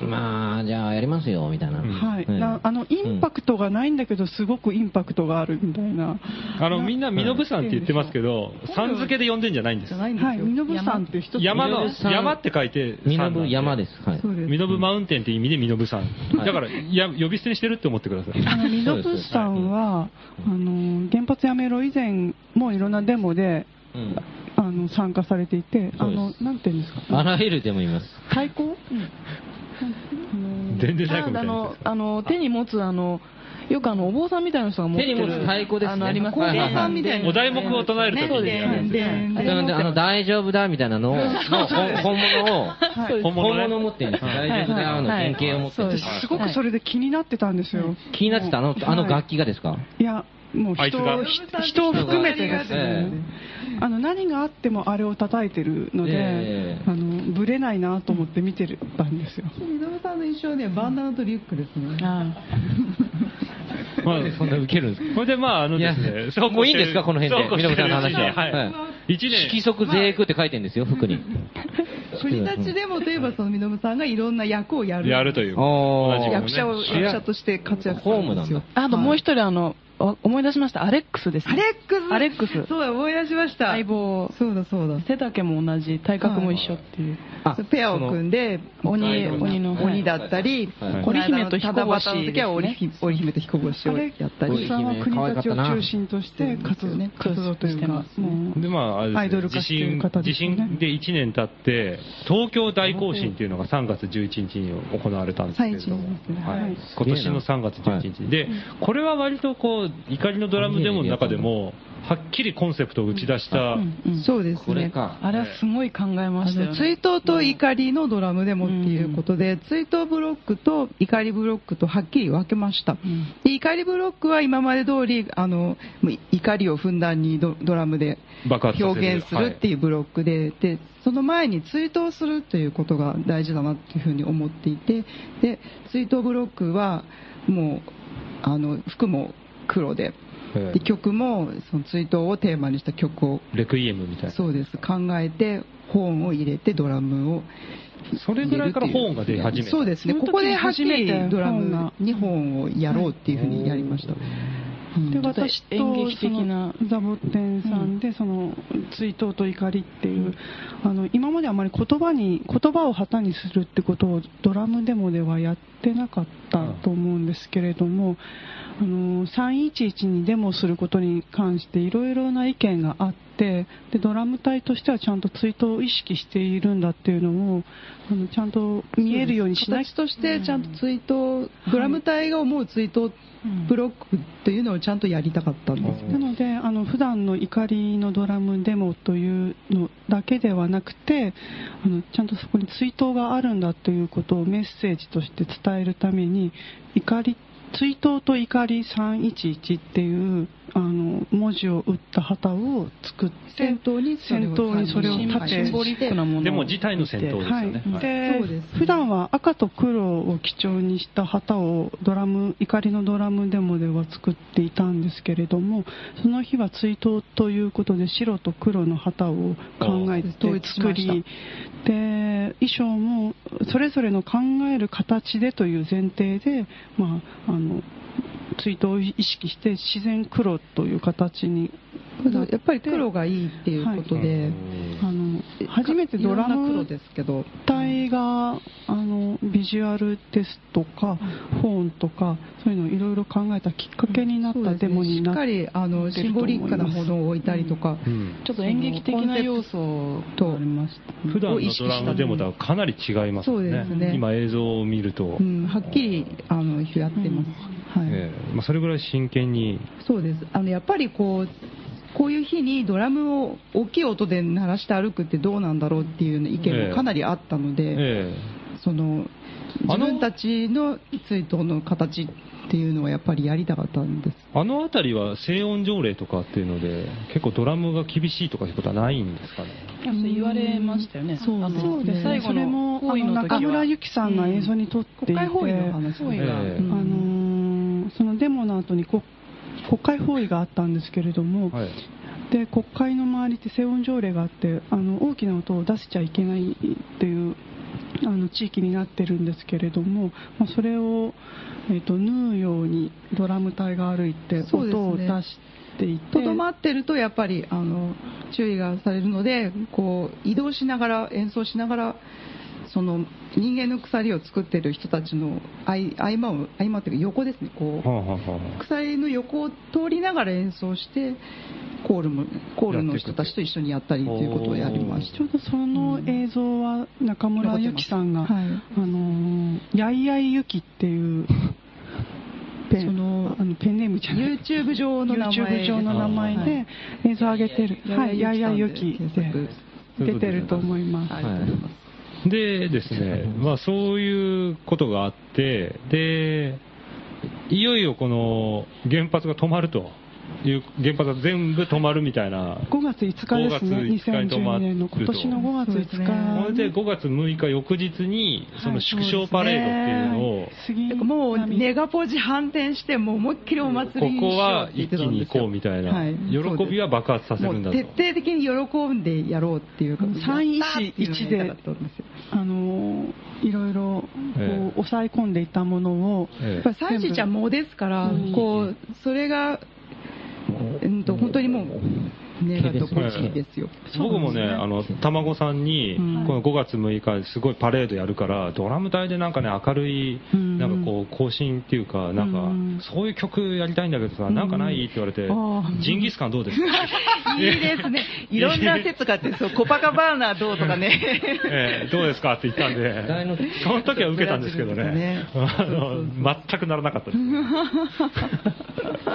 まあ、じゃあやりますよ、みたいな。
はい、
うん
なあのインパクトがないんだけど、すごくインパクトがあるみたいな、
あの、みんなみのぶさんって言ってますけど、さん付けで呼んでんじゃないんです
じゃ。ないんですよ。
はい、身延さんっていう人
山の
身延、さん
山って書いて、。
身延山ですす。はい。
そうです。
みのぶマウンテンって意味でみのぶさん。
はい
だから、や呼び捨てにしてるって思ってください。
あのミドプスさんは、あの原発やめろ以前もいろんなデモで
うん
あの参加されていて、あ
そう
の
で
なんていうんですか、
あらゆるでもいます。
対抗、
全然最
あ
後みた
あ
いな
の。あの手に持つあのよくあのお坊さんみたいな人が持ってる
手に持つ太鼓ですね
あのありますね
はいはいはいお坊さんみ
たいな
お題目を唱えるときに
で
やるやつ、
なので、あの、大丈夫だみたいなのを、の本物を、
本
本
物ね
物を持ってるんですよ。大丈夫だの原型を持ってるんですよ。
すごくそれで気になってたんですよ、
気になってたあの、あの楽器がですか
いや、もう
あいつ
人
が
をひ人を含めてですね、あの何があってもあれを叩いてるので、
ええ
あのぶれないなと思って見てたんですよ。
井上さんの衣装ね、バンダナとリュックですね。
まあ
そんな受けるんですか
これでまあ、あのです
い
ね
や、
そうこ
もういい
し
ん
て
ですかこの辺
そ
で
うこうしてるうちに
みのぶさんの話はは
はい。一年。
色即税句って書いてるんですよ、服に。
国立ちでもといえば、その身延さんがいろんな役をやる。
やるという。
おー
同じくね
役者を、
主
役
役
者として活躍す
ホー
る
ム
ん
な
で
ん
すよ
だ。。
あともう一人あのお思い出しましたアレックスですね
アレックス
アレックス
そうだ、思い出しました。
相棒
そうだ、そうだ。
背丈も同じ体格も一緒っていう
あ
ペアを組んで、
鬼
その
鬼の
鬼だったり、
はい
この
織姫
間の
と彦星
七夕の時は織姫織姫と彦星をやった
あれ
り。
さんは国立を中心として活動,、活動というか、もう
でまあ、あれですね
アイドル化している方
地
ですよね
震地震で1年経って、東京大行進というのが3月11日に行われたんですけれども、はい
はい
今年の3月11日、でこれは割とこう怒りのドラムデモの中でも、はっきりコンセプトを打ち出した、
そうですね。
これか。
あれはすごい考えま
あ
したよ
の
ね
追悼と怒りのドラムデモっていうことで、追悼ブロックと怒りブロックとはっきり分けました、で怒りブロックは今まで通りあのもう怒りをふんだんにドドラムで
爆発させる
表現するっていうブロックで,、でその前に追悼するということが大事だなっていうふうに思っていてで追悼ブロックはもうあの服も黒で
ええ
で曲もその追悼をテーマにした曲を
レクイエムみたいな、
そうです考えてホーンを入れてドラムを
それぐらいからホーンが出始めた
そうですねここで初めてドラムにホーンをやろうっていうふうにやりました、うん
で私と
演劇的な
そのザボテンさんでその追悼と怒りっていう、あの今まであまり言葉に言葉を旗にするってことをドラムデモではやってなかったと思うんですけれども、あの311にデモすることに関していろいろな意見があって。てでドラム隊としてはちゃんと追悼を意識しているんだっていうのをあのちゃんと見えるようにしない
形としてちゃんと追悼、ドラム隊が思う追悼ブロックというのをちゃんとやりたかったんです、
なのであの普段の怒りのドラムデモというのだけではなくてあのちゃんとそこに追悼があるんだということをメッセージとして伝えるために怒り追悼と怒り311っていうあの文字を打った旗を作って
先頭にそれ
先
を
頭にそれを立て
シンボリックなものを
でも自体の戦闘ですよね。
はい、
はい
で
そうですね
普段は赤と黒を基調にした旗をドラム怒りのドラムデモでは作っていたんですけれどもその日は追悼ということで白と黒の旗を考えて
統一し
作
ました
りで衣装もそれぞれの考える形でという前提で、まあ、あの追悼を意識して自然黒という形に
やっぱり黒がいいっていうことで、
あの初めてドラ
いろんな黒
ム
ですけど
体があのビジュアルですとか、ホーンとかそういうのをいろいろ考えたきっかけになっ
そう
た
です
デ
ね
モにな
しっか
っ
りあのシンボリックなものを置いたりとか、
うん
ちょっと演劇的な要素とありましたね
普段のドラムデモとはかなり違いますよ
そう
ね
ですね
今映像を見ると、
うん、はっきりあのやってます、はい
ええまあ、それぐらい真剣に
そうですあのやっぱりこうこういう日にドラムを大きい音で鳴らして歩くってどうなんだろうっていう意見もかなりあったので、
え
その
あの
自分たちの追悼の形っていうのはやっぱりやりたかったんです
えあの辺りは静音条例とかっていうので結構ドラムが厳しいとかいうことはないんですかね
いやそれ言われましたよね。
そう
あの
そうですね
最後
それも
の行為
あの
の時は
中村ゆきさんが映像に撮っていて、
国会包囲の話
行為
え
が
え
あのーそのデモの後にこ国会包囲があったんですけれども、
はい
で国会の周りって静音条例があってあの大きな音を出せちゃいけないっていうあの地域になってるんですけれども、まあ、それを、えー、と縫うようにドラム隊が歩いて
そうですね
音を出していて
とどまってるとやっぱりあの注意がされるのでこう移動しながら演奏しながらその人間の鎖を作ってる人たちの合い合間を合間っていうか横ですねこ
はあはあは
う
あ
鎖の横を通りながら演奏してコールもコールの人たちと一緒にやったりということをやりまし
ちょうどその映像は中村ゆきさんが、
残ってま
あのーやいやいゆきっていうペン
その
あのペンネームじ
た
ゃない
YouTube 上の名前
YouTube 上の名前
は
で
い
映像上げてる、はい、やいやいゆき
検
で
索
出てると思います。
はい出てます
でですね、まあ、そういうことがあって、で、いよいよこの原発が止まるという、原発が全部止まるみたいな、
5月5日ですね、
5月5日に止ま
2012
ると
年の今年の5月5
そ
日
れ
に
で5月6日翌日に、その縮小パレードっていうのを、
杉並
もうネガポジ反転して、もう思いっきりお祭りにし
ここ
よ
は
うって言
一
って
気
たん
に
です
行
よ
こうみたいな、
はい
喜びは爆発させ
も
るんだ
う
と。
徹底的に喜んでやろうっていうか、
三一一で
やったっていうのをやりたかったんですよ
あのーいろいろこう
ええ
抑え込んでいたものを、
え
やっぱり三一一はもうですから、こうそれが、うんと本当にもう、ネガとポジですよ。
え僕もね、あの、卵さんに、
うん
この5月6日、すごいパレードやるから、ドラム隊でなんかね、明るい、
うん
なんかこう、更新っていうか、なん
うん
か、そういう曲やりたいんだけどさ、なんかないって言われて
ああ、
ジンギスカンどうですか
いいですね、いろんな説があって、そうコパカバーナーどうとかね。
ええどうですかって言ったんで
大の、
その時は受けたんですけどね、
ブラ
あ
ジルですね
の全くならなかったです。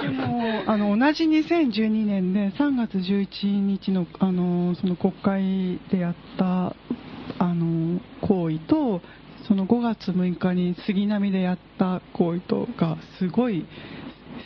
でもあの同じ2012年で3月11日のあのその国会でやったあの行為とその5月6日に杉並でやった行為とがすごい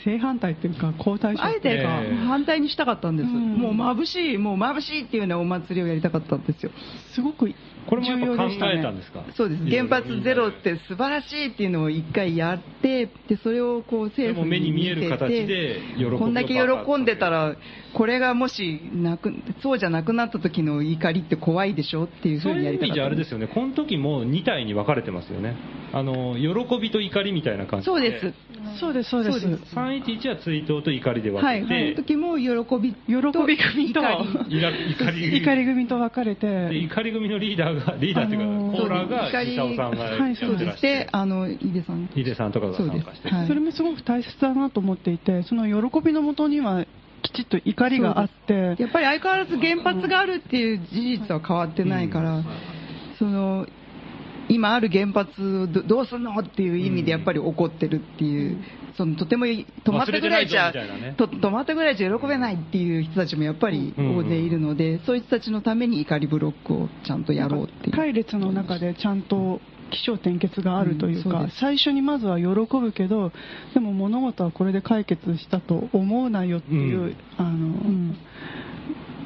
正反対というか交代
あえてか
ええ
反対にしたかったんです、
うん
もう眩しい、もう眩しいっていうようなお祭りをやりたかったんですよ、
すごく
これもやっぱ考
重要でしたね
えたんですか
そうです、原発ゼロって素晴らしいっていうのを一回やって、でそれをこう
で
政
も
府
目に
に
見
見
え
せ
る
て、
形で喜びを
こんだけ喜んでたら、これがもしなく、そうじゃなくなった時の怒りって怖いでしょっていうふ
そう
うにや
いう
り
意
た
味じ
かっ
ゃ
た
あれ
ん
ですよね、この時も2体に分かれてますよね、あの喜びと怒りみたいな感じ
そうです、
そうですそうです
そうです
311は追悼と怒りで分
はい、
け
その
て、
時も喜び喜
び組と
怒り
いら怒り
怒り組と分かれ
で
て
怒り組のリーダーが、リーダーというか、
あのー
コーラーが、
そうです
久尾さんが
は
や
い
っ
そ
そう
て
で
らし
してて、、あの井出さん、
ヒデさんとかが
そう
参
です
加して、
はい
それもすごく大切だなと思っていてその喜びのもとにはきちっと怒りがあって
やっぱり相変わらず原発があるっていう事実は変わってないから、その今ある原発をどどうすんのっていう意味でやっぱり怒ってるっていう、そのとても止まったぐらいじゃ
忘れてないぞみたいなね
と止まったぐらいじゃ喜べないっていう人たちもやっぱり大勢いるので、そういう人たちのために怒りブロックをちゃんとやろうっていう。
隊列の中でちゃんと起承転結があるという
うん
か、
そうです
最初にまずは喜ぶけどでも物事はこれで解決したと思うなよっていう、
うん
あの、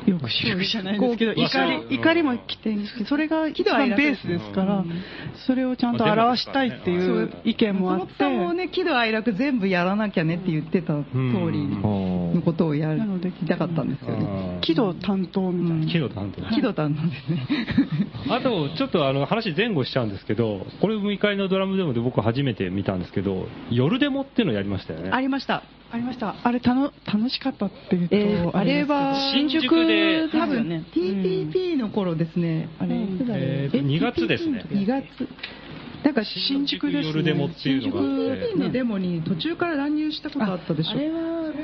抑止じゃないですけど
こう
怒
うん
り怒りも起点それが一番ベースですから、それをちゃんと表したいっていう意見もあ
松
っ
本
て
さんもね、喜怒哀楽全部やらなきゃねって言ってた通りのことをや
なので
りたかったんですよね。
喜怒担当みたいな、
木の担当
喜怒担当ですね。
あと、ちょっとあの話前後しちゃうんですけど、これ、向かいのドラムデモで僕、初めて見たんですけど、夜デモっていうのやりましたよね。
ありました。
ありましたあれたの楽しかったっていうと、
えーあれは
新宿で
多分
ね
TPP の頃ですね。あれ、いつだろう
えーと2月ですね
TPP の時2月。なんか新宿です、ね。
夜デモっていうのがあって
新宿 TPP のデモに途中から乱入したことあったでしょ。あれ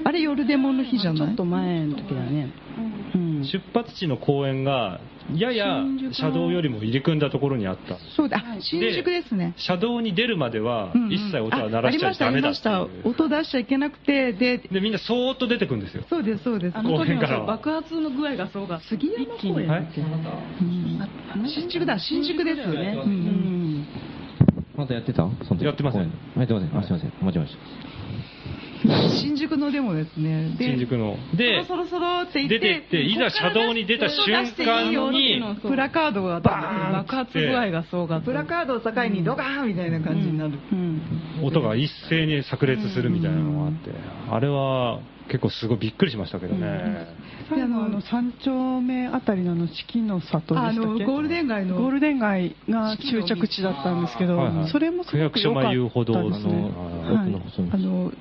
は
夜デモの日じゃ
ちょ
な
っ
い
と前の時だね。うん。
出発地の公園が、やや車道よりも入り組んだところにあった。
そうだ、あ新宿ですね。
車道に出るまでは
うんうん
一切音は鳴らしちゃ
あ
ダ
あり
メだ
ま
っ
してたあ
い
りました
う
音出しちゃいけなくてで
でみんなそーっと出てくんですよ
そうですそうです
あ
の
の
時
時
の
の
爆
爆発の具合がすごかった。
杉山
一気に。
公園
はい
新宿だ新宿ですよね、
う
うん
ん。
まだやってたその時
やってません
公演あやってません。あ、すいません。お待ちまし
新宿のデモですねで
新宿ので
そろそろそろって言って
出てっていざ車道に出た瞬間に
そうプラカードがバ
爆発具合がすごか
ー
っ
ン
た。
プラカードを境にドカーンみたいな感じになる、
うん。
音が一斉に炸裂するみたいなのがあってあれは結構すごいびっくりしましたけどね
最後あの三丁目あたりのあの四季の里でしたっ
あ
け
のゴールデン街の
ゴールデン街が終着地だったんですけど、
はいはい
それもすごく良かっ
区役所
た
前遊歩道
ですね。
た。
の
はい
奥の細
あの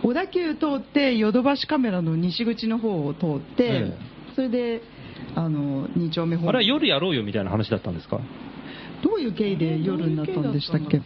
小田急通ってヨドバシカメラの西口の方を通って、
ええ
それであの2丁目
あ
方
れは夜やろうよみたいな話だったんですか
どういう経緯で夜になったんでしたっけ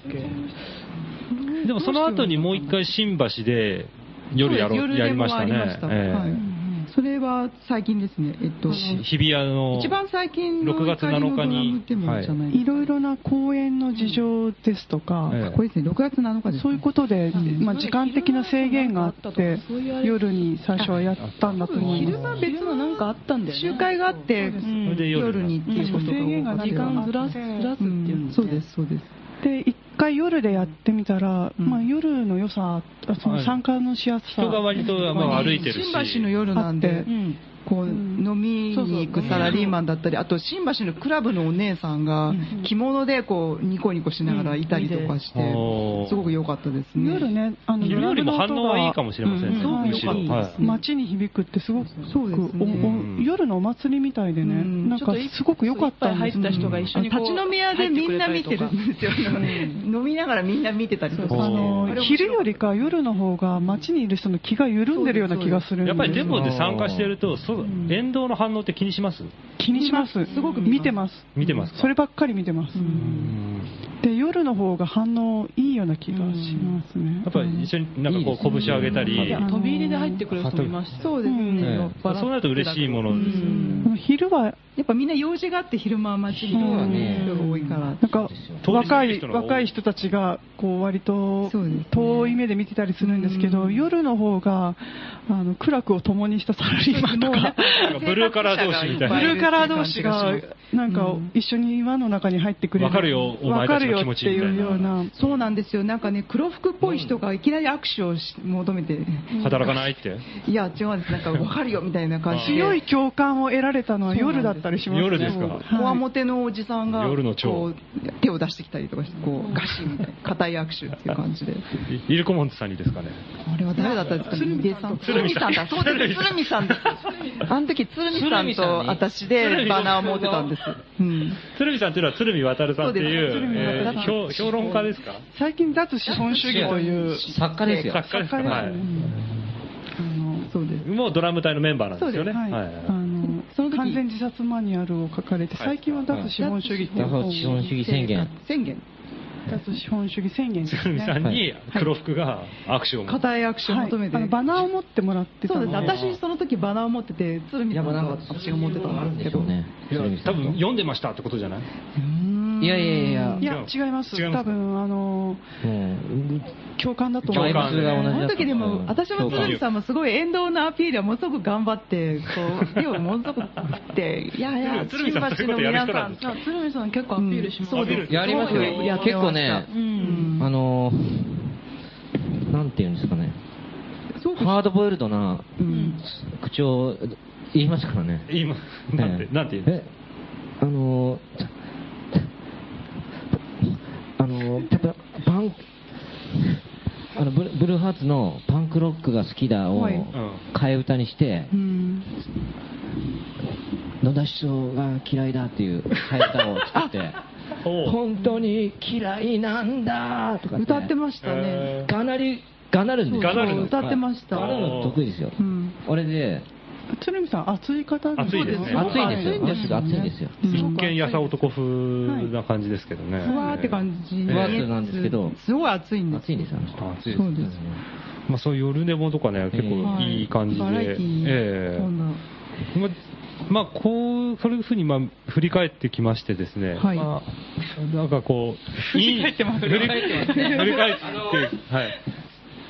でもその後にもう一回新橋で夜やろ
そう
う
です
やりました
夜でもありま
ね
した
え
はいそれは最近ですね、えっと、
え日比谷の
一番最近の
6月
怒りのドラム
7日
デ
に
モじゃない
いろいろな公園の事情ですとか、
ええ
これですね、6月7日です、ね。
そういうことで、
ん
まあ、時間的な制限があって、夜に最初はやったんだと思い
昼
ま
間別のなんかあったんで、集会があって、
それで
夜
夜に
にっていうことが
制限がな
多
い
か
から
った
ずらす、ずらすって
う。
いうん
そうです、そうです。
す。で、一回夜でやってみたら、まあ、夜の良さ、あそ
はい
の参加のしやすさ、
人が割とまあ歩いてるし
新橋の夜なん
あっ
で
てう、
うん。
こう飲みに行くサラリーマンだったり、あと新橋のクラブのお姉さんが着物でこうニコニコしながらいたりとかして
うんおー、
すごく良かったですね。
夜ね、あの
昼よりも反応はいいかもしれませんね、
うんうん
むしろ、
うん
はい
街に響くってすごく
そうですね
おお夜のお祭りみたいでね、
うん
なんかすごく良かったんです
ちょっといっぱい入った人が一緒にこう
立ち飲み屋でみんな見てるんですよ、飲みながらみんな見てたりとか
あ
おー
の昼よりか夜の方が街にいる人の気が緩んでるような気がするんで
やっぱりデモで参加してると、そう沿道の反応って気にします
気にします
すごく
見
見
て
て
ます
見てますか
そればっかり見てます、で夜の方が反応いいような気がしますね、
やっぱり一緒になんかこう拳上げたり、
飛び入りで入ってくる人もいましたよ。
そうですね、
ええ
酔っ払って
そうなると嬉しいものですよね。
あの昼は
やっぱみんな用事があって昼間は街に
そうだね
人が多いから、
なんか
通り過
若
ぎる
い
人の方が多い
若い人たちがこう割と
そうですね
遠い目で見てたりするんですけど、夜の方があの苦楽を共にしたサラリーマンとか。
なんかブルーカラー同士みたい
ブ
な。
ルーカラー同士がなんか一緒に輪の中に入ってくれる
わかるよお前たちの気持ちみたいな
わかるよっていうような
そうなんですよ、なんかね、黒服っぽい人がいきなり握手をし求めて、
働かないって。
いや、違うんです、なんか分かるよみたいな感じで、
強い共感を得られたのは夜だったりしますね
夜ですか
はい
こわもてのおじさんが
夜の蝶
こう手を出してきたりとかして、こうガシみたいな、固い握手っていう感じで、
イルコモンツさんにですかね。
あれは誰だったんですかね、ヒデさん、
鶴見さん
鶴見だ、そうです、鶴見さんです、あの時鶴見さんと私でバナーを持ってたんです。うん
鶴見さんっていうのは鶴見渡さんって
そうです
いう、え
鶴見
ー
渡
評評論家ですか
最近脱資本主義という
た。作家ですよ。
作家ですかは
そうです
い。もうドラム隊のメンバーなんですよね。
はい
は
あ
い
の
その時
完全自殺マニュアルを書かれて最近は脱資本主義っていう
ダ
本
ハ
を
資本主義宣言。
宣言
脱資本主義宣言ですね
さんに黒服が握手を持って
固い握手を求めて、
はいあのバナーを持ってもらってた
そう
の
です私その時バナーを持ってて鶴見
いや
さん
まあなん
と
か
私が持ってた
ある
ん
ん
で
で
すけ
しょ
ど
うね。
いや多分
よ
読んでましたってことじゃない
いやいやいや
いや違います
違います
多分あの
うん。
共感だと思
バ
い
イ
ま
ブ
す
スが同じだった
その時でも、私も鶴見さんもすごい沿道のアピールをものすごく頑張って、こう、手をものすごく振って、いやいや、
鶴見
新
さん
町の皆さん、
そう
あ鶴見さん結構アピールします
うんそうです
やりますよ
やってまし
結
た
構ね
うん
あのーなんていうんですかね。ハードボイルドな
うん
口調言いますからね。
今なんて、
ええ
なんて言うんです
えあのーたたあのーたたパンあのブルブルーハーツのパンクロックが好きだを
はいうん
替え歌にして
う、ん
野田首相が嫌いだっていう替え歌を作って、
か おう
本当に嫌いなんだとか
歌ってましたね。
えー
がなり、がなるんですよ
がなるの
歌ってました
がなるの得意ですよ。
うん
あれで、
鶴見さん熱い方
熱いですね
暑いですよ。暑い暑いですよ。
一見やさ男風な感じですけどね、
ふわーって感じ
ふわーってなんですけど
すごい暑いんです
暑いですよ、あの人
あ暑いです
そうです
まあ、そういう夜寝坊とかね、結構いい感じで、
バラエティ
え
ー
え
そんな
ままあ、こう、そういうふうに、まあ、振り返ってきましてですね、
はい
まあ、なんかこう、振り返ってます、振り返ってます、 振り返って、はい。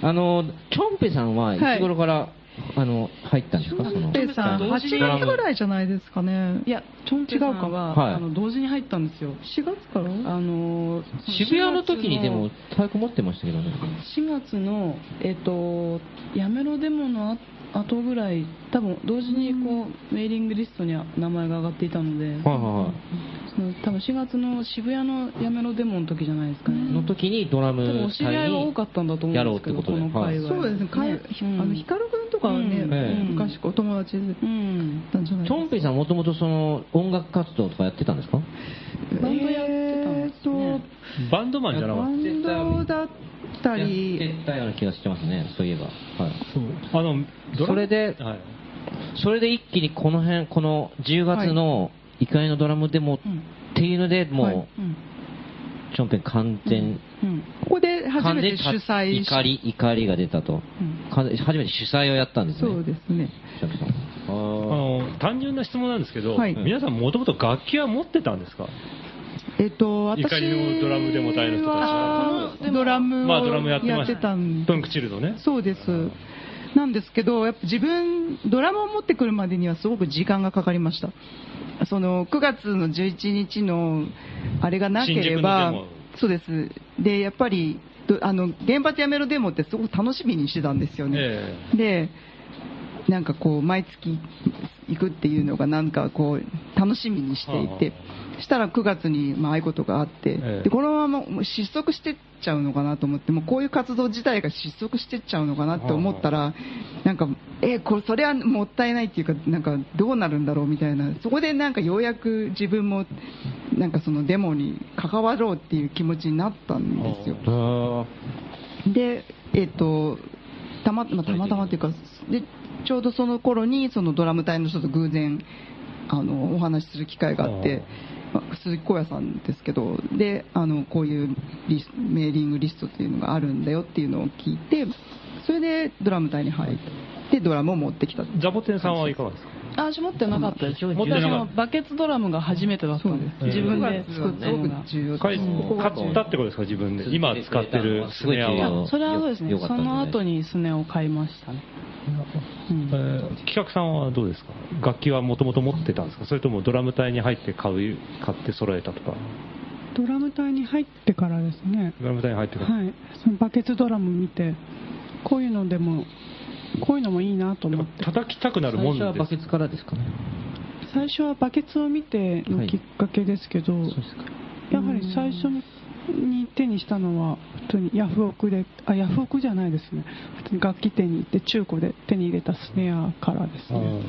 あの、チョンペさんはいつ頃から、あの、入ったんですかその。
ペイさん、8月ぐらいじゃないですかね。
いや、チョンチさんは、
はい
あの同時に入ったんですよ。
4月から
あのー
渋谷の時にでも太鼓持ってましたけどね。
4月の、えっとやめろデモのあ後ぐらい多分同時にこうメーリングリストには名前が上がっていたので、
はいはいは
その多分4月の渋谷のやめろデモの時じゃないですかね、
い。の時にドラ
多分
ム
お知り合いは多かったんだと思うんですけど
やろうってことで
の界隈
そうですね、かい
うん
あのヒカル君とかはね、
うんええ
昔お友達だっ
うん
たんじゃない
チョンペさんもともとその音楽活動とかやってたんですか
バンドやってたんですね
バンドマンじゃなか
バ
っ
ンドだった
や
り、
ってたような気がしてますね、そういえば。はい。
た。あの、ドラ
それで
はい、
それで一気にこの辺、この10月の怒りのドラムでも、っていうので、もう、
うん
チョンペ完全、
うん
ここで初
完
めて
全
主催し
怒り、怒りが出たと。完全初めて主催をやったんですね。
そうですね。
チョンペさん。
あ
あ
の単純な質問なんですけど、
はい
皆さん、もともと楽器は持ってたんですか、
えっと、私
怒りのドラムでも大変な人たち
は
あ
ドラム
まあ、ドラ
を
ム
や
やってま
っ
して
た
た、
ん
トンクチルドね、
そうです。なんですけど、やっぱ自分、ドラムを持ってくるまでにはすごく時間がかかりました。その9月の11日のあれがなければ
新宿のデ、
そうです。で、やっぱり、どあの、原発やめろデモってすごく楽しみにしてたんですよね。
え
でなんかこう毎月行くっていうのがなんかこう楽しみにしてい
は
てしたら9月にまあああいうことがあって
ええ
でこのままもう失速してっちゃうのかなと思ってもうこういう活動自体が失速してっちゃうのかなって思ったらなんかえこれそれはもったいないっていうかなんかどうなるんだろうみたいなそこでなんかようやく自分もなんかそのデモに関わろうっていう気持ちになったんですよ。
あ
で、えっとたままあたまたまっていうかでちょうどその頃にそのドラム隊の人と偶然あのお話しする機会があって。まあ鈴木耕也さんですけどであのこういうリスメーリングリストっていうのがあるんだよっていうのを聞いてそれでドラム隊に入ってドラムを持ってきた
えザボテンさんはいかがですか
あ私持ってなかったです
持ってな
私
か
も
った
バケツドラムが初めてだったんです自分で作った
すご
の
く
が
重要
買い
うん
買ったってことですか、自分で、今使ってるスネア
すごい重
は
要。
あそれはそうですね
よかった
そ
んじゃない
の後にスネを買いましたね
えー企画さんはどうですか楽器はもともと持ってたんですかそれともドラム隊に入って買う買って揃えたとか
ドラム隊に入ってからですね
ドラム隊に入ってから、
はいそのバケツドラム見てこういうのでもこういうのもいいなと
や
思っ
ってぱ叩きたくな
最
るもん
初は
で
バ
す
ケツからですかね。
最初はバケツを見てのきっかけですけど、
そうですか。
やはり最初に手にしたのは普通にヤフオクであヤフオクじゃないですね普通に楽器店に行って中古で手に入れたスネアからです
う
ね
ん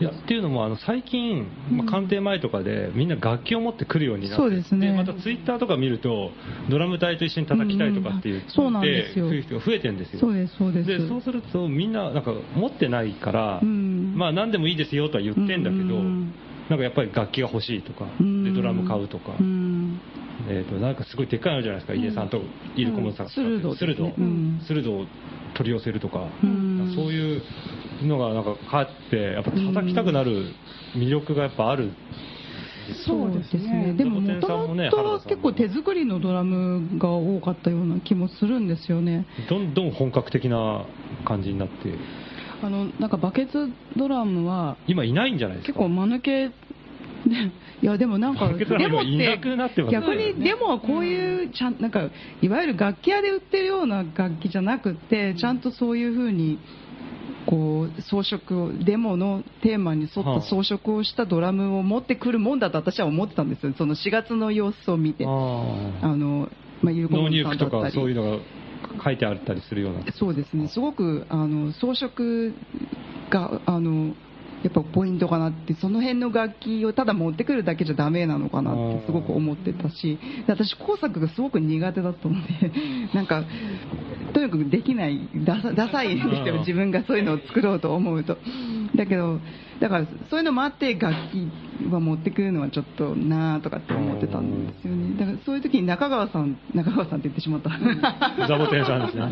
いやっていうのもあの最近、まあ、鑑定前とかでみんな楽器を持ってくるようになって
そうですね
またツイッターとか見るとドラム隊と一緒に叩きたいとかって言って、
うんそうなんですよ
来る人が増えてるんですよ
そうですそうです
でそうするとみんななんか持ってないから、
うん
まあ何でもいいですよとは言ってんだけど、
うん
なんかやっぱり楽器が欲しいとか、
うん
でドラム買うとか、
うん
えー、となんかすごいでっかいのあるじゃないですか、家さんとイルコもさんとか、
うん鋭
鋭
ねうん
鋭を取り寄せるとか、
ん
そういうのがなんかかってやっぱ叩きたくなる魅力がやっぱある、
そうですね
でももともと結構手作りのドラムが多かったような気もするんですよね。
どんどん本格的な感じになって
あのなんかバケツドラムは
今いないんじゃないです
結
か
構間抜けで
いやでもなんか
バケツ
デ
は
モ
も
っ
ういなくなって
て
ますね
逆にデモはこういうちゃんなんかいわゆる楽器屋で売ってるような楽器じゃなくってちゃんとそういう風にこう装飾をデモのテーマに沿っ
は
た
あ
装飾をしたドラムを持ってくるもんだと私は思ってたんですよその4月の様子を見て。
あ
あのまあ、有
ー
効
納入
さん
区と
だった
か
り
そういうのが書いてあったりするような
そうですね、すごくあの装飾があのやっぱポイントかなって、その辺の楽器をただ持ってくるだけじゃダメなのかなってすごく思ってたし、で私、工作がすごく苦手だったので、 なんか、とにかくできない、ダサダサいんです
う
よ、
ん
自分がそういうのを作ろうと思うと。だけど、だからそういうのもあって、楽器は持ってくるのはちょっとなあとかって思ってたんですよね。だからそういう時に中川さん、中川さんって言ってしまった。
ザボテンさんですね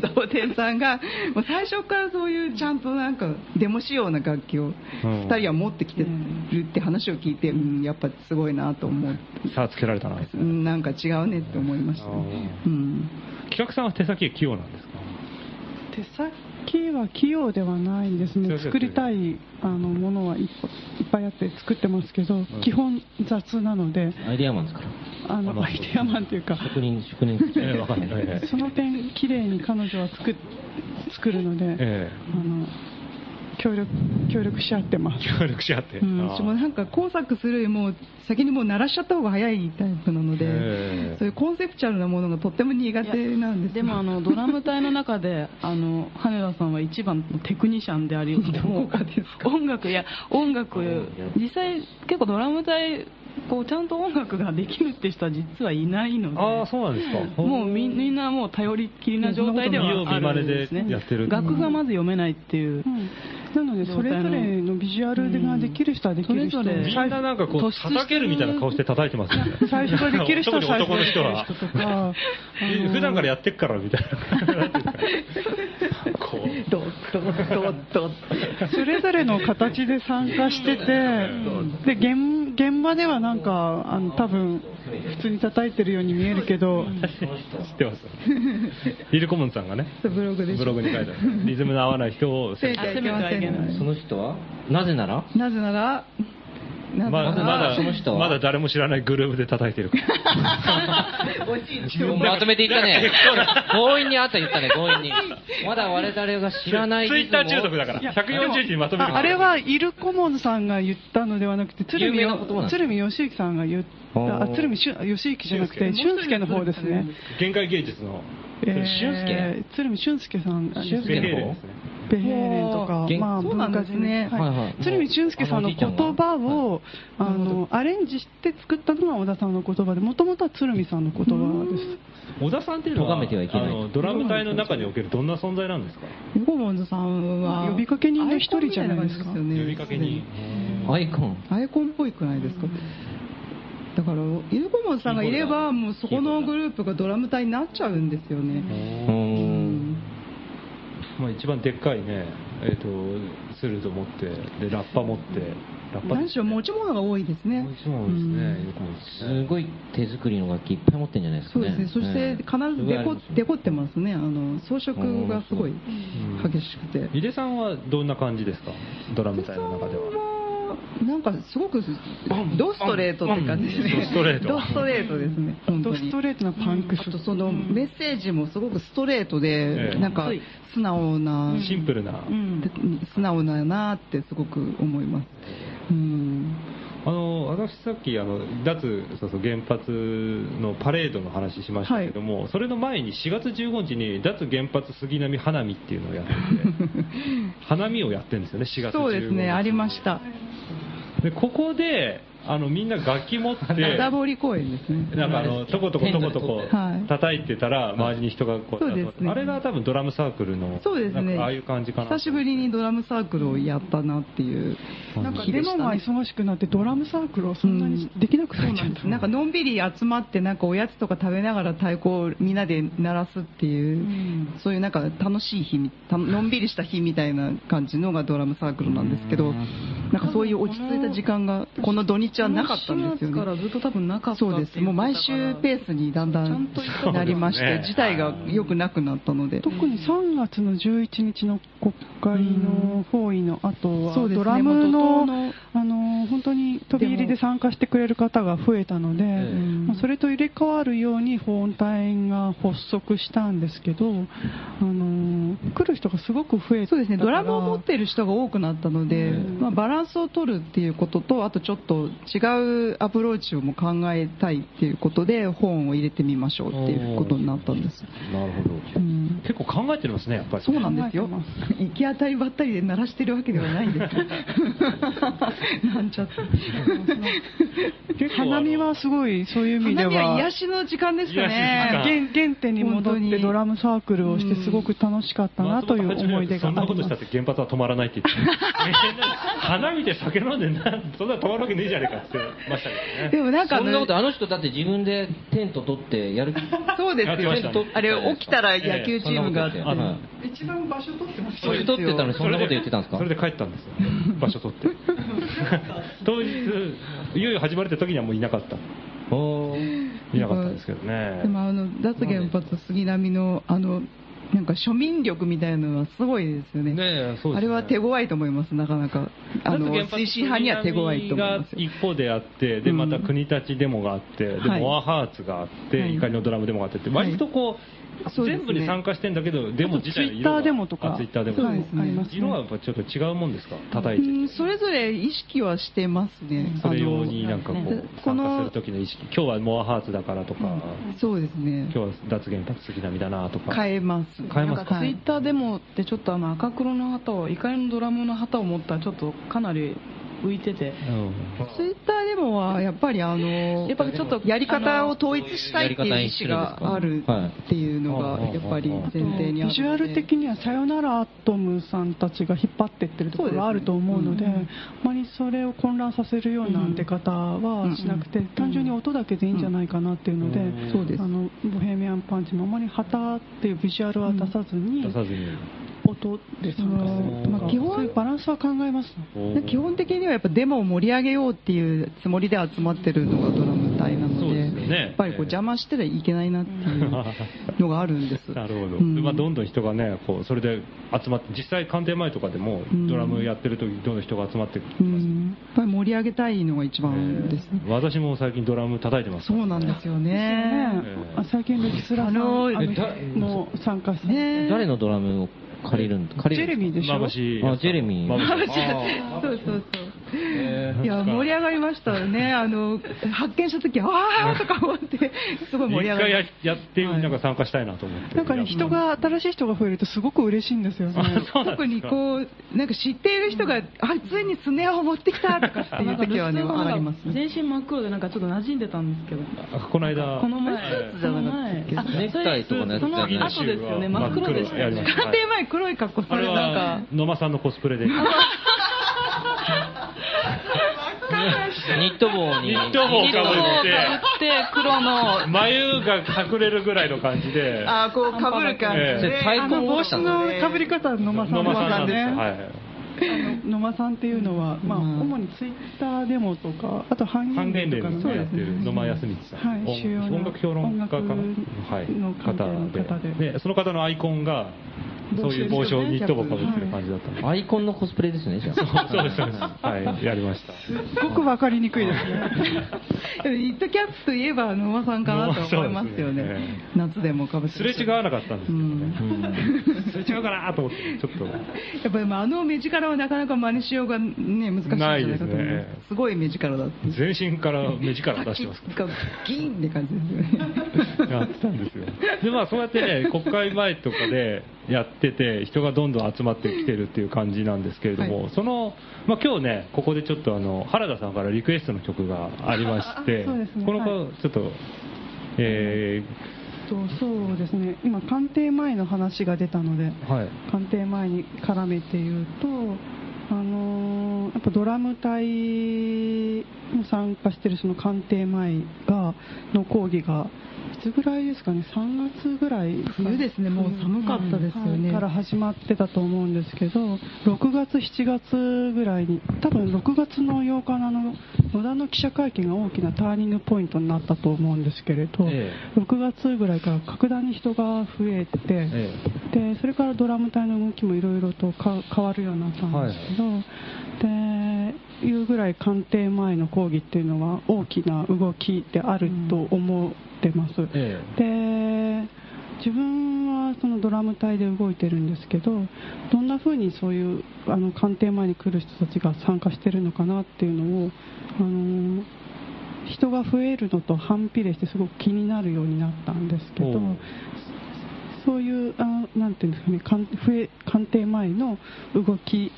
サ ボテンさんがもう最初からそういうちゃんとなんかデモ仕様な楽器を2人は持ってきてるって話を聞いて、うん、やっぱすごいなと思う
さあつけられたな
うんなんか違うねって思いましたね、
あ
うん、
企画さんは手先が器用なんですか
手先は器用ではないんですね、作りたいあのものはいっいっぱいあって作ってますけど、基本雑なので、
アイデアマンですから。
あのアイデアマンというか、
職人、職人。
ええわかんないええ
その点、綺麗に彼女は作っ作るので、
ええ
あの協力協力し合ってます。
協力し合って、
うん、
あー
私もなんか工作するよりも先にもう鳴らしちゃった方が早いタイプなので
へー
そういうコンセプチュアルなものがとっても苦手なんです
でもあのドラム隊の中であの羽田さんは一番のテクニシャンでありもう音楽いや音楽実際結構ドラム隊こうちゃんと音楽ができるって人は実はいないので
ああそうなんですか
もうみみんなもう頼りっきりな状態ではあるんですね
見よう見まねでやってる
楽がまず読めないっていう、
なのでそれぞれのビジュアルができる人はできる人、
うんそれぞれ
みんななんかこう
突出してる
叩けるみたいな顔して叩いてますよね
最初はできる人 は
特に
最初
男
は
の
でき
人は
る人とか、
普段からやってっからみたいなこう
ドッドッドッドッ
それぞれの形で参加してて、で現現場ではなんかあの多分普通に叩いてるように見えるけど、
知ってますイルコモンさんがね
ブログで
ブログに書いてあるリズムの合わない人を
攻めてはいけません
その人はなぜなら
なぜならな
ま
ぜ
ま
なら、
だ
その人は
まだ誰も知らないグループで叩いてるから
まとめていった ね。強引にあと言ったね、強引に。まだ我々が知らない
ツイッター中毒だ
か
から140字にまとめる
ああれはイルコモンさんが言ったのではなくて鶴見
有名な言葉なんです
鶴見義行さんが言った
あ
あ
ー
鶴見俊義行じゃなくて俊介の方ですね。
限界芸術の
えー鶴見俊介さんが
俊介
ベ
の
ヘーレ
方
ですね
ベヘーレンとか
元、
まあ、
そうなん
文化
です
人
ね
はい
はいはい
鶴見俊介さんの言葉をあのアレンジして作ったのが小田さんの言葉でもともとは鶴見さんの言葉です
小田さんっていうの
咎めてはいけない
あのドラム隊の中におけるどんな存在なんですか
ゴモンズさんは
呼びかけ人の一人じゃないですか
アイコンみた
呼
いな
びかけ
感じですよね
に
アイコン。
アイコンっぽいくないですか、だからイルコモンズさんがいればもうそこのグループがドラム隊になっちゃうんですよ
う
ね、う
ーん。
ん
まあ、一番でっかいね、えー、とスルード持ってでラッパ持ってラッパ
何しろ持ち物が多いですね
もちろんですね、よくもですね
すごい手作りの楽器いっぱい持ってるんじゃないです
そ
か
う
ね。
ですねそして必ずデコデコってますねあの装飾がすごい激しくて
井出さんはどんな感じですかドラム隊の中では
なんかすごくドストレートって感じですね
ドストレート
ドストレートですね本当
ド
に
ストレートなパンクス
あとそのメッセージもすごくストレートで、
ええ
なんか素直な、
シンプルな、
うん素直だなってすごく思います。うん、
あの私さっきあの脱そうそう原発のパレードの話しましたけども、それの前に4月15日に脱原発杉並花見っていうのをやってて花見をやってるんですよね4月15日
そうですねありました。
でここであのみんな楽器持って
ダダボリ公園ですね
なんかあの、とことことことこ
はい
叩いてたら、周りに人がこう、
そうですね
あれが多分ドラムサークルの、
そうです
なん
ね
かああいう感じかな。
久しぶりにドラムサークルをやったなっていう
なんか
日
レ
でし
モ
た
ンが
ね
忙しくなってドラムサークルをそんなにできなくなっちゃった、
なんかのんびり集まってなんかおやつとか食べながら太鼓をみんなで鳴らすっていう、そういうなんか楽しい日みたのんびりした日みたいな感じのがドラムサークルなんですけど、なんかそういう落ち着いた時間がこの土日はなかったんですよ
この4月か
ね。
らずっと多分なかった
そうですもう毎週ペースにだんだ
ちゃん
ん
と行った
なりまし
そ
て、
うですね
事態が良くなくなったので、
特に3月の11日の国会の包囲の後は、
そうですね
ドラムの
もう怒涛の
あの本当に飛び入りで参加してくれる方が増えたので、まあそれと入れ替わるように保温隊が発足したんですけど、あの来る人がすごく増えた
そうですね、ドラムを持っている人が多くなったので、まあ、バランスを取るっていうことと、あとちょっと違うアプローチをも考えたいっていうことで、本を入れてみましょうっていうことになったんです。
なるほど。
うん
結構考えてますね、やっぱり。
そうなんですよ
考
行き当たりばったりで鳴らしてるわけではないんですよなんちゃって
結構あの
花見はすごいそういう意味で
花
は
見は癒しの時間ですか
癒しの時間
ね
原原点に戻っ
本当
て
に
ドラムサークルをしてすごく楽しかったなという思い出
そ
があり
んな
ま
ことしたっ
す。
て原発は止まらないって言って、 みんな花見で酒飲んでな、そんなの止まるわけねえじゃねえかって言ってましたけどね。
でもなんか
そんなこと
ね
あの人だって自分でテント取って やる
そうです
や
よ
ってましたね
あれ起きたら野球チームがあって
そんなことや
一番場所取ってまし
ってはい取ってたのにそんなこと言ってたんですか
それで帰ったんですよ、場所 取って。当日、いよいよ始まるって時にはもういなかった。
おー
いなかったですけどね
で。もあの脱原発杉並のあのなんか庶民力みたいなのはすごいですよね
ねえそうですね
あれは手強いと思いますなかなかあの推進派には手強いと思いますよ
一方であって、で、また国立デモがあって、で、
はい
モアハーツがあって、
はい
怒りのドラムデモがあってって、割とこう、
そうですね
全部に参加してんだけど、デモ自体の色が
あとツイッターデモとか
あツイッターデモ
そうですね
ありますね
色はやっぱちょっと違うもんですか叩いて
うん
て。
それぞれ意識はしてますね
それ用になんかこ
あの
う、
こ
参加す
の
る時の意識。今日はモアハーツだからとか、
そうですね
今日は脱原発杉並だなとか。
変えます
変えます
なんかツイッターでもってちょっとあの赤黒の旗を怒りのドラムの旗を持ったちょっとかなり浮いてて
うん
ツイッターでもはやっぱりあの
やっぱりちょっと
やり方を統一したいっていう意思があるっていうのがやっぱり前提にあるので
ビジュアル的にはさよならアトムさんたちが引っ張ってってるところがあると思うのであまりそれを混乱させるような出方はしなくて、単純に音だけでいいんじゃないかなっていうので、
そうです
あのボヘミアン・パンチもあまり旗っていうビジュアルは出さずに、
出さずに。
音で参加するとか、
まあ基本
そういうバランスは考えますね
で基本的にはやっぱデモを盛り上げようっていうつもりで集まってるのがドラム隊な
そ
の
う
で
ですよね
やっぱりこう邪魔してはいけないなっていうのがあるんです
なるほど、
うん
ま あ、どんどん人がね、こうそれで集まって、実際、官邸前とかでも、
ん
ドラムやってる時どんどん人が集まってきます、
うんやっぱり盛り上げたいのが一番ですね、
私も最近、ドラム叩いてます、
そうなんですよね
え
あ最近歴史ラさん
あ
あ
の
の
ー
人も参加して、
ね
誰のドラムを借りるん借
ジ
り
ェ
る
レ
んで
ミーでしょ
まぶしい
あジェレミー
まぶしい
そうそうそういや盛り上がりましたねあの発見した時ああとか思ってすごい盛
一
り上が
回
り
や
まし
やって、なんか参加したいなと思って、
なんかね、人が、新しい人が増えるとすごく嬉しいんですよね。
た特にこうなんか知っている人があついにスネアを持ってきたとかっていう時はね
なんか
上がりますね
全身真っ黒でなんかちょっと馴染んでたんですけど
あこの間、
この前
スーツじゃなかったっけ
この前
ネクタイとかのやつ
その後
じゃない
ですよね真っ黒でした
や
よ
りま
ね
した、は
家
い
庭前黒い格好さ
あ
れ
れ
たな
は
んか
野間さんのコスプレで、
ニット帽に
ニット帽かぶって、
で黒の
眉が隠れるぐらいの感じで、
あーこうかぶる感じ
ええ
で
太鼓
あの
を
帽
出した
子
の
の被り方は野間さ
野
ん
間さんなんですよ、
ね。
はい。
野間さんっていうのは、まあ、
うん
主にツイッターデモとか、あと半
半
減
減
と
連
か
の
の
ねやってる野間康光さ
は
ん、
い
音
主要な
音楽評論家かな、
音楽
はい、
の関係の方で
でその方のアイコンが、そういう帽子をニット帽かぶってる感じだったんで、
アイコンのコスプレですねじゃあ
そうです、そうです、はい、やりました。
すごくわかりにくいですね。
でもニットキャップといえば野間さんかなと思います
そうで
よね
すね
夏でもかぶって
すれ違わなかったんですけどね、すれ違うかなと思って、ちょっと、
やっぱりまああの目力はなかなか真似しようがね難しいんじゃないかと思い
な
ます
いですね
すごい目力だって
全身から目力出してますから。
がギーンって感じですよね
やってたんですよ。で、まあ、そうやってね、国会前とかで、やってて、人がどんどん集まってきてるっていう感じなんですけれども、その、まあ、今日ね、ここでちょっとあの原田さんからリクエストの曲がありまして、
そうですね
この
は
子、ちょっと、え
とそうですね今鑑定前の話が出たので
ーはい、
鑑定前に絡めて言うと、あのーやっぱドラム隊も参加してるその鑑定前がの講義がいつぐらいですかね3月ぐらい
冬ですねもう寒かったですよね
はいから始まってたと思うんですけど6月7月ぐらいに多分6月の8日のあの野田の記者会見が大きなターニングポイントになったと思うんですけれど、
え
6月ぐらいから格段に人が増えて、
え
でそれからドラム隊の動きもいろいろとか変わるようになったんですけど、でいうぐらい官邸前の抗議っていうのは大きな動きであると思ってます。
ええ
で自分はそのドラム隊で動いてるんですけどどんな風にそういうあの官邸前に来る人たちが参加してるのかなっていうのを、あの人が増えるのと反比例してすごく気になるようになったんですけど
おう
そういう、あなんていうんですかね、鑑定鑑定前の動き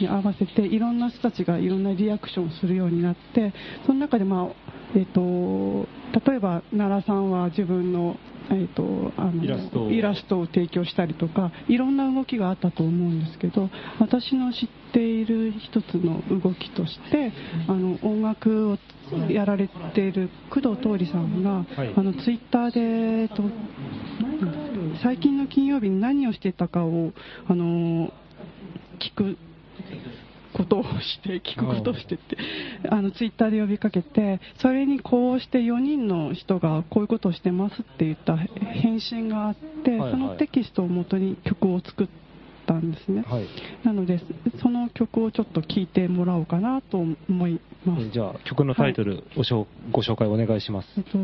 に合わせて、いろんな人たちがいろんなリアクションをするようになって、その中で、まあえっと例えば奈良さんは自分の,、えっとあの
イラストを
イラストを提供したりとか、いろんな動きがあったと思うんですけど、私の知っている一つの動きとして、あの音楽をやられている工藤桃李さんが、
はい
あのツイッターで、えっと最近の金曜日に何をしてたかを、あのー聞くことをして、聞くことをしてって、あのツイッターで呼びかけて、それにこうして4人の人がこういうことをしてますって言った返信があって、
はいはい
そのテキストをもとに曲を作ったんですね。
はい、
なので、その曲をちょっと聴いてもらおうかなと思います。
じゃあ、曲のタイトル、おしょご紹介お願いします。
えっと、そ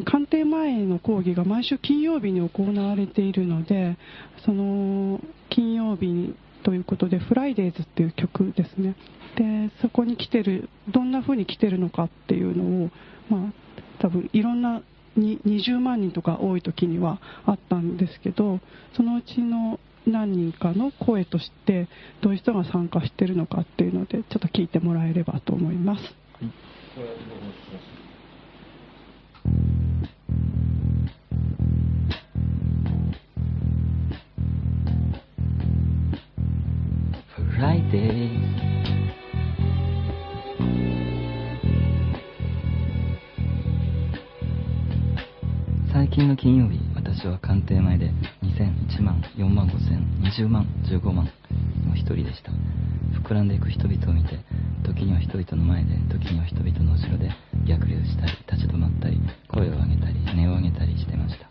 の官邸前の講義が毎週金曜日に行われているので、その金曜日にということで、フライデーズっていう曲ですね。で、そこに来てる、どんな風に来てるのかっていうのを、まあ、多分いろんなに20万人とか多い時にはあったんですけど、そのうちの何人かの声として、どういう人が参加してるのかっていうので、ちょっと聞いてもらえればと思います。
Friday
最近の金曜日私は官邸前で2001万4万5000 20万15万の一人でした膨らんでいく人々を見て時には人々の前で時には人々の後ろで逆流したり立ち止まったり声を上げたり音を上げたりしてました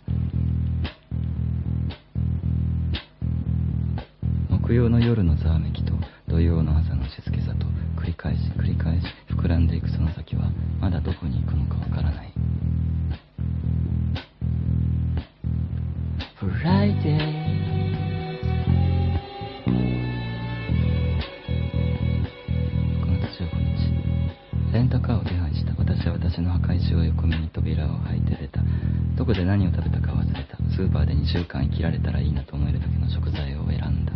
木曜の夜のざわめきと土曜の朝の静けさと繰り返し繰り返し膨らんでいくその先はまだどこに行くのかわからない Friday 9月15日レンタカーを手配した私は私の墓石を横目に扉を履いて出たどこで何を食べたか忘れたスーパーで2週間生きられたらいいなと思えるだけの食材を選んだ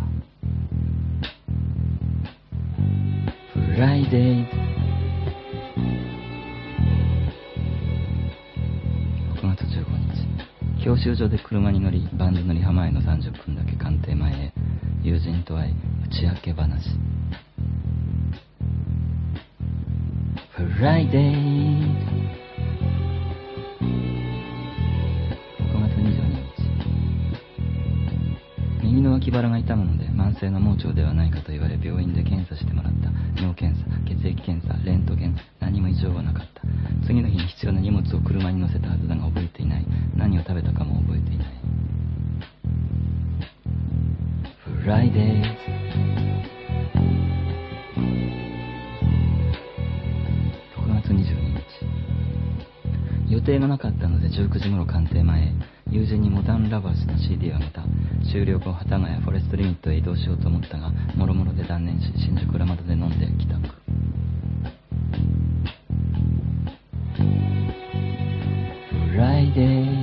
Friday 6月15日教習所で車に乗りバンドのリハ前の30分だけ官邸前へ友人と会い打ち明け話 Friday 6月22日右の脇腹が痛むので慢性の盲腸ではないかと言われ病院で検査してもらった尿検査血液検査レントゲン何も異常はなかった次の日に必要な荷物を車に乗せたはずだが覚えていない何を食べたかも覚えていない Friday 6月22日予定がなかったので19時頃官邸前へ友人にモダンラバーズの CD をあげた終了後幡ヶ谷フォレストリミットへ移動しようと思ったがもろもろで断念し新宿ラマドで飲んで帰宅フライデー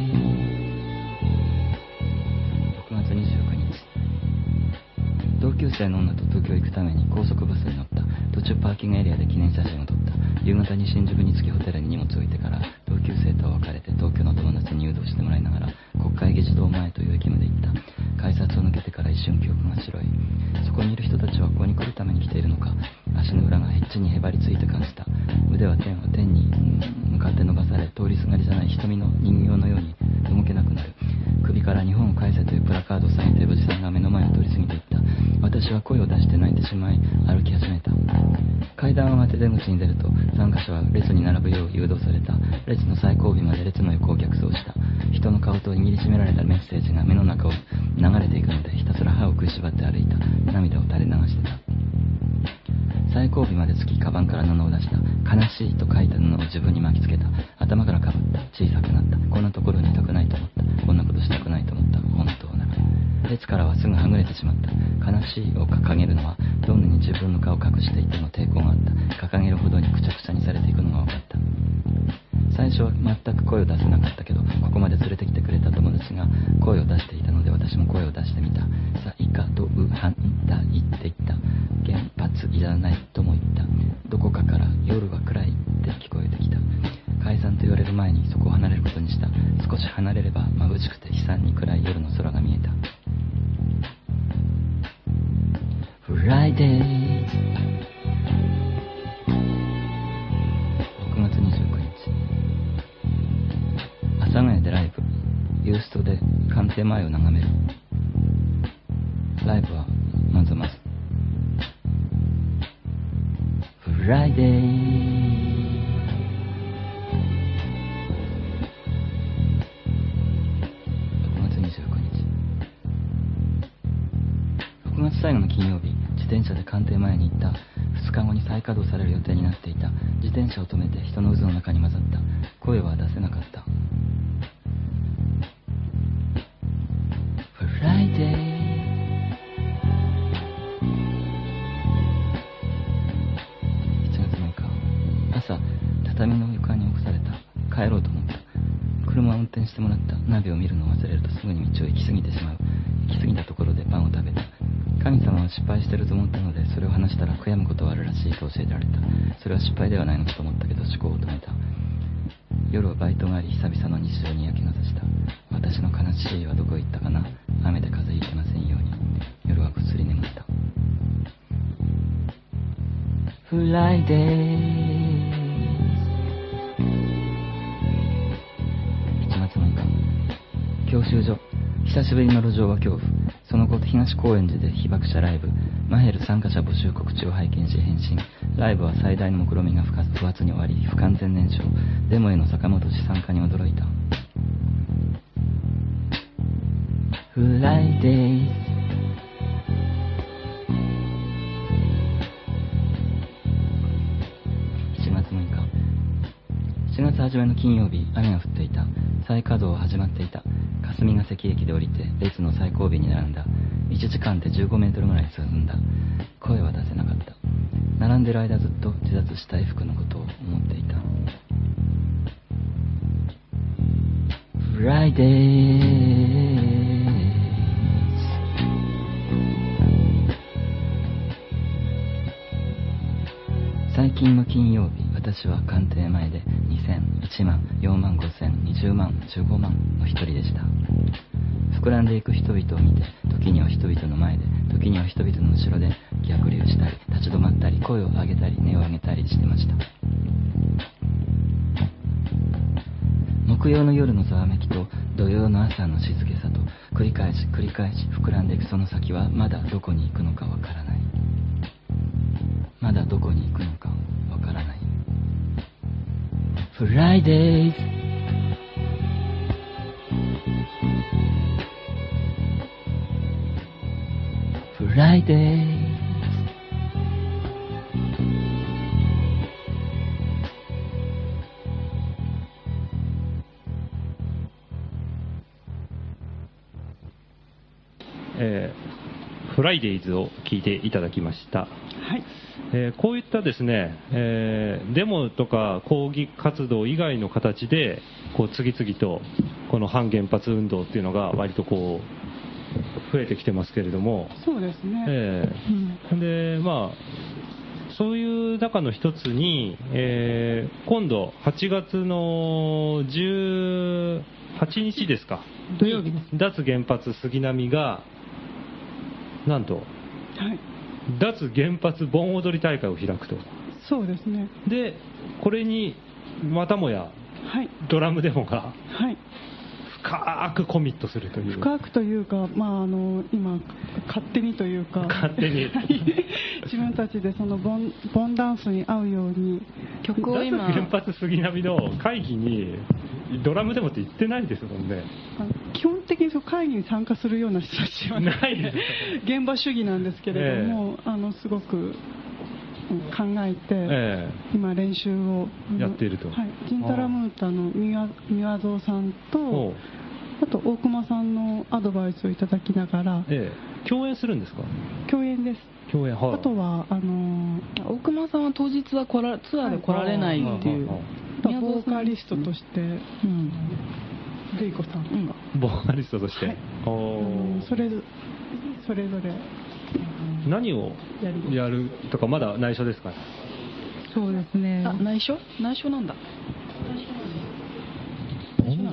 6月代の女と東京へ行くために高速バスに乗った途中パーキングエリアで記念写真を撮った夕方に新宿に着きホテルに荷物を置いてから同級生と別れて東京の友達に誘導してもらいながら国会議事堂前という駅まで行った改札を抜けてから一瞬記憶が白いそこにいる人たちはここに来るために来ているのか足の裏がヘッチにへばりついて感じた腕は天は天に向かって伸ばされ通りすがりじゃない瞳の人形のように動けなくなる首から日本を返せというプラカードを下げておじさんが目の前を通り過ぎていった私は声を出して泣いてしまい歩き始めた階段を当て出口に出ると参加者は列に並ぶよう誘導された列の最後尾まで列の横を逆走した人の顔と握りしめられたメッセージが目の中を流れていくのでひたすら歯を食いしばって歩いた涙を垂れ流してた最後尾までつきカバンから布を出した悲しいと書いた布を自分に巻きつけた頭からかぶった小さくなったこんなところにいたくないと思ったこんなことしたくないと思った本当な列からはすぐはぐれてしまった悲しいを掲げるのはどんなに自分の顔を隠していても抵抗があった掲げるほどにくちゃくちゃにされていくのが分かった最初は全く声を出せなかったけどここまで連れてきてくれた友達が声を出していたので私も声を出してみた「さいかとうはんだい」って言った原発いらないとも言ったどこかから夜は暗いって聞こえてきた解散と言われる前にそこを離れることにした少し離れれば眩しくて悲惨に暗い夜の空が見えた Friday6 月29日阿佐ヶ谷でライブユーストで官邸前を眺めるライブはまずまず Friday 6月29日6月最後の金曜日自転車で官邸前に行った2日後に再稼働される予定になっていた自転車を止めて人の渦の中に混ざった声は出せなかった Friday 7月6日朝畳の床に起こされた帰ろうと思った車を運転してもらったナビを見るのを忘れるとすぐに道を行き過ぎてしまう行き過ぎたところでパンを食べた神様は失敗してると思ったのでそれを話したら悔やむことはあるらしいと教えられたそれは失敗ではないのかと思ったけど思考を止めた夜はバイトがあり久々の日常に焼けがさした私の悲しいはどこへ行ったかな雨で風邪ひきませんように夜はぐっすり眠ったフライデー1月6日教習所久しぶりの路上は恐怖その後東高円寺で被爆者ライブマヘル参加者募集告知を拝見し返信ライブは最大の目論見みが不活不発に終わり不完全燃焼デモへの坂本氏参加に驚いたフライデー7月6日7月初めの金曜日雨が降っていた再稼働は始まっていた霞ヶ関駅で降りて列の最後尾に並んだ1時間で15メートルぐらい進んだ声は出せなかった並んでる間ずっと自殺したい服のことを思っていたフライデー最近の金曜日私は官邸前で2001万4万5千20万15万の一人でした膨らんでいく人々を見て時には人々の前で時には人々の後ろで逆流したり立ち止まったり声を上げたり音を上げたりしてました木曜の夜のざわめきと土曜の朝の静けさと繰り返し繰り返し膨らんでいくその先はまだどこに行くのかわからないまだどこに行くのかわからないフライデーズフライデーズ
えーフライデイズを聞いていただきました。
はい。
えーこういったですね、えーデモとか抗議活動以外の形でこう次々とこの反原発運動っていうのが割とこ増えてきてますけれども、
そうですね。
ええで、まあ、そういう中の一つに、えー今度8月の18日ですか、
土曜日です
脱原発杉並が、なんと、
はい。
脱原発盆踊り大会を開くと。
そうですね。
で、これに、またもや、
はい。
ドラムデモが
はい。
深くコミットするという。
深くというか、まあ、あの今、勝手にというか、
勝手 に
はい 自分たちでそのボンボンダンスに合うように、
脱原発杉並の会議にドラムでもって言ってないですもんね。
あの基本的にその会議に参加するような人たちは、
ないですよ
現場主義なんですけれども、あのすごくうん考えて、
え
今、練習をあの
やっていると
はい、ジンタラムータの宮宮蔵さん
おう
と、あと大熊さんのアドバイスをいただきながら、
ええ共演するんですか
共演です。
共演、はい。
あとはあの
大熊さんは当日は来らツアーで来られないっていう
はい
宮
ボ
蔵
ー
さ
カ
ん
リストとして、うん、ルイコさんとか、
ボーカリストとして。お
あ
お
のそれぞそれぞれ
何を
やり
やるとかまだ内緒ですかね。
そうですね
あ内緒内緒なんだ
盆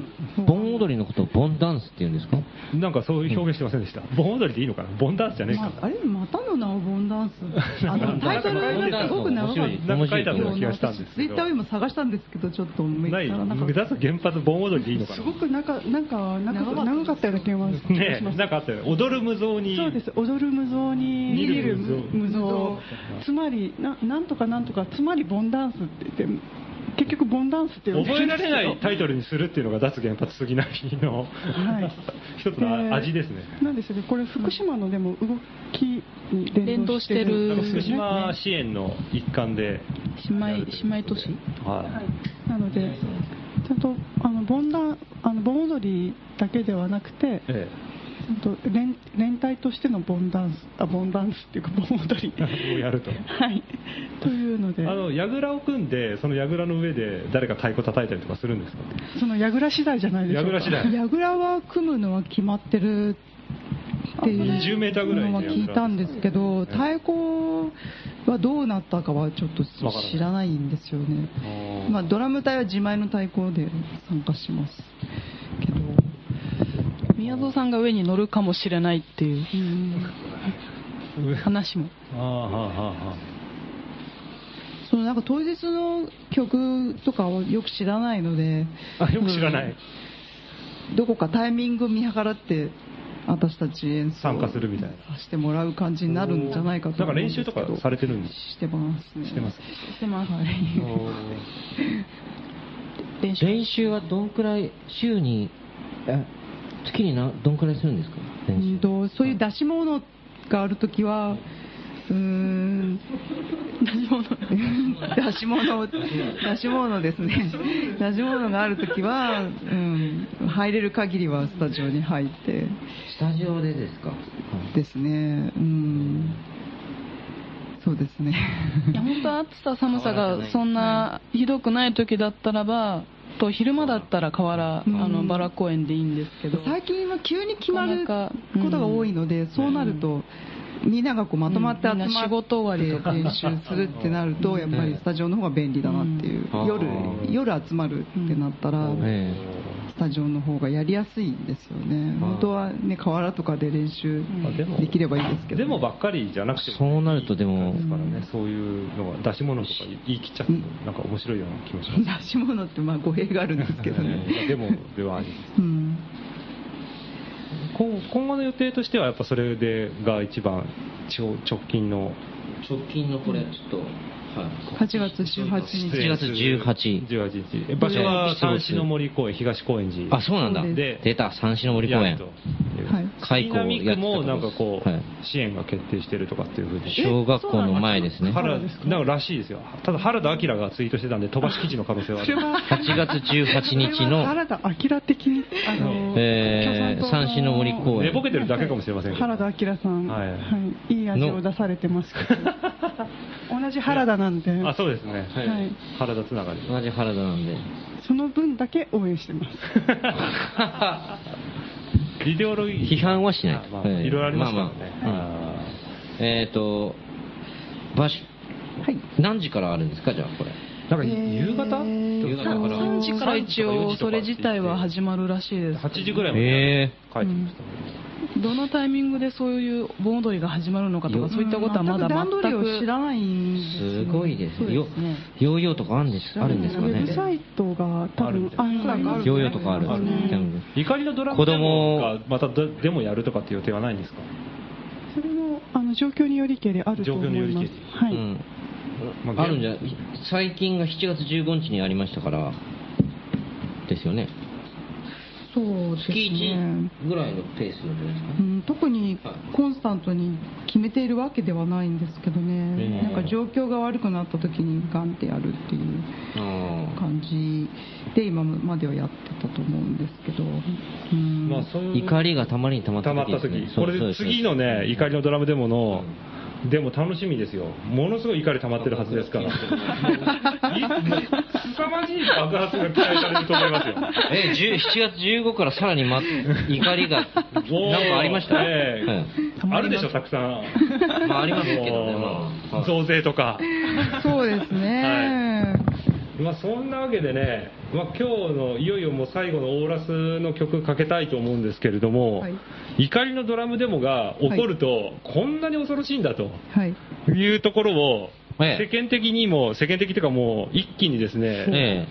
盆踊りのことを盆ダンスって言うんですか
なんかそういう表現してませんでした。盆踊りでいいのかな盆ダンスじゃねえか
ま。あれまたの名をボンダ ンスあのタイト
な
ル
んか
がすごく長かっ
面白
た
なんか書いてあるような気がしたんです
ツイ
けど。
ッターを今探したんですけどちょっと見つか
ない、
らなかっ
脱原発盆踊りでいいのか
す
な
ごくなんかなんかなん
長か
か
った
長かったような気がします。
ねえ、なんかあったよね。踊る無造に。
そうです踊る無造
見
に見
る
る
無造
無造つまりななんとかなんとかつまりボンダンスって言って結局ボンダンスって呼んで
覚え
るんで
ら
すけ
れ
ど
ないタイトルにするっていうのが脱原発杉並の、
はい
一つの味ですね。
なんですよねこれ福島のでも動きに連動してる
なん
連
か
動して
福
る
島支援の一環で、
姉妹姉妹都市
は
なので、ちゃんとあの盆踊あの盆踊りだけではなくて、
い。 え
ちゃんと連連帯としての盆ダンス、あ盆ダンスっていうか盆踊り
を やると
はい、というの
え
で、
あの、櫓を組んで、その櫓の上で誰か太鼓叩いたりとかするんですか
その櫓次第じゃないでしょうか。
櫓次第
た。矢倉は組むのは決まってるっていう
10メーターぐらい
の
の
は
櫓
聞いたんですけど、太鼓はどうなったかはちょっと知らないんですよね。まあ、ドラム隊は自前の太鼓で参加しますけど、
宮蔵さんが上に乗るかもしれないっていう話も
あーはあはあはあ
そのなんか当日の曲とかをよく知らないので、
あよく知らない、
どこかタイミングを見計らって、私たち演奏
参加するみたいな
させてもらう感じになるんじゃないかと
なんか練習とかされてるんで
してますね。
してます
してます、 練習
練習はどんくらい週にえ月になどんくらいするんですか
う
練
ん
習
とそういう出し物があるときは、うーん、出し物、出し物ですね、出し物があるときは、うん、入れる限りはスタジオに入って
スタジオでですか、
ですね、うん、そうですね、
いや本当は暑さ寒さがそんなひどくない時だったらばと昼間だったら河原、あのバラ公園でいいんですけど
最近は急に決まる
なかなか
ことが多いので、そうなると、みんながこうまとまって集ま
うんみんな
っ
仕事終わりと
て
か
練習するってなると、やっぱりスタジオの方が便利だなっていう、
うん
夜夜集まるってなったら。
え
スタジオの方がやりやすいんですよね、本当はね、河原とかで練習
あでも
できればいいです
す
けど、
でもばっかりじゃなくて
え
も
そうなるとでも
ですからね、そういうのが出し物とか言い切っちゃって、なんか面白いような気もします
出し物ってまあ語弊があるんですけどね、
でもではあります
うん、
今今後の予定としてはやっぱそれでが一番ちょ直近の
直近のこれちょっと、
8月18日、
7月18
18日場所は三四の森公園東高円寺
あそうなんだ
で
出た三種の森公
やる
園
と
はい、
開校をやっ
杉
て
並
た
区
と
も
こ
なんかこう、
はい
支援が決定してるとかっていうふうに
小学校の前ですね
原なんからしいですよただ原田明がツイートしてたんで飛ばし記事の可能性はあ る
8月18日
これは
の、
原田明的に、あの
えー、三種の森公
寝
園
ぼけてるだけかもしれませんけど
原田明さん、
はい
はい、いい味を出されてますけ ど、同じ原田なんで、
あそうですね、はい
はい
原田つながり
同じ原田なんで
その分だけ応援してます。
イデオロギー
批判はしない
あまあいろいろありますからね
まあまあうんえっ、と場所、何時からあるんですかじゃあこれ
なんか夕方
夕方から
3時から一応それ自体は始まるらしいです
8時ぐらいまで
え
帰ってましたね
どのタイミングでそういう盆踊りが始まるのかとかそういったことはまだ
段
全
取りを知
く
らないんです
ー、す
よ
ごいですねよヨーヨーとかあるんですあるんですか
ウェブサ
ね
イトが多分あ
ある
ヨーヨーとかあるんですね
怒りのドラム
子
で
供
も
を
がまたででもやるとかっていう予定はないんですか
それもあの状況によりけりあると思い
状況によ
ま
り
す
けり。
はい。
うん
ま
あるんじゃ最近が7月15日にありましたからですよね
そうです
月
ね
1ぐらいのペースなんじゃないですかね
うん、特にコンスタントに決めているわけではないんですけどね、
ええ
なんか状況が悪くなった時にガンってやるっていう
あ
感じで今まではやってたと思うんですけど、うん
まあそう
ー
いう
怒りがたまりにたまった
溜まった
時
時
ですね
これで次のね怒りのドラムデモのでも楽しみですよものすごい怒り溜まってるはずです から凄まじい爆発が期待されると思いますよ
えー、10 7月15からさらに、ま、怒りが、なんかありました、
ええあるでしょたくさん
うんまあ、ありますけどね、まあはい
増税とか
そうですね、
まあ、そんなわけでね、まあ、今日のいよいよもう最後のオーラスの曲かけたいと思うんですけれども、
はい
怒りのドラムデモが起こると、こんなに恐ろしいんだと
はい、
いうところを、
ええ
世間的にも、世間的というかもう一気にですね、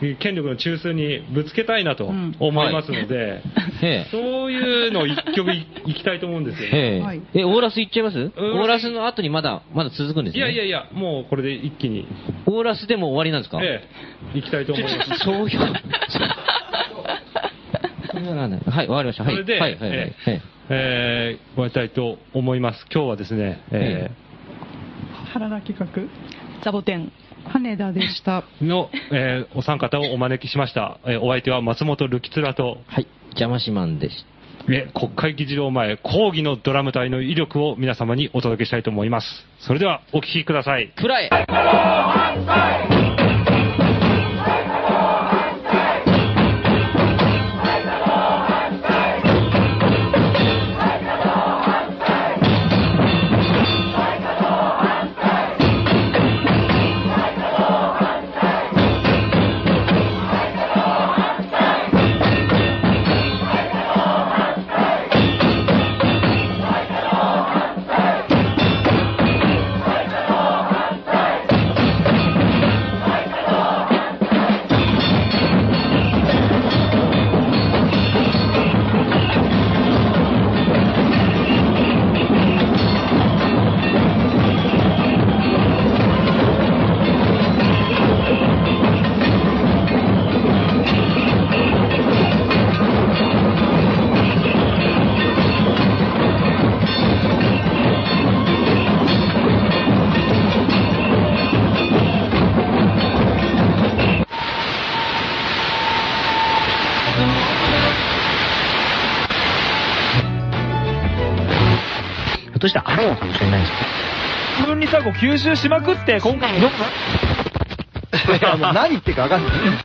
え
権力の中枢にぶつけたいなと
ん
思いますので、
ええ
そういうのを一曲い いきたいと思うんですよ。
えええ
はい
え、オーラスいっちゃいますオーラスの後にまだ、まだ続くんです
い
ね。
やいやいや、もうこれで一気に、
オーラスでもう終わりなんですか
ええ、いきたいと思い ます。
そういう。それはなんだはい、わかりました。
そ
はい。
れで、
はい、はい、はい。
えーえー終わりたいと思います。今日はですね、え
原田企画。
ザボテン
羽田でした。
ーの、えーお三方をお招きしました。えーお相手は松本るきつらと、
はい、邪魔しマンでし
えー国会議事堂前抗議のドラム隊の威力を皆様にお届けしたいと思います。それではお聴きください。
た。くらえ
ひょっとしたらあるのかもしれないです自分にタコ吸収しまくって、今回の。いや、もう何言ってるかわかんない。